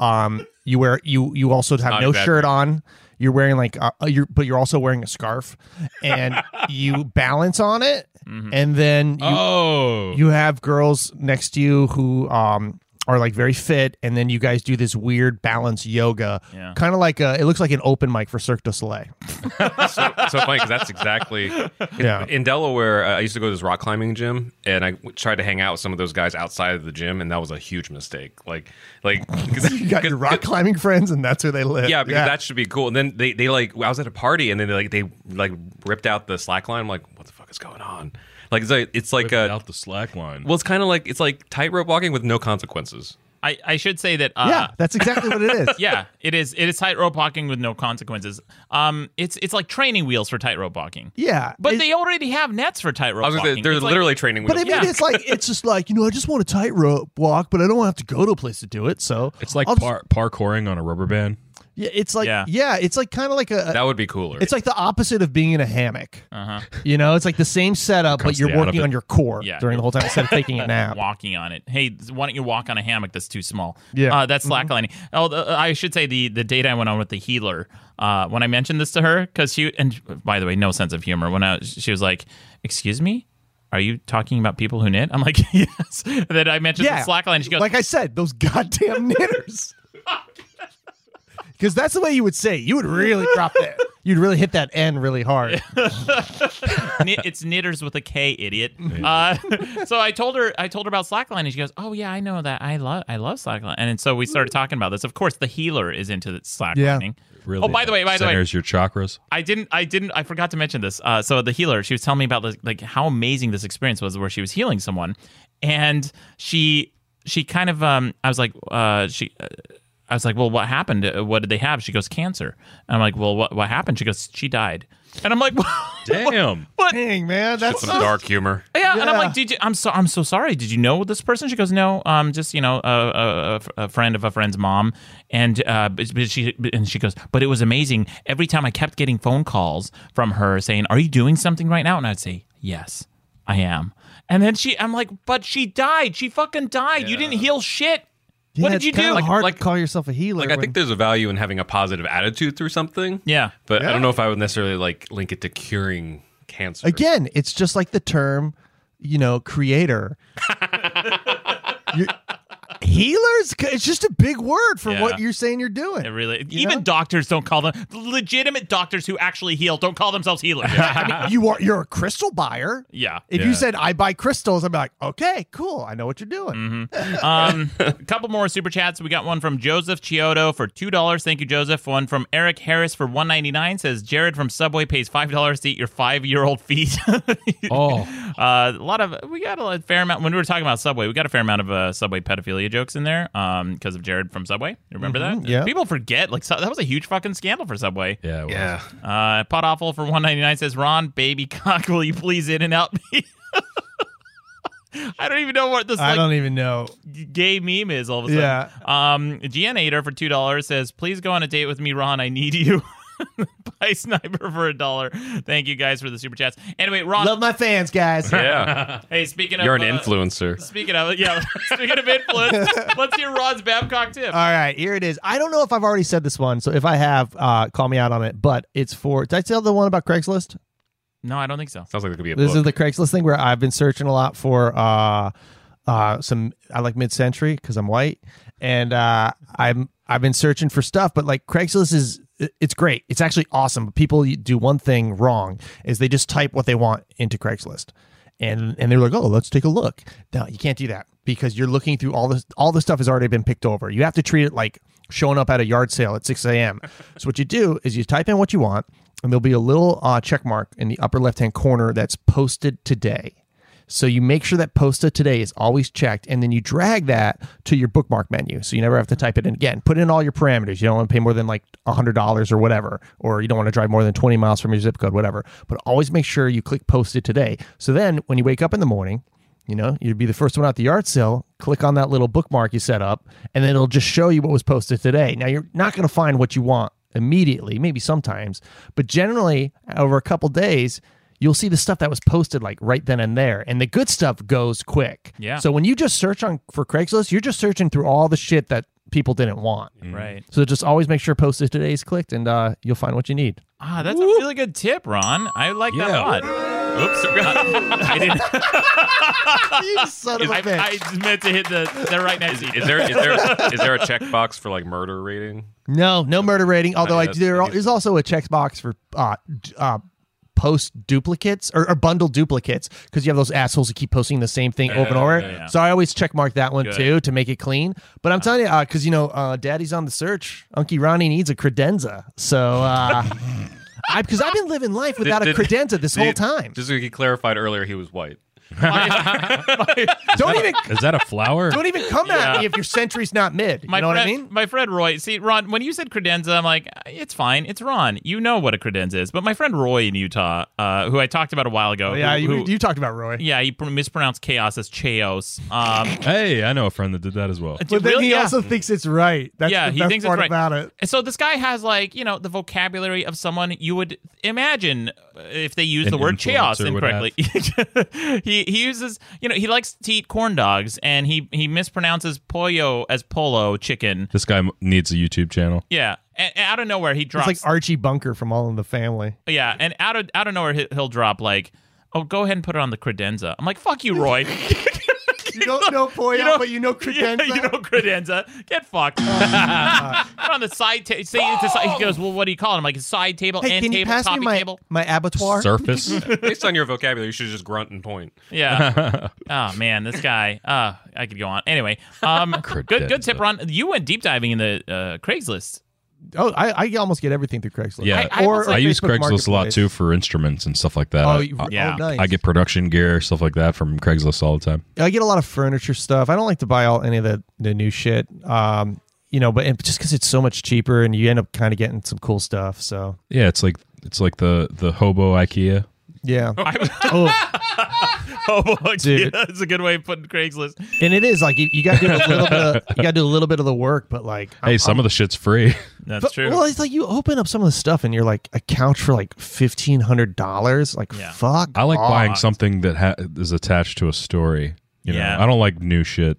[SPEAKER 3] Um, you wear you you also have
[SPEAKER 4] Not a
[SPEAKER 3] no
[SPEAKER 4] bad
[SPEAKER 3] shirt
[SPEAKER 4] move.
[SPEAKER 3] on. You're wearing like uh, you're, but you're also wearing a
[SPEAKER 4] [laughs]
[SPEAKER 3] scarf, and you balance on it,
[SPEAKER 4] Mm-hmm.
[SPEAKER 3] and then you
[SPEAKER 5] Oh,
[SPEAKER 3] you have girls next to you who um are like very fit, and then you guys do this weird balance yoga,
[SPEAKER 2] Yeah.
[SPEAKER 3] kind of like a, it looks like an open mic for Cirque du Soleil.
[SPEAKER 4] so, so funny because
[SPEAKER 2] [laughs]
[SPEAKER 4] that's exactly
[SPEAKER 3] Yeah.
[SPEAKER 4] in Delaware. uh, I used to go to this rock climbing gym, and I w- tried to hang out with some of those guys outside of the gym, and that was a huge mistake. Like, like [laughs]
[SPEAKER 3] [laughs]
[SPEAKER 4] because
[SPEAKER 3] You got your rock climbing friends, and that's where they live.
[SPEAKER 4] yeah, because that should be cool. And then they, they like I was at a party, and then they like they like ripped out the slack line. I'm like, what the fuck is going on? Like it's like it's like a
[SPEAKER 5] out the slackline.
[SPEAKER 4] well, it's kind of like it's like tightrope walking with no consequences.
[SPEAKER 2] I, I should say that. Uh,
[SPEAKER 3] yeah, that's exactly what it is.
[SPEAKER 2] [laughs] yeah, it is. It is tightrope walking with no consequences. Um, it's it's like training wheels for tightrope walking.
[SPEAKER 3] Yeah,
[SPEAKER 2] But
[SPEAKER 3] it-
[SPEAKER 2] they already have nets for tightrope
[SPEAKER 4] I was gonna say
[SPEAKER 2] walking.
[SPEAKER 4] they're
[SPEAKER 2] It's like-
[SPEAKER 4] literally training.
[SPEAKER 3] But I
[SPEAKER 4] wheels.
[SPEAKER 3] mean, it's like it's just like you know, I just want a tightrope walk, but I don't have to go to a place to do it. So
[SPEAKER 5] it's like
[SPEAKER 3] I'll just-
[SPEAKER 5] par- parkouring on a rubber band.
[SPEAKER 3] Yeah, it's like
[SPEAKER 2] Yeah.
[SPEAKER 3] yeah, it's like kind of like a.
[SPEAKER 4] That would be cooler.
[SPEAKER 3] it's like the opposite of being in a hammock.
[SPEAKER 2] Uh-huh.
[SPEAKER 3] You know, it's like the same setup, but
[SPEAKER 5] Constantly
[SPEAKER 3] you're
[SPEAKER 5] out of
[SPEAKER 3] working
[SPEAKER 5] it.
[SPEAKER 3] on your core
[SPEAKER 2] Yeah.
[SPEAKER 3] during the whole time instead of
[SPEAKER 2] [laughs]
[SPEAKER 3] taking a nap.
[SPEAKER 2] walking on it. Hey, why don't you walk on a hammock that's too small?
[SPEAKER 3] Yeah. Mm-hmm.
[SPEAKER 2] uh, that's slacklining. Oh, the, I should say the the date I went on with the healer. Uh, when I mentioned this to her, because she and by the way, no sense of humor. When I she was like, "Excuse me." Are you talking about people who knit? I'm like, [laughs] yes. And then I mentioned the slackline. She goes,
[SPEAKER 3] like I said, those goddamn knitters. [laughs] Because that's the way you would say. it. You would really drop that. You'd really hit that N really hard.
[SPEAKER 2] [laughs] Knit- it's knitters with a K, idiot. Uh, [laughs] so I told her, I told her about slackline, and she goes, "Oh yeah, I know that. I love, I love slackline." And so we started talking about this. Of course, the healer is into the slacklining.
[SPEAKER 5] Really
[SPEAKER 2] Oh, by the way, by the way,
[SPEAKER 5] centers
[SPEAKER 4] [laughs]
[SPEAKER 5] your chakras.
[SPEAKER 2] I didn't, I didn't, I forgot to mention this. Uh, so the healer, she was telling me about this, like how amazing this experience was, where she was healing someone, and she, she kind of, um, I was like, uh, she. Uh, I was like, well, what happened? Uh, What did they have? She goes, cancer. And I'm like, well, what, what happened? She goes, she died. And I'm like, [laughs]
[SPEAKER 5] Damn.
[SPEAKER 2] what?
[SPEAKER 3] Dang man, that's
[SPEAKER 4] some dark humor.
[SPEAKER 2] Yeah, and I'm
[SPEAKER 3] Yeah.
[SPEAKER 2] like, did you? I'm so I'm so sorry. Did you know this person? She goes, no, um, just you know, a, a, a friend of a friend's mom, and uh, but but she and she goes, but it was amazing. Every time I kept getting phone calls from her saying, "Are you doing something right now?" And I'd say, "Yes, I am." And then she, I'm like, but she died. She fucking died. You didn't heal shit.
[SPEAKER 3] Yeah,
[SPEAKER 2] what did
[SPEAKER 3] it's
[SPEAKER 2] you
[SPEAKER 3] kinda
[SPEAKER 2] do?
[SPEAKER 3] hard
[SPEAKER 4] like-
[SPEAKER 3] to call yourself a healer.
[SPEAKER 4] Like I think there's a value in having a positive attitude through something.
[SPEAKER 2] yeah,
[SPEAKER 4] But I don't know if I would necessarily like link it to curing cancer.
[SPEAKER 3] again, it's just like the term, you know,
[SPEAKER 4] [laughs]
[SPEAKER 3] creator. You- healers. It's just a big word for
[SPEAKER 2] Yeah.
[SPEAKER 3] what you're saying you're doing.
[SPEAKER 2] It really,
[SPEAKER 3] You
[SPEAKER 2] even
[SPEAKER 3] know?
[SPEAKER 2] doctors don't call them legitimate doctors who actually heal. Don't call themselves
[SPEAKER 3] [laughs]
[SPEAKER 2] healers.
[SPEAKER 3] I mean, you are you're a crystal buyer.
[SPEAKER 2] yeah.
[SPEAKER 3] If you said I buy crystals, I'd be like, okay, cool. I know what you're doing.
[SPEAKER 4] Mm-hmm.
[SPEAKER 2] Um, a [laughs] couple more super chats. We got one from Joseph Chiodo for two dollars. Thank you, Joseph. One from Eric Harris for one ninety nine. Says Jared from Subway pays five dollars to eat your five year old feet. [laughs]
[SPEAKER 5] Oh,
[SPEAKER 2] Uh, a lot of we got a lot- fair amount when we were talking about Subway. We got a fair amount of uh, Subway pedophilia jokes in there um, because of Jared from Subway. You Remember that?
[SPEAKER 3] yeah.
[SPEAKER 2] People forget like so, that was a huge fucking scandal for Subway.
[SPEAKER 5] yeah. Well,
[SPEAKER 4] Yeah.
[SPEAKER 2] Uh, Pot Awful for one ninety nine says, "Ron, baby cock, will you please in and out me?" [laughs] I don't even know what this.
[SPEAKER 3] I
[SPEAKER 2] like,
[SPEAKER 3] don't even know.
[SPEAKER 2] gay meme is all of a sudden.
[SPEAKER 3] Yeah.
[SPEAKER 2] Um, Gianator for two dollars says, "Please go on a date with me, Ron. I need you." [laughs] Buy sniper for a dollar. Thank you guys for the super chats. Anyway, Ron.
[SPEAKER 3] Love my fans, guys.
[SPEAKER 4] Yeah.
[SPEAKER 2] hey, speaking
[SPEAKER 4] You're
[SPEAKER 2] of
[SPEAKER 4] an
[SPEAKER 2] uh,
[SPEAKER 4] influencer.
[SPEAKER 2] Speaking of yeah, [laughs] speaking of influence,
[SPEAKER 3] [laughs]
[SPEAKER 2] let's hear Ron's Babcock tip.
[SPEAKER 3] All right, here it is. I don't know if I've already said this one, so if I have, uh, call me out on it. But it's for. Did I tell the one about Craigslist?
[SPEAKER 2] no, I don't think so.
[SPEAKER 4] Sounds like there could be a
[SPEAKER 3] This is
[SPEAKER 4] book.
[SPEAKER 3] the Craigslist thing where I've been searching a lot for uh, uh, some. I like mid-century because I'm white, and uh, I'm I've been searching for stuff. But like Craigslist is it's great. It's actually awesome. But people do one thing wrong is they just type what they want into Craigslist, and and they're like, oh, let's take a look. No, you can't do that because you're looking through all this. All this stuff has already been picked over. You have to treat it like showing up at a yard sale at 6 a.m. so what you do is you type in what you want, and there'll be a little uh, check mark in the upper left hand corner that's posted today. So you make sure that posted today is always checked, and then you drag that to your bookmark menu, so you never have to type it in again. Put in all your parameters. You don't want to pay more than like hundred dollars or whatever, or you don't want to drive more than twenty miles from your zip code, whatever. But always make sure you click posted today. So then, when you wake up in the morning, you know, you'd be the first one at the yard sale. Click on that little bookmark you set up, and then it'll just show you what was posted today. Now you're not going to find what you want immediately, maybe sometimes, but generally over a couple days, you'll see the stuff that was posted like right then and there, and the good stuff goes quick.
[SPEAKER 2] Yeah.
[SPEAKER 3] So when you just search on for Craigslist, you're just searching through all the shit that people didn't want.
[SPEAKER 4] Mm.
[SPEAKER 2] Right.
[SPEAKER 3] So just always make sure posted today is clicked, and uh, you'll find what you need.
[SPEAKER 2] Ah, that's a really good tip, Ron. I like that a
[SPEAKER 5] Yeah.
[SPEAKER 2] lot. Oops. I didn't.
[SPEAKER 3] you son of a bitch.
[SPEAKER 2] I, I meant to hit the. They're right next to each
[SPEAKER 4] [laughs] Is there is there is there a checkbox for like murder rating?
[SPEAKER 3] No, no murder rating. Although I,
[SPEAKER 4] that's-
[SPEAKER 3] there is also a checkbox for uh, d- uh, post duplicates or, or bundle duplicates because you have those assholes who keep posting the same thing over and over.
[SPEAKER 2] Oh, yeah. Uh-huh.
[SPEAKER 3] So I always check mark that one too to make it clean. But I'm telling you, because you know, uh, Daddy's on the search. Unky Ronnie needs a credenza. So
[SPEAKER 2] [laughs]
[SPEAKER 3] uh, I because I've been living life without a
[SPEAKER 4] did-
[SPEAKER 3] credenza this whole
[SPEAKER 4] Did-
[SPEAKER 3] time.
[SPEAKER 4] Just so he clarified earlier, he was white.
[SPEAKER 3] Don't even
[SPEAKER 5] Is that a flower?
[SPEAKER 3] [laughs] don't even come
[SPEAKER 2] Yeah.
[SPEAKER 3] at me if your century's not mid. You
[SPEAKER 2] My
[SPEAKER 3] know what I
[SPEAKER 2] friend-
[SPEAKER 3] mean?
[SPEAKER 2] My friend Roy. See, Ron, when you said credenza, I'm like, it's fine. It's Ron. You know what a credenza is. But my friend Roy in Utah, uh, who I talked about a while ago.
[SPEAKER 3] Oh, Yeah,
[SPEAKER 2] who-
[SPEAKER 3] you,
[SPEAKER 2] who-
[SPEAKER 3] you talked about Roy.
[SPEAKER 2] yeah, he pr- mispronounced chaos as chaos.
[SPEAKER 3] [laughs]
[SPEAKER 2] Um,
[SPEAKER 3] e-
[SPEAKER 5] hey, I know a friend that did that as well.
[SPEAKER 3] But then
[SPEAKER 2] really-
[SPEAKER 3] he
[SPEAKER 2] yeah.
[SPEAKER 3] also thinks it's right. That's
[SPEAKER 2] yeah,
[SPEAKER 3] the
[SPEAKER 2] he
[SPEAKER 3] best
[SPEAKER 2] thinks
[SPEAKER 3] part
[SPEAKER 2] it's right.
[SPEAKER 3] about it.
[SPEAKER 2] And So this guy has like you know the vocabulary of someone you would imagine uh, if they use
[SPEAKER 5] An
[SPEAKER 2] the word chaos
[SPEAKER 5] influencer would
[SPEAKER 2] incorrectly. [laughs] he he uses you know he likes to eat corn dogs and he he mispronounces pollo as polo chicken.
[SPEAKER 5] This guy m- needs a YouTube channel.
[SPEAKER 2] Yeah, and, and out of nowhere he
[SPEAKER 3] It's
[SPEAKER 2] drops.
[SPEAKER 3] like Archie Bunker from All in the Family.
[SPEAKER 2] yeah, and out of out of nowhere he- he'll drop like, oh go ahead and put it on the credenza. I'm like fuck
[SPEAKER 3] [laughs]
[SPEAKER 2] you, Roy. [laughs]
[SPEAKER 3] You don't know Poyo,
[SPEAKER 2] You know-
[SPEAKER 3] but you know
[SPEAKER 2] Yeah,
[SPEAKER 3] credenza.
[SPEAKER 2] you know credenza. Get fucked.
[SPEAKER 3] Oh,
[SPEAKER 2] [laughs] on the side table. He goes, well, what do you call it? I'm like, side table,
[SPEAKER 3] hey,
[SPEAKER 2] end
[SPEAKER 3] can
[SPEAKER 2] table,
[SPEAKER 3] you pass me
[SPEAKER 2] coffee
[SPEAKER 3] my,
[SPEAKER 2] table.
[SPEAKER 3] my abattoir?
[SPEAKER 5] [laughs] Surface.
[SPEAKER 3] [laughs]
[SPEAKER 4] Based on your vocabulary, you should just grunt and point.
[SPEAKER 2] Yeah.
[SPEAKER 3] [laughs]
[SPEAKER 2] oh man, this guy. Uh, I could go on. Anyway, um, good good tip,
[SPEAKER 5] Credenza.
[SPEAKER 2] Ron. You went deep diving in the uh, Craigslist.
[SPEAKER 3] [laughs] Oh, I, I almost get everything through Craigslist.
[SPEAKER 5] Yeah.
[SPEAKER 2] I- I was
[SPEAKER 5] I
[SPEAKER 2] like
[SPEAKER 5] use
[SPEAKER 3] Facebook
[SPEAKER 5] Craigslist a lot
[SPEAKER 3] Marketplace.
[SPEAKER 5] too for instruments and stuff like that.
[SPEAKER 3] Oh,
[SPEAKER 5] I-
[SPEAKER 3] you-
[SPEAKER 5] I,
[SPEAKER 2] yeah.
[SPEAKER 3] oh, nice.
[SPEAKER 5] I get production gear, stuff like that from Craigslist all the time.
[SPEAKER 3] I get a lot of furniture stuff. I don't like to buy all any of the the new shit. Um, you know, but and just because it's so much cheaper, and you end up kind of getting some cool stuff. So
[SPEAKER 5] Yeah, it's like it's like the the hobo IKEA.
[SPEAKER 3] [laughs] yeah,
[SPEAKER 2] [laughs] Oh, boy,
[SPEAKER 3] Dude.
[SPEAKER 2] that's a good way of putting Craigslist.
[SPEAKER 3] and it is like you, you got to do a little bit. Of, you got to do a little bit of the work, but like
[SPEAKER 5] Hey, some of the shit's free. [laughs]
[SPEAKER 2] That's
[SPEAKER 3] But-
[SPEAKER 2] true.
[SPEAKER 3] Well, it's like you open up some of the stuff, and you're like a couch for like fifteen hundred dollars. Like
[SPEAKER 2] Yeah.
[SPEAKER 3] fuck.
[SPEAKER 5] I like
[SPEAKER 3] off.
[SPEAKER 5] buying something that ha- is attached to a story. You know,
[SPEAKER 2] Yeah.
[SPEAKER 5] I don't like new shit.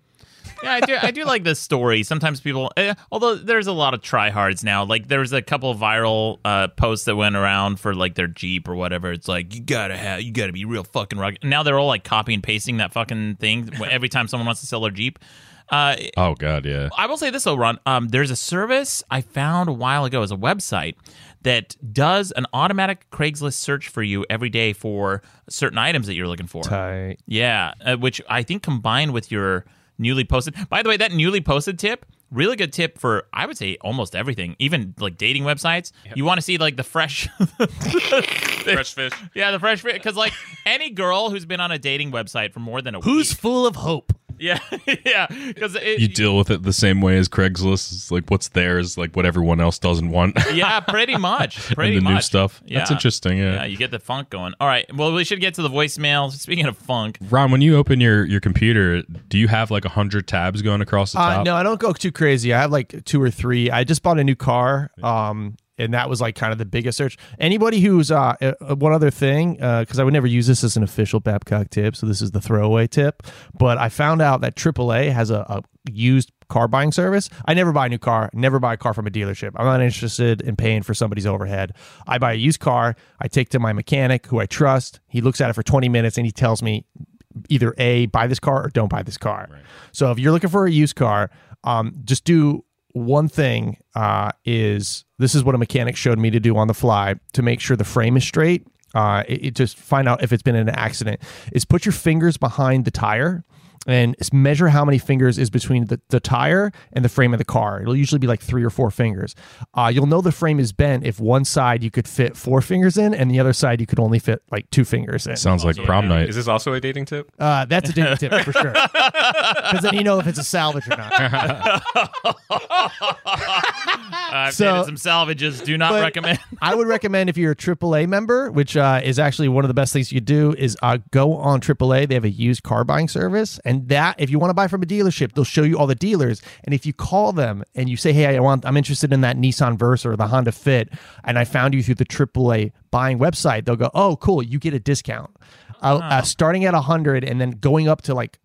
[SPEAKER 2] yeah, I do. I do like this story. Sometimes people, eh, although there's a lot of tryhards now. Like there was a couple of viral uh, posts that went around for like their Jeep or whatever. It's like you gotta have, you gotta be real fucking rugged. And now they're all like copy and pasting that fucking thing [laughs] every time someone wants to sell their Jeep. Uh,
[SPEAKER 5] Oh god, yeah.
[SPEAKER 2] I will say this though, Ron. Um, there's a service I found a while ago as a website that does an automatic Craigslist search for you every day for certain items that you're looking for.
[SPEAKER 3] Tight.
[SPEAKER 2] Yeah, uh, which I think combined with your newly posted. By the way, that newly posted tip, really good tip for I would say almost everything, even like dating websites. You want to see like the fresh [laughs]
[SPEAKER 4] Fresh fish.
[SPEAKER 2] Yeah, the fresh because like any girl who's been on a dating website for more than a
[SPEAKER 3] Who's
[SPEAKER 2] week. [laughs]
[SPEAKER 3] full of hope?
[SPEAKER 2] Yeah. yeah, cuz
[SPEAKER 5] You deal with it the same way as Craigslist. It's like what's theirs, like what everyone else doesn't want. [laughs]
[SPEAKER 2] Yeah, pretty much. Pretty
[SPEAKER 5] and the
[SPEAKER 2] much.
[SPEAKER 5] new stuff.
[SPEAKER 2] Yeah.
[SPEAKER 5] That's interesting. Yeah.
[SPEAKER 2] Yeah, you get the funk going. All right. Well, we should get to the voicemail. Speaking of funk,
[SPEAKER 5] Ron, when you open your, your computer, do you have like a hundred tabs going across the
[SPEAKER 3] Uh,
[SPEAKER 5] top?
[SPEAKER 3] no, I don't go too crazy. I have like two or three. I just bought a new car. Um, and that was like kind of the biggest search. Anybody who's uh, uh one other thing, because I would never use this as an official Babcock tip, so this is the throwaway tip. But I found out that AAA has a, a used car buying service. I never buy a new car. Never buy a car from a dealership. I'm not interested in paying for somebody's overhead. I buy a used car. I take to my mechanic, who I trust. He looks at it for 20 minutes and he tells me either a buy this car or don't buy this car. So if you're looking for a used car, um, just do one thing. Uh, is this is what a mechanic showed me to do on the fly to make sure the frame is straight. Uh, it, it just find out if it's been in an accident. Is put your fingers behind the tire and s- measure how many fingers is between the, the tire and the frame of the car. It'll usually be like three or four fingers. Uh, you'll know the frame is bent if one side you could fit four fingers in and the other side you could only fit like two fingers in.
[SPEAKER 5] Sounds like prom night.
[SPEAKER 4] Is this also a dating tip?
[SPEAKER 3] Uh, that's a dating tip for sure. Because then you know if it's a salvage or not.
[SPEAKER 2] I've
[SPEAKER 3] So-
[SPEAKER 2] dated some salvages. Do not
[SPEAKER 3] but-
[SPEAKER 5] [laughs]
[SPEAKER 2] recommend.
[SPEAKER 3] I would recommend if you're a AAA member, which uh, is actually one of the best things you could do, is uh, go on AAA. They have a used car buying service, and that if you want to buy from a dealership, they'll show you all the dealers. And if you call them and you say, "Hey, I want, I'm interested in that Nissan Versa or the Honda Fit," and I found you through the AAA buying website, they'll go, "Oh, cool, you get a discount." Uh, uh, starting at 100 and then going up to like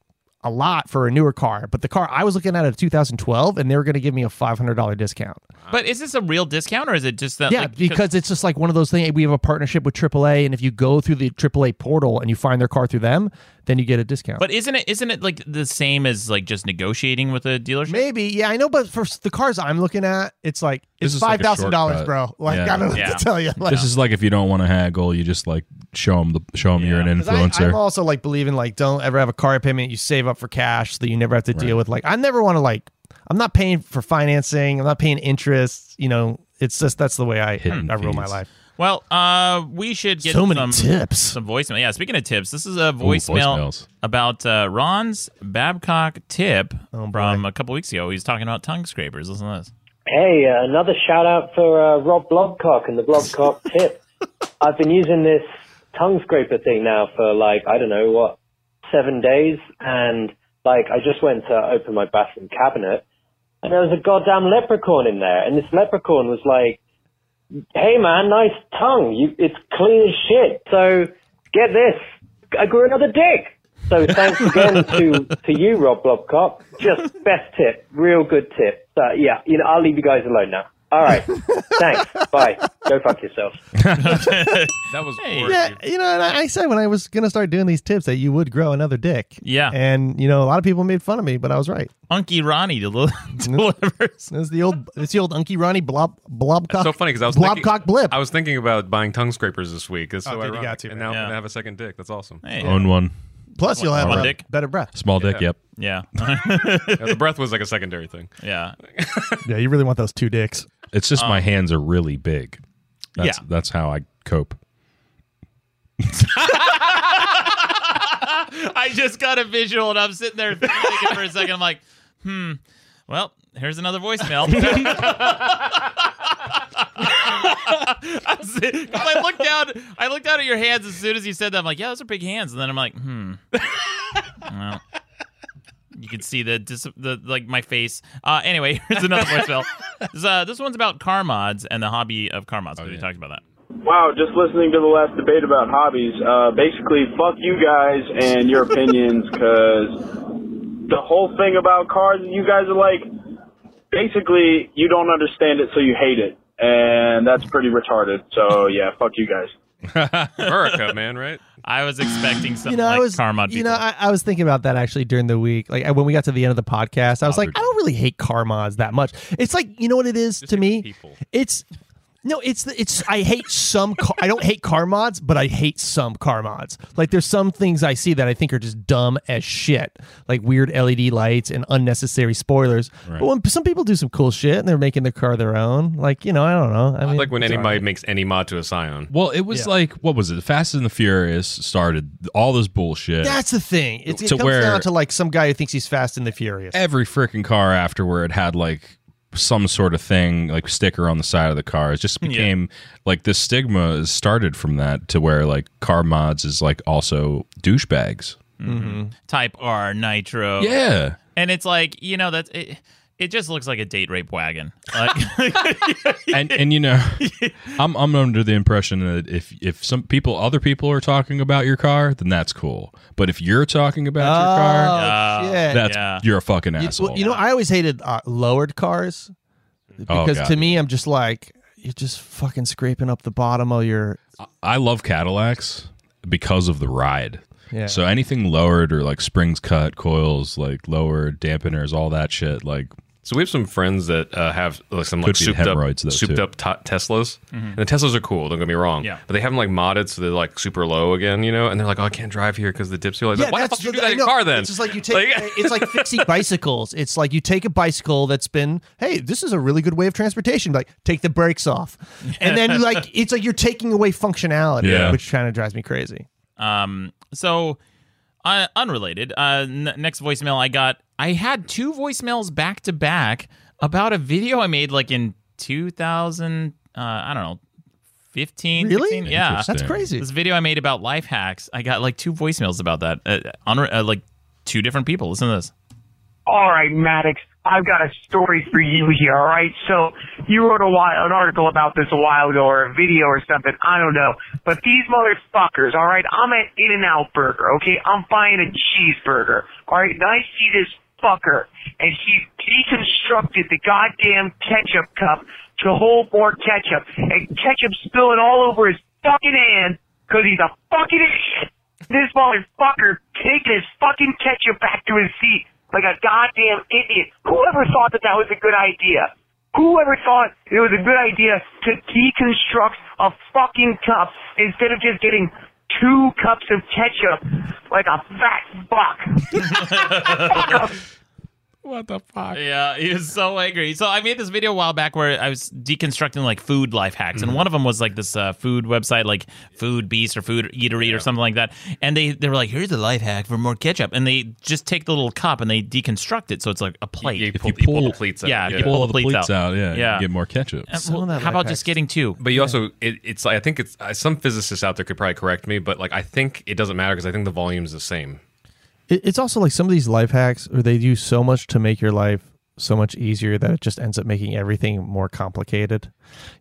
[SPEAKER 3] a lot for a newer car, but the car I was looking at a 2012, and they were going to give me a $500 discount.
[SPEAKER 2] But is this a real discount or is it just that?
[SPEAKER 3] Yeah,
[SPEAKER 2] like,
[SPEAKER 3] because it's just like one of those things. We have a partnership with AAA, and if you go through the AAA portal and you find their car through them, then you get a discount.
[SPEAKER 2] But isn't it isn't it like the same as like just negotiating with a dealership?
[SPEAKER 3] maybe, yeah, I know. But for s- the cars I'm looking at, it's like
[SPEAKER 5] This
[SPEAKER 3] it's
[SPEAKER 5] is like
[SPEAKER 3] five
[SPEAKER 5] a
[SPEAKER 3] thousand dollars, bro.
[SPEAKER 5] shortcut.
[SPEAKER 3] Like
[SPEAKER 5] Yeah.
[SPEAKER 3] I don't know
[SPEAKER 2] Yeah.
[SPEAKER 3] what to tell you. Like,
[SPEAKER 5] This is like if you don't want to haggle, you just like show them the show them you're
[SPEAKER 3] [laughs]
[SPEAKER 5] an
[SPEAKER 3] 'cause I,
[SPEAKER 5] influencer.
[SPEAKER 3] I'm also like believing like don't ever have a car payment. You save up for cash so that you never have to deal with like I never want to like I'm not paying for financing. I'm not paying interest. You know, it's just that's the way I
[SPEAKER 5] Hidden
[SPEAKER 3] I rule my
[SPEAKER 5] fees.
[SPEAKER 3] life.
[SPEAKER 2] Well, uh, we should get
[SPEAKER 3] So many
[SPEAKER 2] some,
[SPEAKER 3] tips.
[SPEAKER 2] some voicemail. Yeah, speaking of tips, this is a voicemail
[SPEAKER 5] voicemails.
[SPEAKER 2] about uh, Ron's Babcock tip
[SPEAKER 3] Oh,
[SPEAKER 2] from
[SPEAKER 3] boy.
[SPEAKER 2] a couple weeks ago. He's talking about tongue scrapers. Listen to this.
[SPEAKER 8] Hey, uh, another shout out for uh, Rob Blobcock and the Blobcock tip. I've been using this tongue scraper thing now for like, I don't know, what, seven days. And like, I just went to open my bathroom cabinet and there was a goddamn leprechaun in there. And this leprechaun was like, hey man, nice tongue. You, it's clean as shit. So get this. I grew another dick. So thanks again to, to you, Rob Blobcock. Just best tip, real good tip. So yeah, you know, I'll leave you guys alone now. All right. Thanks. Bye. Go fuck yourself.
[SPEAKER 4] That was
[SPEAKER 3] Yeah, you know, and I, I said when I was gonna start doing these tips that you would grow another dick.
[SPEAKER 2] Yeah.
[SPEAKER 3] and you know, a lot of people made fun of me, but I was right.
[SPEAKER 2] Unky Ronnie [laughs] del- delivers.
[SPEAKER 3] It's the old, it's the old Unky Ronnie blob blobcock.
[SPEAKER 4] so funny because I was
[SPEAKER 3] blobcock
[SPEAKER 4] thinking,
[SPEAKER 3] blip.
[SPEAKER 4] I was thinking about buying tongue scrapers this week. It's so
[SPEAKER 3] Oh, dude, you
[SPEAKER 4] ironic.
[SPEAKER 3] got to,
[SPEAKER 4] and
[SPEAKER 3] man.
[SPEAKER 4] now
[SPEAKER 2] Yeah.
[SPEAKER 4] I'm gonna have a second dick.
[SPEAKER 3] [laughs]
[SPEAKER 4] That's awesome.
[SPEAKER 2] Hey,
[SPEAKER 3] Oh,
[SPEAKER 5] Own one.
[SPEAKER 3] Plus, you'll have
[SPEAKER 2] One
[SPEAKER 3] a
[SPEAKER 2] dick.
[SPEAKER 3] better breath.
[SPEAKER 5] Small dick, yep.
[SPEAKER 2] yeah, [laughs]
[SPEAKER 4] Yeah, the breath was like a secondary thing.
[SPEAKER 2] yeah.
[SPEAKER 3] Yeah, you really want those two dicks.
[SPEAKER 5] It's just my hands are really big. That's,
[SPEAKER 2] yeah.
[SPEAKER 5] That's how I cope.
[SPEAKER 2] I just got a visual, and I'm sitting there thinking for a second. I'm like, hmm. Well, here's another voicemail. [laughs] I'm si- 'cause I looked down. I looked down at your hands as soon as you said that. I'm like, yeah, those are big hands. And then I'm like, hmm. Well, you can see the, dis- the like my face. Uh, anyway, here's another voicemail. This, uh, this one's about car mods and the hobby of car mods. 'cause We talked about that.
[SPEAKER 9] Wow, just listening to the last debate about hobbies. Uh, basically, fuck you guys and your opinions, because the whole thing about cars, you guys are like, basically, you don't understand it, so you hate it. And that's pretty retarded. So, yeah, fuck you guys.
[SPEAKER 4] America, [laughs] man, right?
[SPEAKER 2] I was expecting something
[SPEAKER 3] You know,
[SPEAKER 2] like
[SPEAKER 3] I was,
[SPEAKER 2] car mod.
[SPEAKER 3] you
[SPEAKER 2] people.
[SPEAKER 3] know, I, I was thinking about that actually during the week. Like I- when we got to the end of the podcast, I was like, I don't really hate car mods that much. It's like you know what it is to me.
[SPEAKER 4] people.
[SPEAKER 3] It's no, it's the, it's I hate some. Car, I don't hate car mods, but I hate some car mods. Like there's some things I see that I think are just dumb as shit, like weird LED lights and unnecessary spoilers. But when some people do some cool shit and they're making their car their own, like you know, I don't know. I mean,
[SPEAKER 4] Like when anybody makes any mod to a Scion.
[SPEAKER 5] Well, it was like, what was it? The Fast and the Furious started all this bullshit.
[SPEAKER 3] That's the thing. It's, it
[SPEAKER 5] To
[SPEAKER 3] comes
[SPEAKER 5] where-
[SPEAKER 3] down to like some guy who thinks he's fast and the furious.
[SPEAKER 5] every freaking car afterward had like some sort of thing like sticker on the side of the car it just became like this stigma is started from that to where like car mods is like also douchebags
[SPEAKER 2] Type R Nitro.
[SPEAKER 5] yeah
[SPEAKER 2] and it's like you know that's it. It just looks like a date rape wagon. Like, [laughs]
[SPEAKER 5] and and
[SPEAKER 3] [laughs]
[SPEAKER 5] you know i'm i'm under the impression that if if some people other people are talking about your car then that's cool but if you're talking about your car
[SPEAKER 3] Oh, shit.
[SPEAKER 5] that's
[SPEAKER 2] yeah.
[SPEAKER 5] you're a fucking
[SPEAKER 3] You-
[SPEAKER 5] asshole
[SPEAKER 3] Well, you know, I always hated uh, lowered cars
[SPEAKER 4] Mm-hmm.
[SPEAKER 5] Oh,
[SPEAKER 3] because
[SPEAKER 5] God.
[SPEAKER 3] to me, I'm just like you're just fucking scraping up the bottom of your.
[SPEAKER 5] I love Cadillacs because of the ride.
[SPEAKER 3] Yeah.
[SPEAKER 5] So anything lowered or like springs cut, coils like lowered, dampeners, all that shit. Like
[SPEAKER 4] So we have some friends that uh, have like some
[SPEAKER 5] Could
[SPEAKER 4] like
[SPEAKER 5] be
[SPEAKER 4] souped
[SPEAKER 5] hemorrhoids,
[SPEAKER 4] up,
[SPEAKER 5] though,
[SPEAKER 4] souped
[SPEAKER 5] too.
[SPEAKER 4] up t- Teslas,
[SPEAKER 3] Mm-hmm.
[SPEAKER 4] and the Teslas are cool. Don't get me wrong.
[SPEAKER 2] Yeah.
[SPEAKER 4] But they have them like modded, so they're like super low again, you know. And they're like, oh, I can't drive here because the dipsy. Like, why the fuck you do that in
[SPEAKER 3] I
[SPEAKER 4] your
[SPEAKER 3] know.
[SPEAKER 4] car then?
[SPEAKER 3] It's just
[SPEAKER 4] [laughs]
[SPEAKER 3] like you take. it's like fixing bicycles. It's like you take a bicycle that's been. Hey, this is a really good way of transportation. Like take the brakes off, and then
[SPEAKER 4] [laughs]
[SPEAKER 3] like it's like you're taking away functionality,
[SPEAKER 5] Yeah.
[SPEAKER 3] which kind of drives me crazy.
[SPEAKER 2] um, so uh, unrelated. Uh, n- next voicemail I got. I had two voicemails back to back about a video I made like in 2000. Uh, I don't know, 15.
[SPEAKER 3] Really?
[SPEAKER 2] 16?
[SPEAKER 4] Ah,
[SPEAKER 2] Yeah,
[SPEAKER 3] That's crazy.
[SPEAKER 2] This video I made about life hacks. I got like two voicemails about that. Uh, on uh, like two different people. Listen to this.
[SPEAKER 10] All right, Maddox, I've got a story for you here, all right? So you wrote a while, an article about this a while ago or a video or something, I don't know. But these motherfuckers, all right? I'm at In-N-Out Burger, okay? I'm buying a cheeseburger, all right? And I see this fucker, and he deconstructed the goddamn ketchup cup to hold more ketchup, and ketchup spilling all over his fucking hand because he's a fucking idiot. This motherfucker taking his fucking ketchup back to his seat like a goddamn idiot. Whoever thought that that was a good idea? Whoever thought it was a good idea to deconstruct a fucking cup instead of just getting two cups of ketchup like a fat buck?
[SPEAKER 2] What the fuck? Yeah, he was so angry. So I made this video a while back where I was deconstructing like food life hacks, and one of them was like this uh, food website, like Food Beast or Food Eatery or something like that. And they they were like, "Here's a life hack for more ketchup," and they just take the little cup and they deconstruct it so it's like a plate.
[SPEAKER 4] You pull, you pull the pleats out.
[SPEAKER 2] yeah,
[SPEAKER 4] yeah.
[SPEAKER 2] you pull the pleats out.
[SPEAKER 5] yeah, you
[SPEAKER 2] Yeah.
[SPEAKER 5] get more ketchup.
[SPEAKER 2] Uh, well, how about just getting two?
[SPEAKER 4] But you also, it, it's I think it's uh, some physicists out there could probably correct me, but like I think it doesn't matter because I think the volume is the same.
[SPEAKER 3] It, it's also like some of these life hacks where they do so much to make your life so much easier that it just ends up making everything more complicated.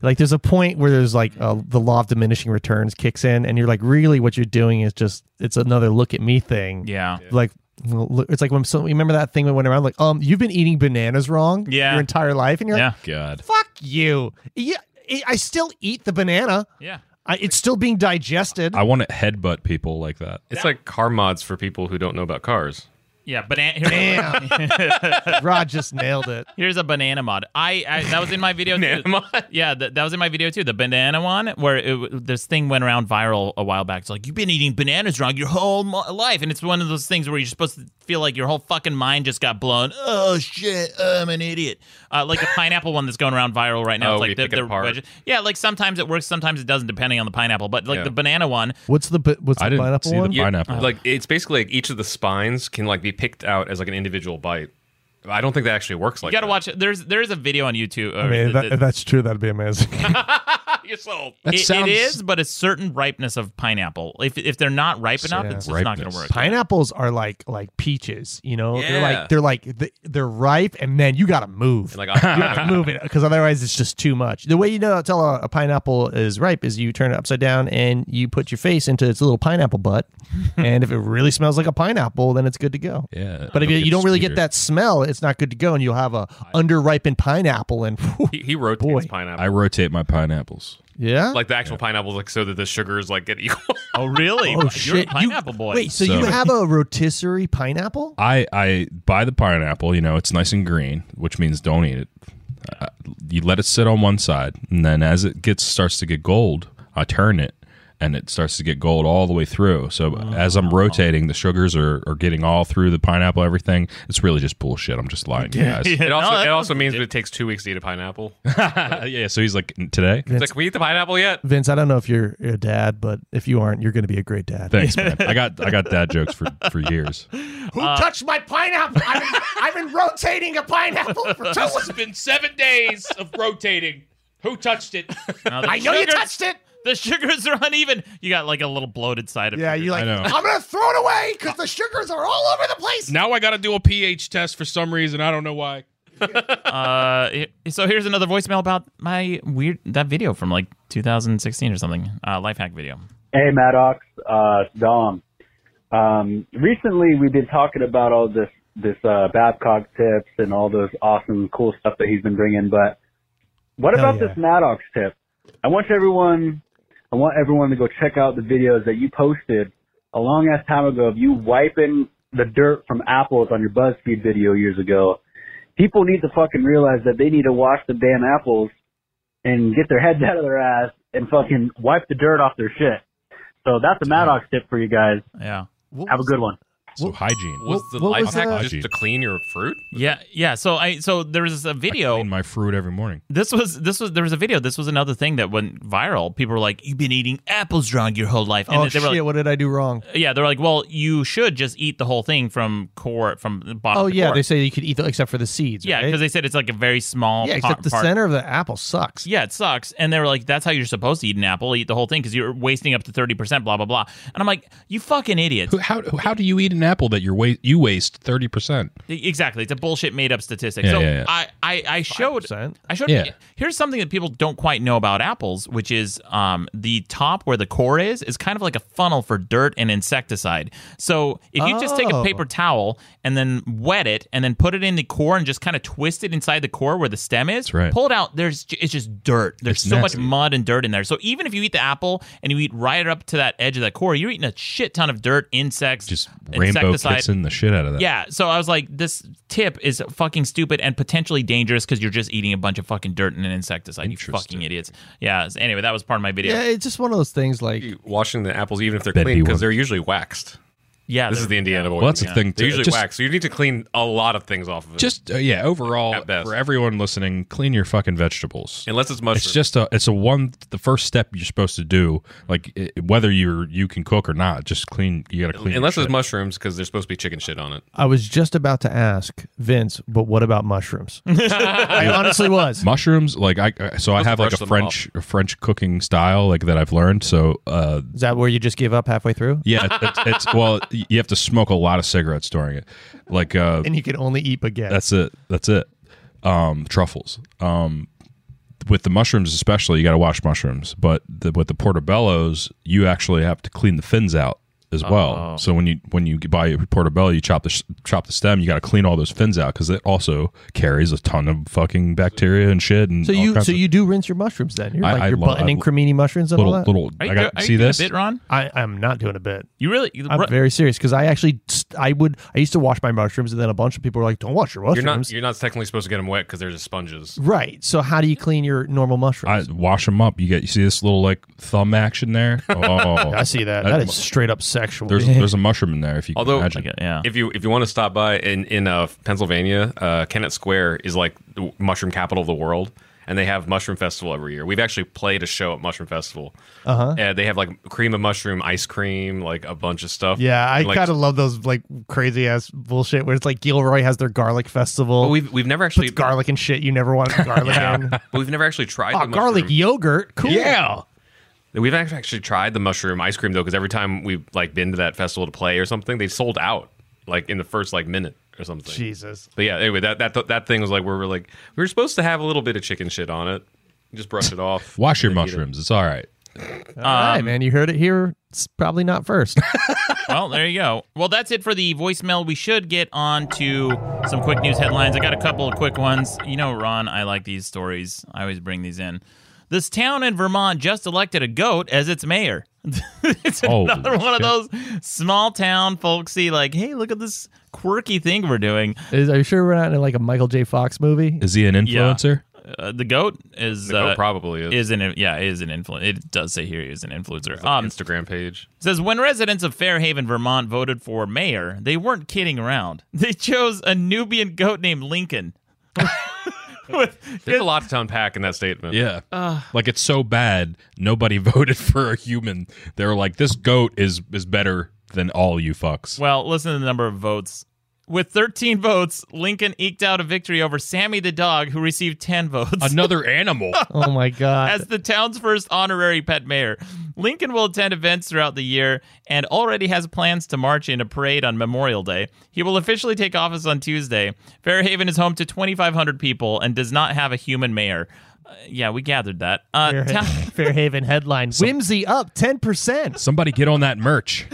[SPEAKER 3] Like there's a point where there's like uh, the law of diminishing returns kicks in, and you're like, really, what you're doing is just it's another look at me thing.
[SPEAKER 2] Yeah.
[SPEAKER 3] Like. well, look- It's like when some remember that thing that went around like um you've been eating bananas wrong
[SPEAKER 2] Yeah.
[SPEAKER 3] your entire life and you're
[SPEAKER 2] Yeah.
[SPEAKER 3] like
[SPEAKER 5] God.
[SPEAKER 3] fuck you yeah I- I still eat the banana
[SPEAKER 2] Yeah.
[SPEAKER 3] I, it's still being digested
[SPEAKER 5] I want to headbutt people like that.
[SPEAKER 4] It's like car mods for people who don't know about cars.
[SPEAKER 2] Yeah, banana. Here's,
[SPEAKER 3] Rod just nailed it
[SPEAKER 2] here's a banana mod. I, I that was in my video. too. Yeah, that, that was in my video too. The banana one, where it, w- this thing went around viral a while back. It's like you've been eating bananas wrong your whole mo- life, and it's one of those things where you're supposed to feel like your whole fucking mind just got blown. Oh shit, I'm an idiot. Uh, like the pineapple one that's going around viral right now.
[SPEAKER 4] Oh,
[SPEAKER 2] it's
[SPEAKER 4] you
[SPEAKER 2] like the,
[SPEAKER 4] pick it
[SPEAKER 2] the
[SPEAKER 4] apart.
[SPEAKER 2] wedge- yeah, like sometimes it works, sometimes it doesn't, depending on the pineapple. But like
[SPEAKER 4] Yeah.
[SPEAKER 2] the banana one,
[SPEAKER 3] what's the bu- what's
[SPEAKER 5] I
[SPEAKER 3] the
[SPEAKER 5] didn't
[SPEAKER 3] pineapple
[SPEAKER 5] see the
[SPEAKER 3] one
[SPEAKER 5] Yeah. Pineapple.
[SPEAKER 4] Like it's basically like each of the spines can like be picked out as like an individual bite. I don't think that actually works like
[SPEAKER 2] you got to
[SPEAKER 4] that.
[SPEAKER 2] watch. it. There's there's a video on YouTube. or
[SPEAKER 3] I mean,
[SPEAKER 2] the-
[SPEAKER 3] if that, if that's true, that'd be [laughs] amazing.
[SPEAKER 4] You're so-
[SPEAKER 5] That
[SPEAKER 2] It-
[SPEAKER 5] sounds
[SPEAKER 2] it is, but a certain ripeness of pineapple. If if they're not ripe enough, it's just not going
[SPEAKER 5] Ripeness.
[SPEAKER 2] to work.
[SPEAKER 3] Pineapples are like like peaches, you know. They're
[SPEAKER 4] Yeah.
[SPEAKER 3] like they're like th- they're ripe, and then you gotta move.
[SPEAKER 4] Like
[SPEAKER 3] you
[SPEAKER 11] [laughs]
[SPEAKER 4] I,
[SPEAKER 3] gotta move [laughs] it because otherwise it's just too much. The way you know tell a, a pineapple is ripe is you turn it upside down and you put your face into its little pineapple [laughs] butt, and if it really smells like a pineapple, then it's good to go.
[SPEAKER 5] Yeah.
[SPEAKER 3] But if
[SPEAKER 5] It'll
[SPEAKER 3] you,
[SPEAKER 5] get
[SPEAKER 3] you don't really get
[SPEAKER 5] sweeter.
[SPEAKER 3] that smell, it's not good to go, and you'll have a underripened pineapple. [laughs] And
[SPEAKER 4] he, he rotates
[SPEAKER 3] Boy.
[SPEAKER 4] pineapple.
[SPEAKER 5] I rotate my pineapples.
[SPEAKER 3] yeah,
[SPEAKER 4] like the actual pineapples, like so that the sugars like
[SPEAKER 11] [laughs]
[SPEAKER 4] get equal.
[SPEAKER 2] Oh really?
[SPEAKER 3] oh
[SPEAKER 2] You're a
[SPEAKER 3] shit, You-
[SPEAKER 2] pineapple boy.
[SPEAKER 3] Wait, so
[SPEAKER 5] So-
[SPEAKER 3] you have a rotisserie pineapple?
[SPEAKER 5] I I buy the pineapple. You know, it's nice and green, which means don't eat it. Uh, you let it sit on one side, and then as it gets starts to get gold, I turn it, and it starts to get gold all the way through. So
[SPEAKER 3] Oh.
[SPEAKER 5] as I'm rotating, the sugars are, are getting all through the pineapple. Everything. It's really just bullshit. I'm just lying, to you guys.
[SPEAKER 3] [laughs]
[SPEAKER 4] It also
[SPEAKER 2] that
[SPEAKER 4] it also means that it takes two weeks to eat a pineapple. It's
[SPEAKER 5] Uh, yeah. So he's like today.
[SPEAKER 4] like, can we eat the pineapple yet?
[SPEAKER 3] Vince, I don't know if you're a dad, but if you aren't, you're going to be a great dad.
[SPEAKER 5] Thanks,
[SPEAKER 3] [laughs]
[SPEAKER 5] man. I got I got dad jokes for for years.
[SPEAKER 3] Who
[SPEAKER 5] Uh,
[SPEAKER 3] touched my pineapple? I've been, I've been rotating a pineapple for two
[SPEAKER 11] It's been seven days of rotating. Who touched
[SPEAKER 4] [laughs]
[SPEAKER 11] it?
[SPEAKER 2] Now the sugars- The sugars are uneven. You got like a little bloated side of
[SPEAKER 3] Yeah,
[SPEAKER 2] sugar.
[SPEAKER 3] you like,
[SPEAKER 5] I know.
[SPEAKER 3] I'm going to throw it away because the sugars are all over the place.
[SPEAKER 11] Now I got to do a pH test for some reason. I don't know why.
[SPEAKER 2] Uh, it- so here's another voicemail about my weird that video from like 2016 or something. Uh, life hack video.
[SPEAKER 12] Hey, Maddox, uh, it's Dom. Um, recently, we've been talking about all this this uh, Babcock tips and all those awesome, cool stuff that he's been bringing. But what
[SPEAKER 3] Hell
[SPEAKER 12] about
[SPEAKER 3] yeah.
[SPEAKER 12] this Maddox tip? I want everyone, I want everyone to go check out the videos that you posted a long ass time ago of you wiping the dirt from apples on your BuzzFeed video years ago. People need to fucking realize that they need to wash the damn apples and get their heads [laughs] out of their ass and fucking wipe the dirt off their shit. So that's a Maddox tip for you guys.
[SPEAKER 2] Yeah.
[SPEAKER 12] Have a good one.
[SPEAKER 5] So hygiene.
[SPEAKER 4] Was the
[SPEAKER 3] what
[SPEAKER 4] life
[SPEAKER 3] was uh,
[SPEAKER 4] hack
[SPEAKER 3] that?
[SPEAKER 4] just to clean your fruit?
[SPEAKER 2] Yeah, yeah. So I so there was a video.
[SPEAKER 5] Clean my fruit every morning.
[SPEAKER 2] This was this was there was a video. This was another thing that went viral. People were like, "You've been eating apples wrong your whole life," and
[SPEAKER 3] oh,
[SPEAKER 2] they
[SPEAKER 3] shit.
[SPEAKER 2] were like,
[SPEAKER 3] what did I do wrong?
[SPEAKER 2] Yeah, they're like, well, you should just eat the whole thing from core from the bottom.
[SPEAKER 3] Oh,
[SPEAKER 2] to
[SPEAKER 3] yeah.
[SPEAKER 2] core.
[SPEAKER 3] They say you could eat the, except for the seeds.
[SPEAKER 2] yeah,
[SPEAKER 3] right?
[SPEAKER 2] because they said it's like a very small.
[SPEAKER 3] yeah,
[SPEAKER 2] part,
[SPEAKER 3] except the
[SPEAKER 2] part.
[SPEAKER 3] center of the apple sucks.
[SPEAKER 2] Yeah, it sucks. And they were like, that's how you're supposed to eat an apple. Eat the whole thing because you're wasting up to thirty percent. Blah blah blah. And I'm like, you fucking idiots.
[SPEAKER 5] Who- How how do you eat an apple that you're wa- you waste thirty percent?
[SPEAKER 2] Exactly, it's a bullshit made up statistic.
[SPEAKER 5] Yeah,
[SPEAKER 2] so
[SPEAKER 5] yeah, yeah.
[SPEAKER 2] I, I I showed
[SPEAKER 3] 5%.
[SPEAKER 2] I showed.
[SPEAKER 5] Yeah.
[SPEAKER 2] Here's something that people don't quite know about apples, which is um the top where the core is is kind of like a funnel for dirt and insecticide. So if you just take a
[SPEAKER 3] Oh.
[SPEAKER 2] paper towel and then wet it and then put it in the core and just kind of twist it inside the core where the stem is,
[SPEAKER 5] right.
[SPEAKER 2] pull it out. There's j- it's just dirt. There's
[SPEAKER 5] It's
[SPEAKER 2] so
[SPEAKER 5] nasty.
[SPEAKER 2] much mud and dirt in there. So even if you eat the apple and you eat right up to that edge of that core, you're eating a shit ton of dirt, insects,
[SPEAKER 5] Just rainbow
[SPEAKER 2] insecticide,
[SPEAKER 5] kissing the shit out of that.
[SPEAKER 2] yeah, so I was like, this tip is fucking stupid and potentially dangerous because you're just eating a bunch of fucking dirt and an insecticide. You
[SPEAKER 5] Interesting.
[SPEAKER 2] fucking idiots. Yeah. so Anyway, that was part of my video.
[SPEAKER 3] Yeah, it's just one of those things like,
[SPEAKER 4] Washing the apples, even if they're
[SPEAKER 5] That'd
[SPEAKER 4] clean,
[SPEAKER 5] be
[SPEAKER 4] because
[SPEAKER 5] one.
[SPEAKER 4] they're usually waxed.
[SPEAKER 2] Yeah,
[SPEAKER 4] this is the Indiana boy.
[SPEAKER 5] Well, that's the
[SPEAKER 4] yeah.
[SPEAKER 5] thing,
[SPEAKER 4] They
[SPEAKER 5] too.
[SPEAKER 4] usually
[SPEAKER 5] Just-
[SPEAKER 4] wax, so you need to clean a lot of things off of it.
[SPEAKER 5] Just uh, yeah, overall for everyone listening, clean your fucking vegetables.
[SPEAKER 4] Unless it's mushroom.
[SPEAKER 5] It's just a it's a one the first step you're supposed to do, like i whether you're you can cook or not, just clean you got to clean. your
[SPEAKER 4] Unless
[SPEAKER 5] shit.
[SPEAKER 4] it's mushrooms because there's supposed to be chicken shit on it.
[SPEAKER 3] I was just about to ask Vince, but what about
[SPEAKER 5] [laughs]
[SPEAKER 3] mushrooms? I honestly was.
[SPEAKER 5] mushrooms like I I- so I
[SPEAKER 3] Let's
[SPEAKER 5] have like
[SPEAKER 3] brush
[SPEAKER 5] a
[SPEAKER 3] them
[SPEAKER 5] French a French cooking style like that I've learned. So uh
[SPEAKER 3] Is that where you just give up halfway through?
[SPEAKER 5] yeah, it, it's it's well [laughs] y- you have to smoke a lot of cigarettes during it. Like uh
[SPEAKER 3] and you can only eat baguette.
[SPEAKER 5] That's it. That's it. Um, truffles. Um, with the mushrooms, especially, you got to wash mushrooms. But the, with the portobello's, you actually have to clean the fins out as well. So when you when you buy a portobello, you chop the s- chop the stem. You got to clean all those fins out because it also carries a ton of fucking bacteria and shit. And
[SPEAKER 3] so
[SPEAKER 5] all
[SPEAKER 3] you
[SPEAKER 5] kinds
[SPEAKER 3] so
[SPEAKER 5] of-
[SPEAKER 3] you do rinse your mushrooms then? You're
[SPEAKER 5] I-
[SPEAKER 3] like
[SPEAKER 5] I
[SPEAKER 3] you're
[SPEAKER 5] lo- I
[SPEAKER 3] buttoning
[SPEAKER 5] lo-
[SPEAKER 3] cremini mushrooms and all
[SPEAKER 5] Little-
[SPEAKER 3] that.
[SPEAKER 5] little- Are I you got- do- are see you doing a this? bit,
[SPEAKER 2] Ron?
[SPEAKER 3] I I'm not doing a bit.
[SPEAKER 2] You really?
[SPEAKER 3] I'm
[SPEAKER 2] Ru-
[SPEAKER 3] very serious because I actually st- I would I used to wash my mushrooms and then a bunch of people were like, "Don't wash your
[SPEAKER 4] You're
[SPEAKER 3] mushrooms."
[SPEAKER 4] not you're not technically supposed to get them wet because they're just sponges.
[SPEAKER 3] right. So how do you clean your normal mushrooms?
[SPEAKER 5] I wash them up. You get you see this little like thumb action there. Oh,
[SPEAKER 3] I see that. That is straight up sexual.
[SPEAKER 5] There's there's a mushroom in there if you can
[SPEAKER 4] Although,
[SPEAKER 5] imagine.
[SPEAKER 2] yeah.
[SPEAKER 4] if you if you want to stop by in in uh, Pennsylvania, uh, Kennett Square is like the mushroom capital of the world, and they have mushroom festival every year. We've actually played a show at mushroom festival.
[SPEAKER 3] Uh-huh.
[SPEAKER 4] And they have like cream of mushroom ice cream, like a bunch of
[SPEAKER 3] [laughs]
[SPEAKER 4] stuff.
[SPEAKER 3] Yeah, I
[SPEAKER 4] And, like,
[SPEAKER 3] kind of love those like crazy ass bullshit where it's like Gilroy has their garlic festival.
[SPEAKER 4] But we've- we've never
[SPEAKER 3] Puts
[SPEAKER 4] actually-
[SPEAKER 3] garlic and shit. You never want
[SPEAKER 4] [laughs]
[SPEAKER 3] garlic in.
[SPEAKER 4] but we've never actually tried
[SPEAKER 3] Oh,
[SPEAKER 4] the
[SPEAKER 3] garlic
[SPEAKER 4] mushroom.
[SPEAKER 3] yogurt. Cool.
[SPEAKER 4] Yeah. We've act- actually tried the mushroom ice cream though, because every time we've like been to that festival to play or something, they sold out like in the first like minute or something.
[SPEAKER 3] Jesus.
[SPEAKER 4] But yeah, anyway, that that that thing was like where we're like we were supposed to have a little bit of chicken shit on it. Just brush it off.
[SPEAKER 5] [laughs] Wash your
[SPEAKER 4] and eat it.
[SPEAKER 5] mushrooms. It's all right.
[SPEAKER 3] All
[SPEAKER 4] Um,
[SPEAKER 3] right, man. You heard it here. It's probably not
[SPEAKER 4] [laughs]
[SPEAKER 3] first.
[SPEAKER 2] well, there you go. Well, that's it for the voicemail. We should get on to some quick news headlines. I got a couple of quick ones. You know, Ron, I like these stories. I always bring these in. This town in Vermont just elected a goat as its mayor. [laughs] it's
[SPEAKER 5] Holy
[SPEAKER 2] another one of
[SPEAKER 5] shit.
[SPEAKER 2] those small town folksy, like, hey, look at this quirky thing we're doing.
[SPEAKER 3] Is, are you sure we're not in like a Michael J. Fox movie?
[SPEAKER 5] Is he an influencer?
[SPEAKER 2] Uh, the goat is
[SPEAKER 4] goat
[SPEAKER 2] uh,
[SPEAKER 4] probably is.
[SPEAKER 2] an in- yeah is an influencer. It does say here he is an influencer.
[SPEAKER 4] Like,
[SPEAKER 2] Um,
[SPEAKER 4] Instagram page.
[SPEAKER 2] It says when residents of Fairhaven, Vermont voted for mayor, they weren't kidding around. [laughs] They chose a Nubian goat named Lincoln. [laughs]
[SPEAKER 4] There's a lot to unpack in that statement.
[SPEAKER 5] Yeah.
[SPEAKER 2] Ah.
[SPEAKER 5] like it's so bad nobody [laughs] voted for a human. They were like this goat is is better than all you
[SPEAKER 2] [laughs]
[SPEAKER 5] fucks.
[SPEAKER 2] Well, listen to the number of votes. With 13 votes, Lincoln eked out a victory over Sammy the dog, who received 10 votes.
[SPEAKER 5] Another animal.
[SPEAKER 3] oh my god.
[SPEAKER 2] As the town's first honorary pet mayor, Lincoln will attend events throughout the year and already has plans to march in a parade on Memorial Day. He will officially take office on Tuesday. Fairhaven is home to 2,500 people and does not have a human mayor. Uh, yeah, we gathered that. Uh,
[SPEAKER 3] Fairhaven,
[SPEAKER 2] town,
[SPEAKER 3] [laughs] Fairhaven headline: Whimsy up ten percent.
[SPEAKER 5] Somebody get on that merch.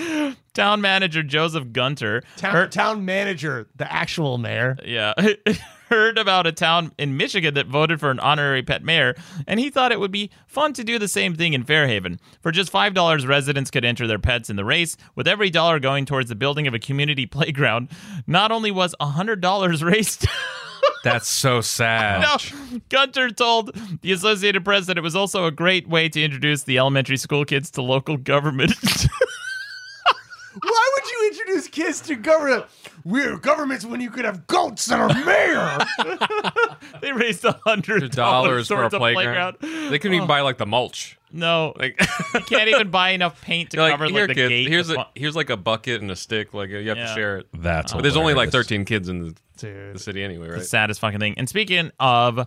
[SPEAKER 2] town manager Joseph Gunter.
[SPEAKER 3] Town, town manager, the actual mayor.
[SPEAKER 2] Yeah. [laughs] Heard about a town in Michigan that voted for an honorary pet mayor, and he thought it would be fun to do the same thing in Fairhaven. For just $5, residents could enter their pets in the race, with every dollar going towards the building of a community [laughs] playground. Not only was $100 raised.
[SPEAKER 4] That's so sad.
[SPEAKER 2] No. Gunter told the Associated Press that it was also a great way to introduce the elementary school kids to local government. [laughs]
[SPEAKER 3] Why would you introduce kids to government? We're governments when you could have goats that are [laughs] mayor.
[SPEAKER 2] they raised $100 towards
[SPEAKER 4] Dollars for a
[SPEAKER 2] the
[SPEAKER 4] playground. They couldn't even
[SPEAKER 2] Oh.
[SPEAKER 4] buy like the mulch.
[SPEAKER 2] No,
[SPEAKER 4] Like [laughs]
[SPEAKER 2] you can't even buy enough paint to
[SPEAKER 4] They're like,
[SPEAKER 2] cover like
[SPEAKER 4] here,
[SPEAKER 2] the
[SPEAKER 4] kids,
[SPEAKER 2] gate.
[SPEAKER 4] here's
[SPEAKER 2] the
[SPEAKER 4] a here's like a bucket and a stick. Like you have
[SPEAKER 2] Yeah.
[SPEAKER 4] to share it.
[SPEAKER 5] That's
[SPEAKER 4] but there's only like
[SPEAKER 5] hilarious.
[SPEAKER 4] 13 kids in the,
[SPEAKER 3] Dude.
[SPEAKER 4] the city anyway,
[SPEAKER 2] the
[SPEAKER 4] right?
[SPEAKER 2] saddest fucking thing. And speaking of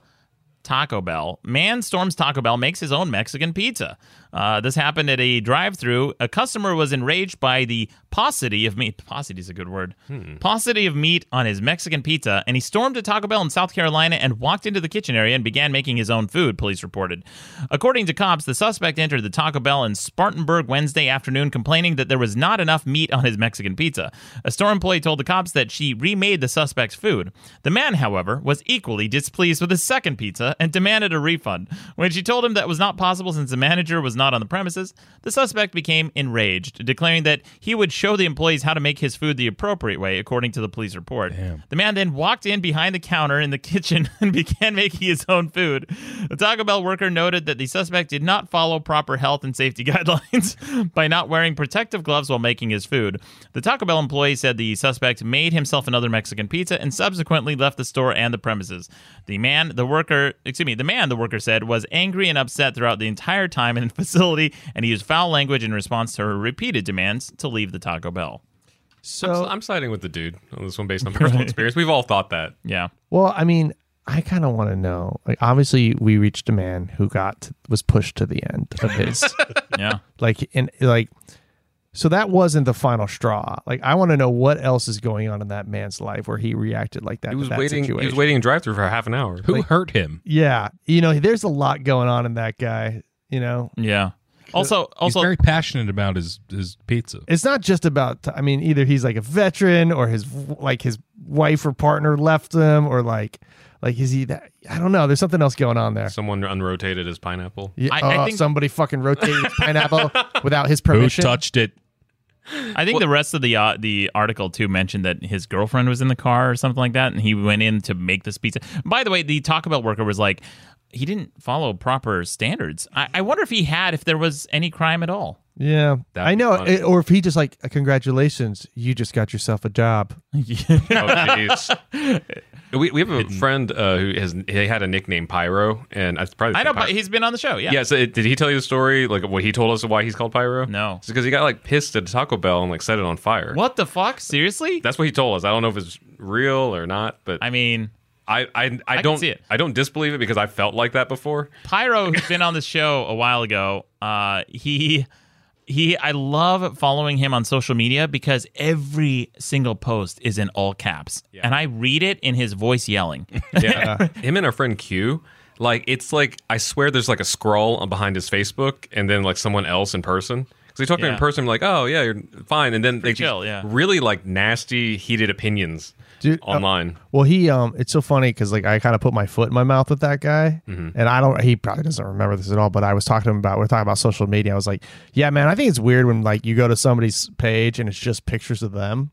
[SPEAKER 2] Taco Bell, man storms Taco Bell, makes his own Mexican pizza. Uh, this happened at a drive-through. A customer was enraged by the paucity of meat. Paucity is a good word. Paucity of meat on his Mexican pizza, and he stormed a Taco Bell in South Carolina and walked into the kitchen area and began making his own food. Police reported. According to cops, the suspect entered the Taco Bell in Spartanburg Wednesday afternoon, complaining that there was not enough meat on his Mexican pizza. A store employee told the cops that she remade the suspect's food. The man, however, was equally displeased with his second pizza and demanded a refund. When she told him that was not possible since the manager was not on the premises, the suspect became enraged, declaring that he would show the employees how to make his food the appropriate way, according to the police report. The man then walked in behind the counter in the kitchen [laughs] and began making his own food. The Taco Bell worker noted that the suspect did not follow proper health and safety [laughs] guidelines by not wearing protective gloves while making his food. The Taco Bell employee said the suspect made himself another Mexican pizza and subsequently left the store and the premises. The man, the worker, excuse me, the man, the worker said, was angry and upset throughout the entire time in the [laughs] facility and he used foul language in response to her repeated demands to leave the Taco Bell.
[SPEAKER 4] So I'm, siding with the dude on this one
[SPEAKER 5] [laughs]
[SPEAKER 4] based on personal experience. We've all thought that.
[SPEAKER 2] Yeah.
[SPEAKER 3] Well, I mean, I kind of want to know. Like, obviously, we reached a man who got was pushed to the end of [laughs] his.
[SPEAKER 2] yeah.
[SPEAKER 3] Like, and like, so that wasn't the final straw. Like, I want to know what else is going on in that man's life where he reacted like that.
[SPEAKER 4] He
[SPEAKER 3] to
[SPEAKER 4] was
[SPEAKER 3] that
[SPEAKER 4] waiting. He was
[SPEAKER 3] situation.
[SPEAKER 4] waiting in drive-through for half an hour.
[SPEAKER 5] Who hurt him?
[SPEAKER 3] Yeah, you know, there's a lot going on in that guy. You know,
[SPEAKER 2] Yeah. Also, also
[SPEAKER 5] he's very passionate about his his pizza.
[SPEAKER 3] it's not just about. I mean, either he's like a veteran, or his like his wife or partner left him, or like, like is he that? I don't know. There's something else going on there.
[SPEAKER 4] Someone unrotated his pineapple.
[SPEAKER 3] Yeah, oh, somebody fucking rotated his
[SPEAKER 2] [laughs]
[SPEAKER 3] pineapple without his permission.
[SPEAKER 5] it?
[SPEAKER 2] I think the rest of the uh, the article too mentioned that his girlfriend was in the car or something like that, and he went in to make this pizza. By the way, the Taco Bell worker was like, he didn't follow proper standards. I, I wonder if he had, if there was any crime at all.
[SPEAKER 3] Yeah,
[SPEAKER 2] That'd
[SPEAKER 3] I
[SPEAKER 2] be
[SPEAKER 3] know.
[SPEAKER 2] funny.
[SPEAKER 3] It- or if he just like, congratulations, you just got yourself a job.
[SPEAKER 2] [laughs]
[SPEAKER 4] we, we have a friend uh, who has he had a nickname Pyro, and that's probably
[SPEAKER 2] I know,
[SPEAKER 4] Pyro.
[SPEAKER 2] but he's been on the show. Yeah.
[SPEAKER 4] Yeah. so it- did he tell you the story, like what he told us why he's called Pyro?
[SPEAKER 2] No.
[SPEAKER 4] It's because he got like pissed at Taco Bell and like set it on fire.
[SPEAKER 2] What the fuck? Seriously?
[SPEAKER 4] That's what he told us. I don't know if it's real or not, but
[SPEAKER 2] I mean,
[SPEAKER 4] I I, I
[SPEAKER 2] can
[SPEAKER 4] don't
[SPEAKER 2] see it.
[SPEAKER 4] I don't disbelieve it because I felt like that before.
[SPEAKER 2] Pyro, who's been on the show a while ago, uh, he he I love following him on social media because every single post is in all caps. And I read it in his voice yelling.
[SPEAKER 4] Yeah. [laughs] Him and our friend Q, like it's like I swear there's like a scroll on behind his Facebook and then like someone else in person. Because he talked to him
[SPEAKER 2] Yeah.
[SPEAKER 4] in person, like, oh yeah, you're fine, and then they just
[SPEAKER 2] chill, yeah.
[SPEAKER 4] really like nasty, heated opinions
[SPEAKER 3] Dude, uh,
[SPEAKER 4] online.
[SPEAKER 3] Well, he um, it's so funny because like I kind of put my foot in my mouth with that guy,
[SPEAKER 5] Mm-hmm.
[SPEAKER 4] Mhm.
[SPEAKER 3] and I don't. He probably doesn't remember this at all. But I was talking to him about we are talking about social media. I was like, yeah, man, I think it's weird when like you go to somebody's page and it's just pictures of them.
[SPEAKER 5] Oh,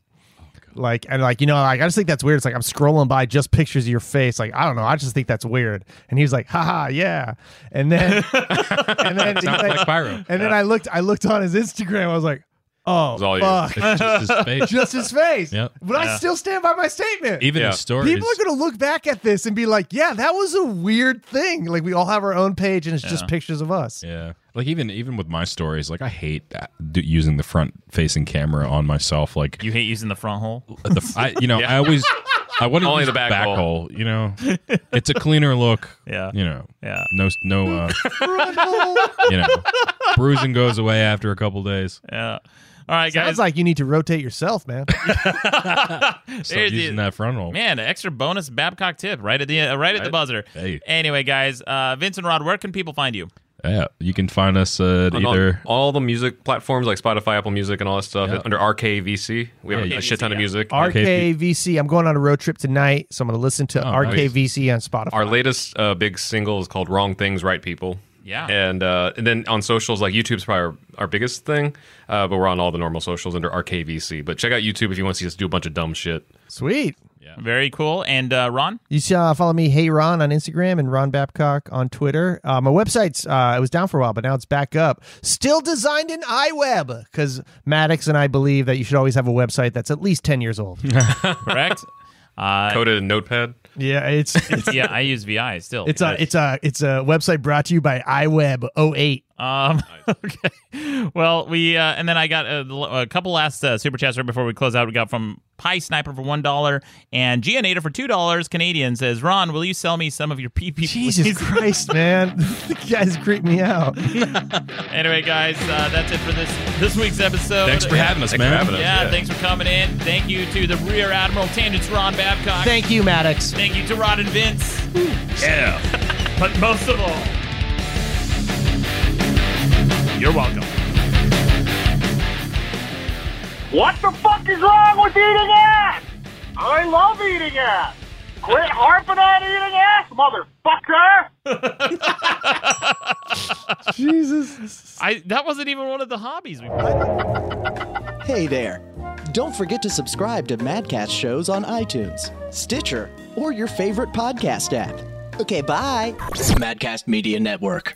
[SPEAKER 3] Like and like you know like I just think that's weird. It's like I'm scrolling by just pictures of your face. Like I don't know. I just think that's weird. And he was like, haha, yeah. And
[SPEAKER 5] [laughs]
[SPEAKER 3] then and then
[SPEAKER 5] Sounds
[SPEAKER 3] and-
[SPEAKER 5] like Pyro.
[SPEAKER 3] And then I looked I looked on his Instagram. I was like, oh
[SPEAKER 5] It's all you.
[SPEAKER 3] fuck,
[SPEAKER 5] It's just his face.
[SPEAKER 3] Just his face.
[SPEAKER 5] [laughs] Yep.
[SPEAKER 3] But I
[SPEAKER 5] Yeah.
[SPEAKER 3] still stand by my statement.
[SPEAKER 5] Even his story
[SPEAKER 3] People
[SPEAKER 5] is-
[SPEAKER 3] are going to look back at this and be like, "Yeah, that was a weird thing." Like we all have our own page, and it's just
[SPEAKER 5] Yeah.
[SPEAKER 3] pictures of us.
[SPEAKER 5] Yeah. Like even even with my stories, like I hate that, d- using the front facing camera on myself. Like
[SPEAKER 2] You hate using the front hole?
[SPEAKER 5] the I
[SPEAKER 2] [laughs]
[SPEAKER 5] you know I always I want to
[SPEAKER 2] Only
[SPEAKER 5] use
[SPEAKER 2] the back hole.
[SPEAKER 5] hole. You know, it's a cleaner look.
[SPEAKER 2] [laughs] Yeah.
[SPEAKER 5] You know.
[SPEAKER 2] Yeah.
[SPEAKER 5] No s- no. Uh,
[SPEAKER 3] Front hole.
[SPEAKER 5] you know, bruising goes away after a couple days.
[SPEAKER 2] Yeah. All right, guys.
[SPEAKER 3] Sounds like you need to rotate yourself, man.
[SPEAKER 5] Stop
[SPEAKER 2] There's the-
[SPEAKER 5] using that front roll.
[SPEAKER 2] Man, an extra bonus Babcock tip right at the uh, right at the buzzer.
[SPEAKER 5] Hey.
[SPEAKER 2] Anyway, guys, uh, Vince and Rod, where can people find you?
[SPEAKER 5] Yeah. You can find us uh, at
[SPEAKER 4] On all-
[SPEAKER 5] either.
[SPEAKER 4] all the music platforms like Spotify, Apple Music, and all that stuff under RKVC. We have
[SPEAKER 5] Yeah,
[SPEAKER 4] a shit ton of music.
[SPEAKER 3] RKVC. I'm going on a road trip tonight, so I'm going to listen to
[SPEAKER 4] nice.
[SPEAKER 3] RKVC on Spotify.
[SPEAKER 4] Our latest uh, big single is called "Wrong Things, Right People."
[SPEAKER 2] Yeah.
[SPEAKER 4] and uh, and then on socials like YouTube's probably our, our biggest thing, uh, but we're on all the normal socials under RKVC. But check out YouTube if you want to see us do a bunch of dumb shit.
[SPEAKER 3] Sweet.
[SPEAKER 2] Very cool. And uh, Ron?
[SPEAKER 3] You should uh, follow me, Hey Ron, on Instagram and Ron Babcock on Twitter. Uh, my website's uh, it was down for a while, but now it's back up. Still designed in iWeb because Maddox and I believe that you should always have a website that's at least ten years old.
[SPEAKER 2] Correct. Uh,
[SPEAKER 4] Coded in Notepad.
[SPEAKER 3] yeah, it's it's
[SPEAKER 2] yeah, I use VI still.
[SPEAKER 3] it's a it's a it's a website brought to you by iWeb 08.
[SPEAKER 2] Um, [laughs] okay. Well, we uh, and then I got a, a couple last uh, super chats right before we close out. We got from Pie Sniper for one dollar and Gianator for two dollars Canadian says, "Ron, will you sell me some of your PP?"
[SPEAKER 3] Jesus
[SPEAKER 2] [laughs] please?"
[SPEAKER 3] Christ, man, [laughs] the guys creep me out.
[SPEAKER 2] anyway, guys, uh, that's it for this this week's episode.
[SPEAKER 5] Thanks for having us, Thanks for man. having us,
[SPEAKER 2] yeah,
[SPEAKER 5] yeah.
[SPEAKER 2] thanks for coming in. Thank you to the Rear Admiral Tangents Ron Babcock.
[SPEAKER 3] Thank you, Maddox.
[SPEAKER 2] Thank you to Rod and Vince.
[SPEAKER 5] Yeah.
[SPEAKER 2] [laughs] but most of all. You're welcome.
[SPEAKER 13] What the fuck is wrong with eating ass?
[SPEAKER 2] [laughs]
[SPEAKER 5] [laughs]
[SPEAKER 13] I love eating ass. Quit harping on eating ass, motherfucker.
[SPEAKER 2] Jesus. I that wasn't even one of the hobbies we
[SPEAKER 1] Hey there. Don't forget to subscribe to Madcast shows on iTunes, Stitcher, or your favorite podcast app. Okay, bye. Madcast Media Network.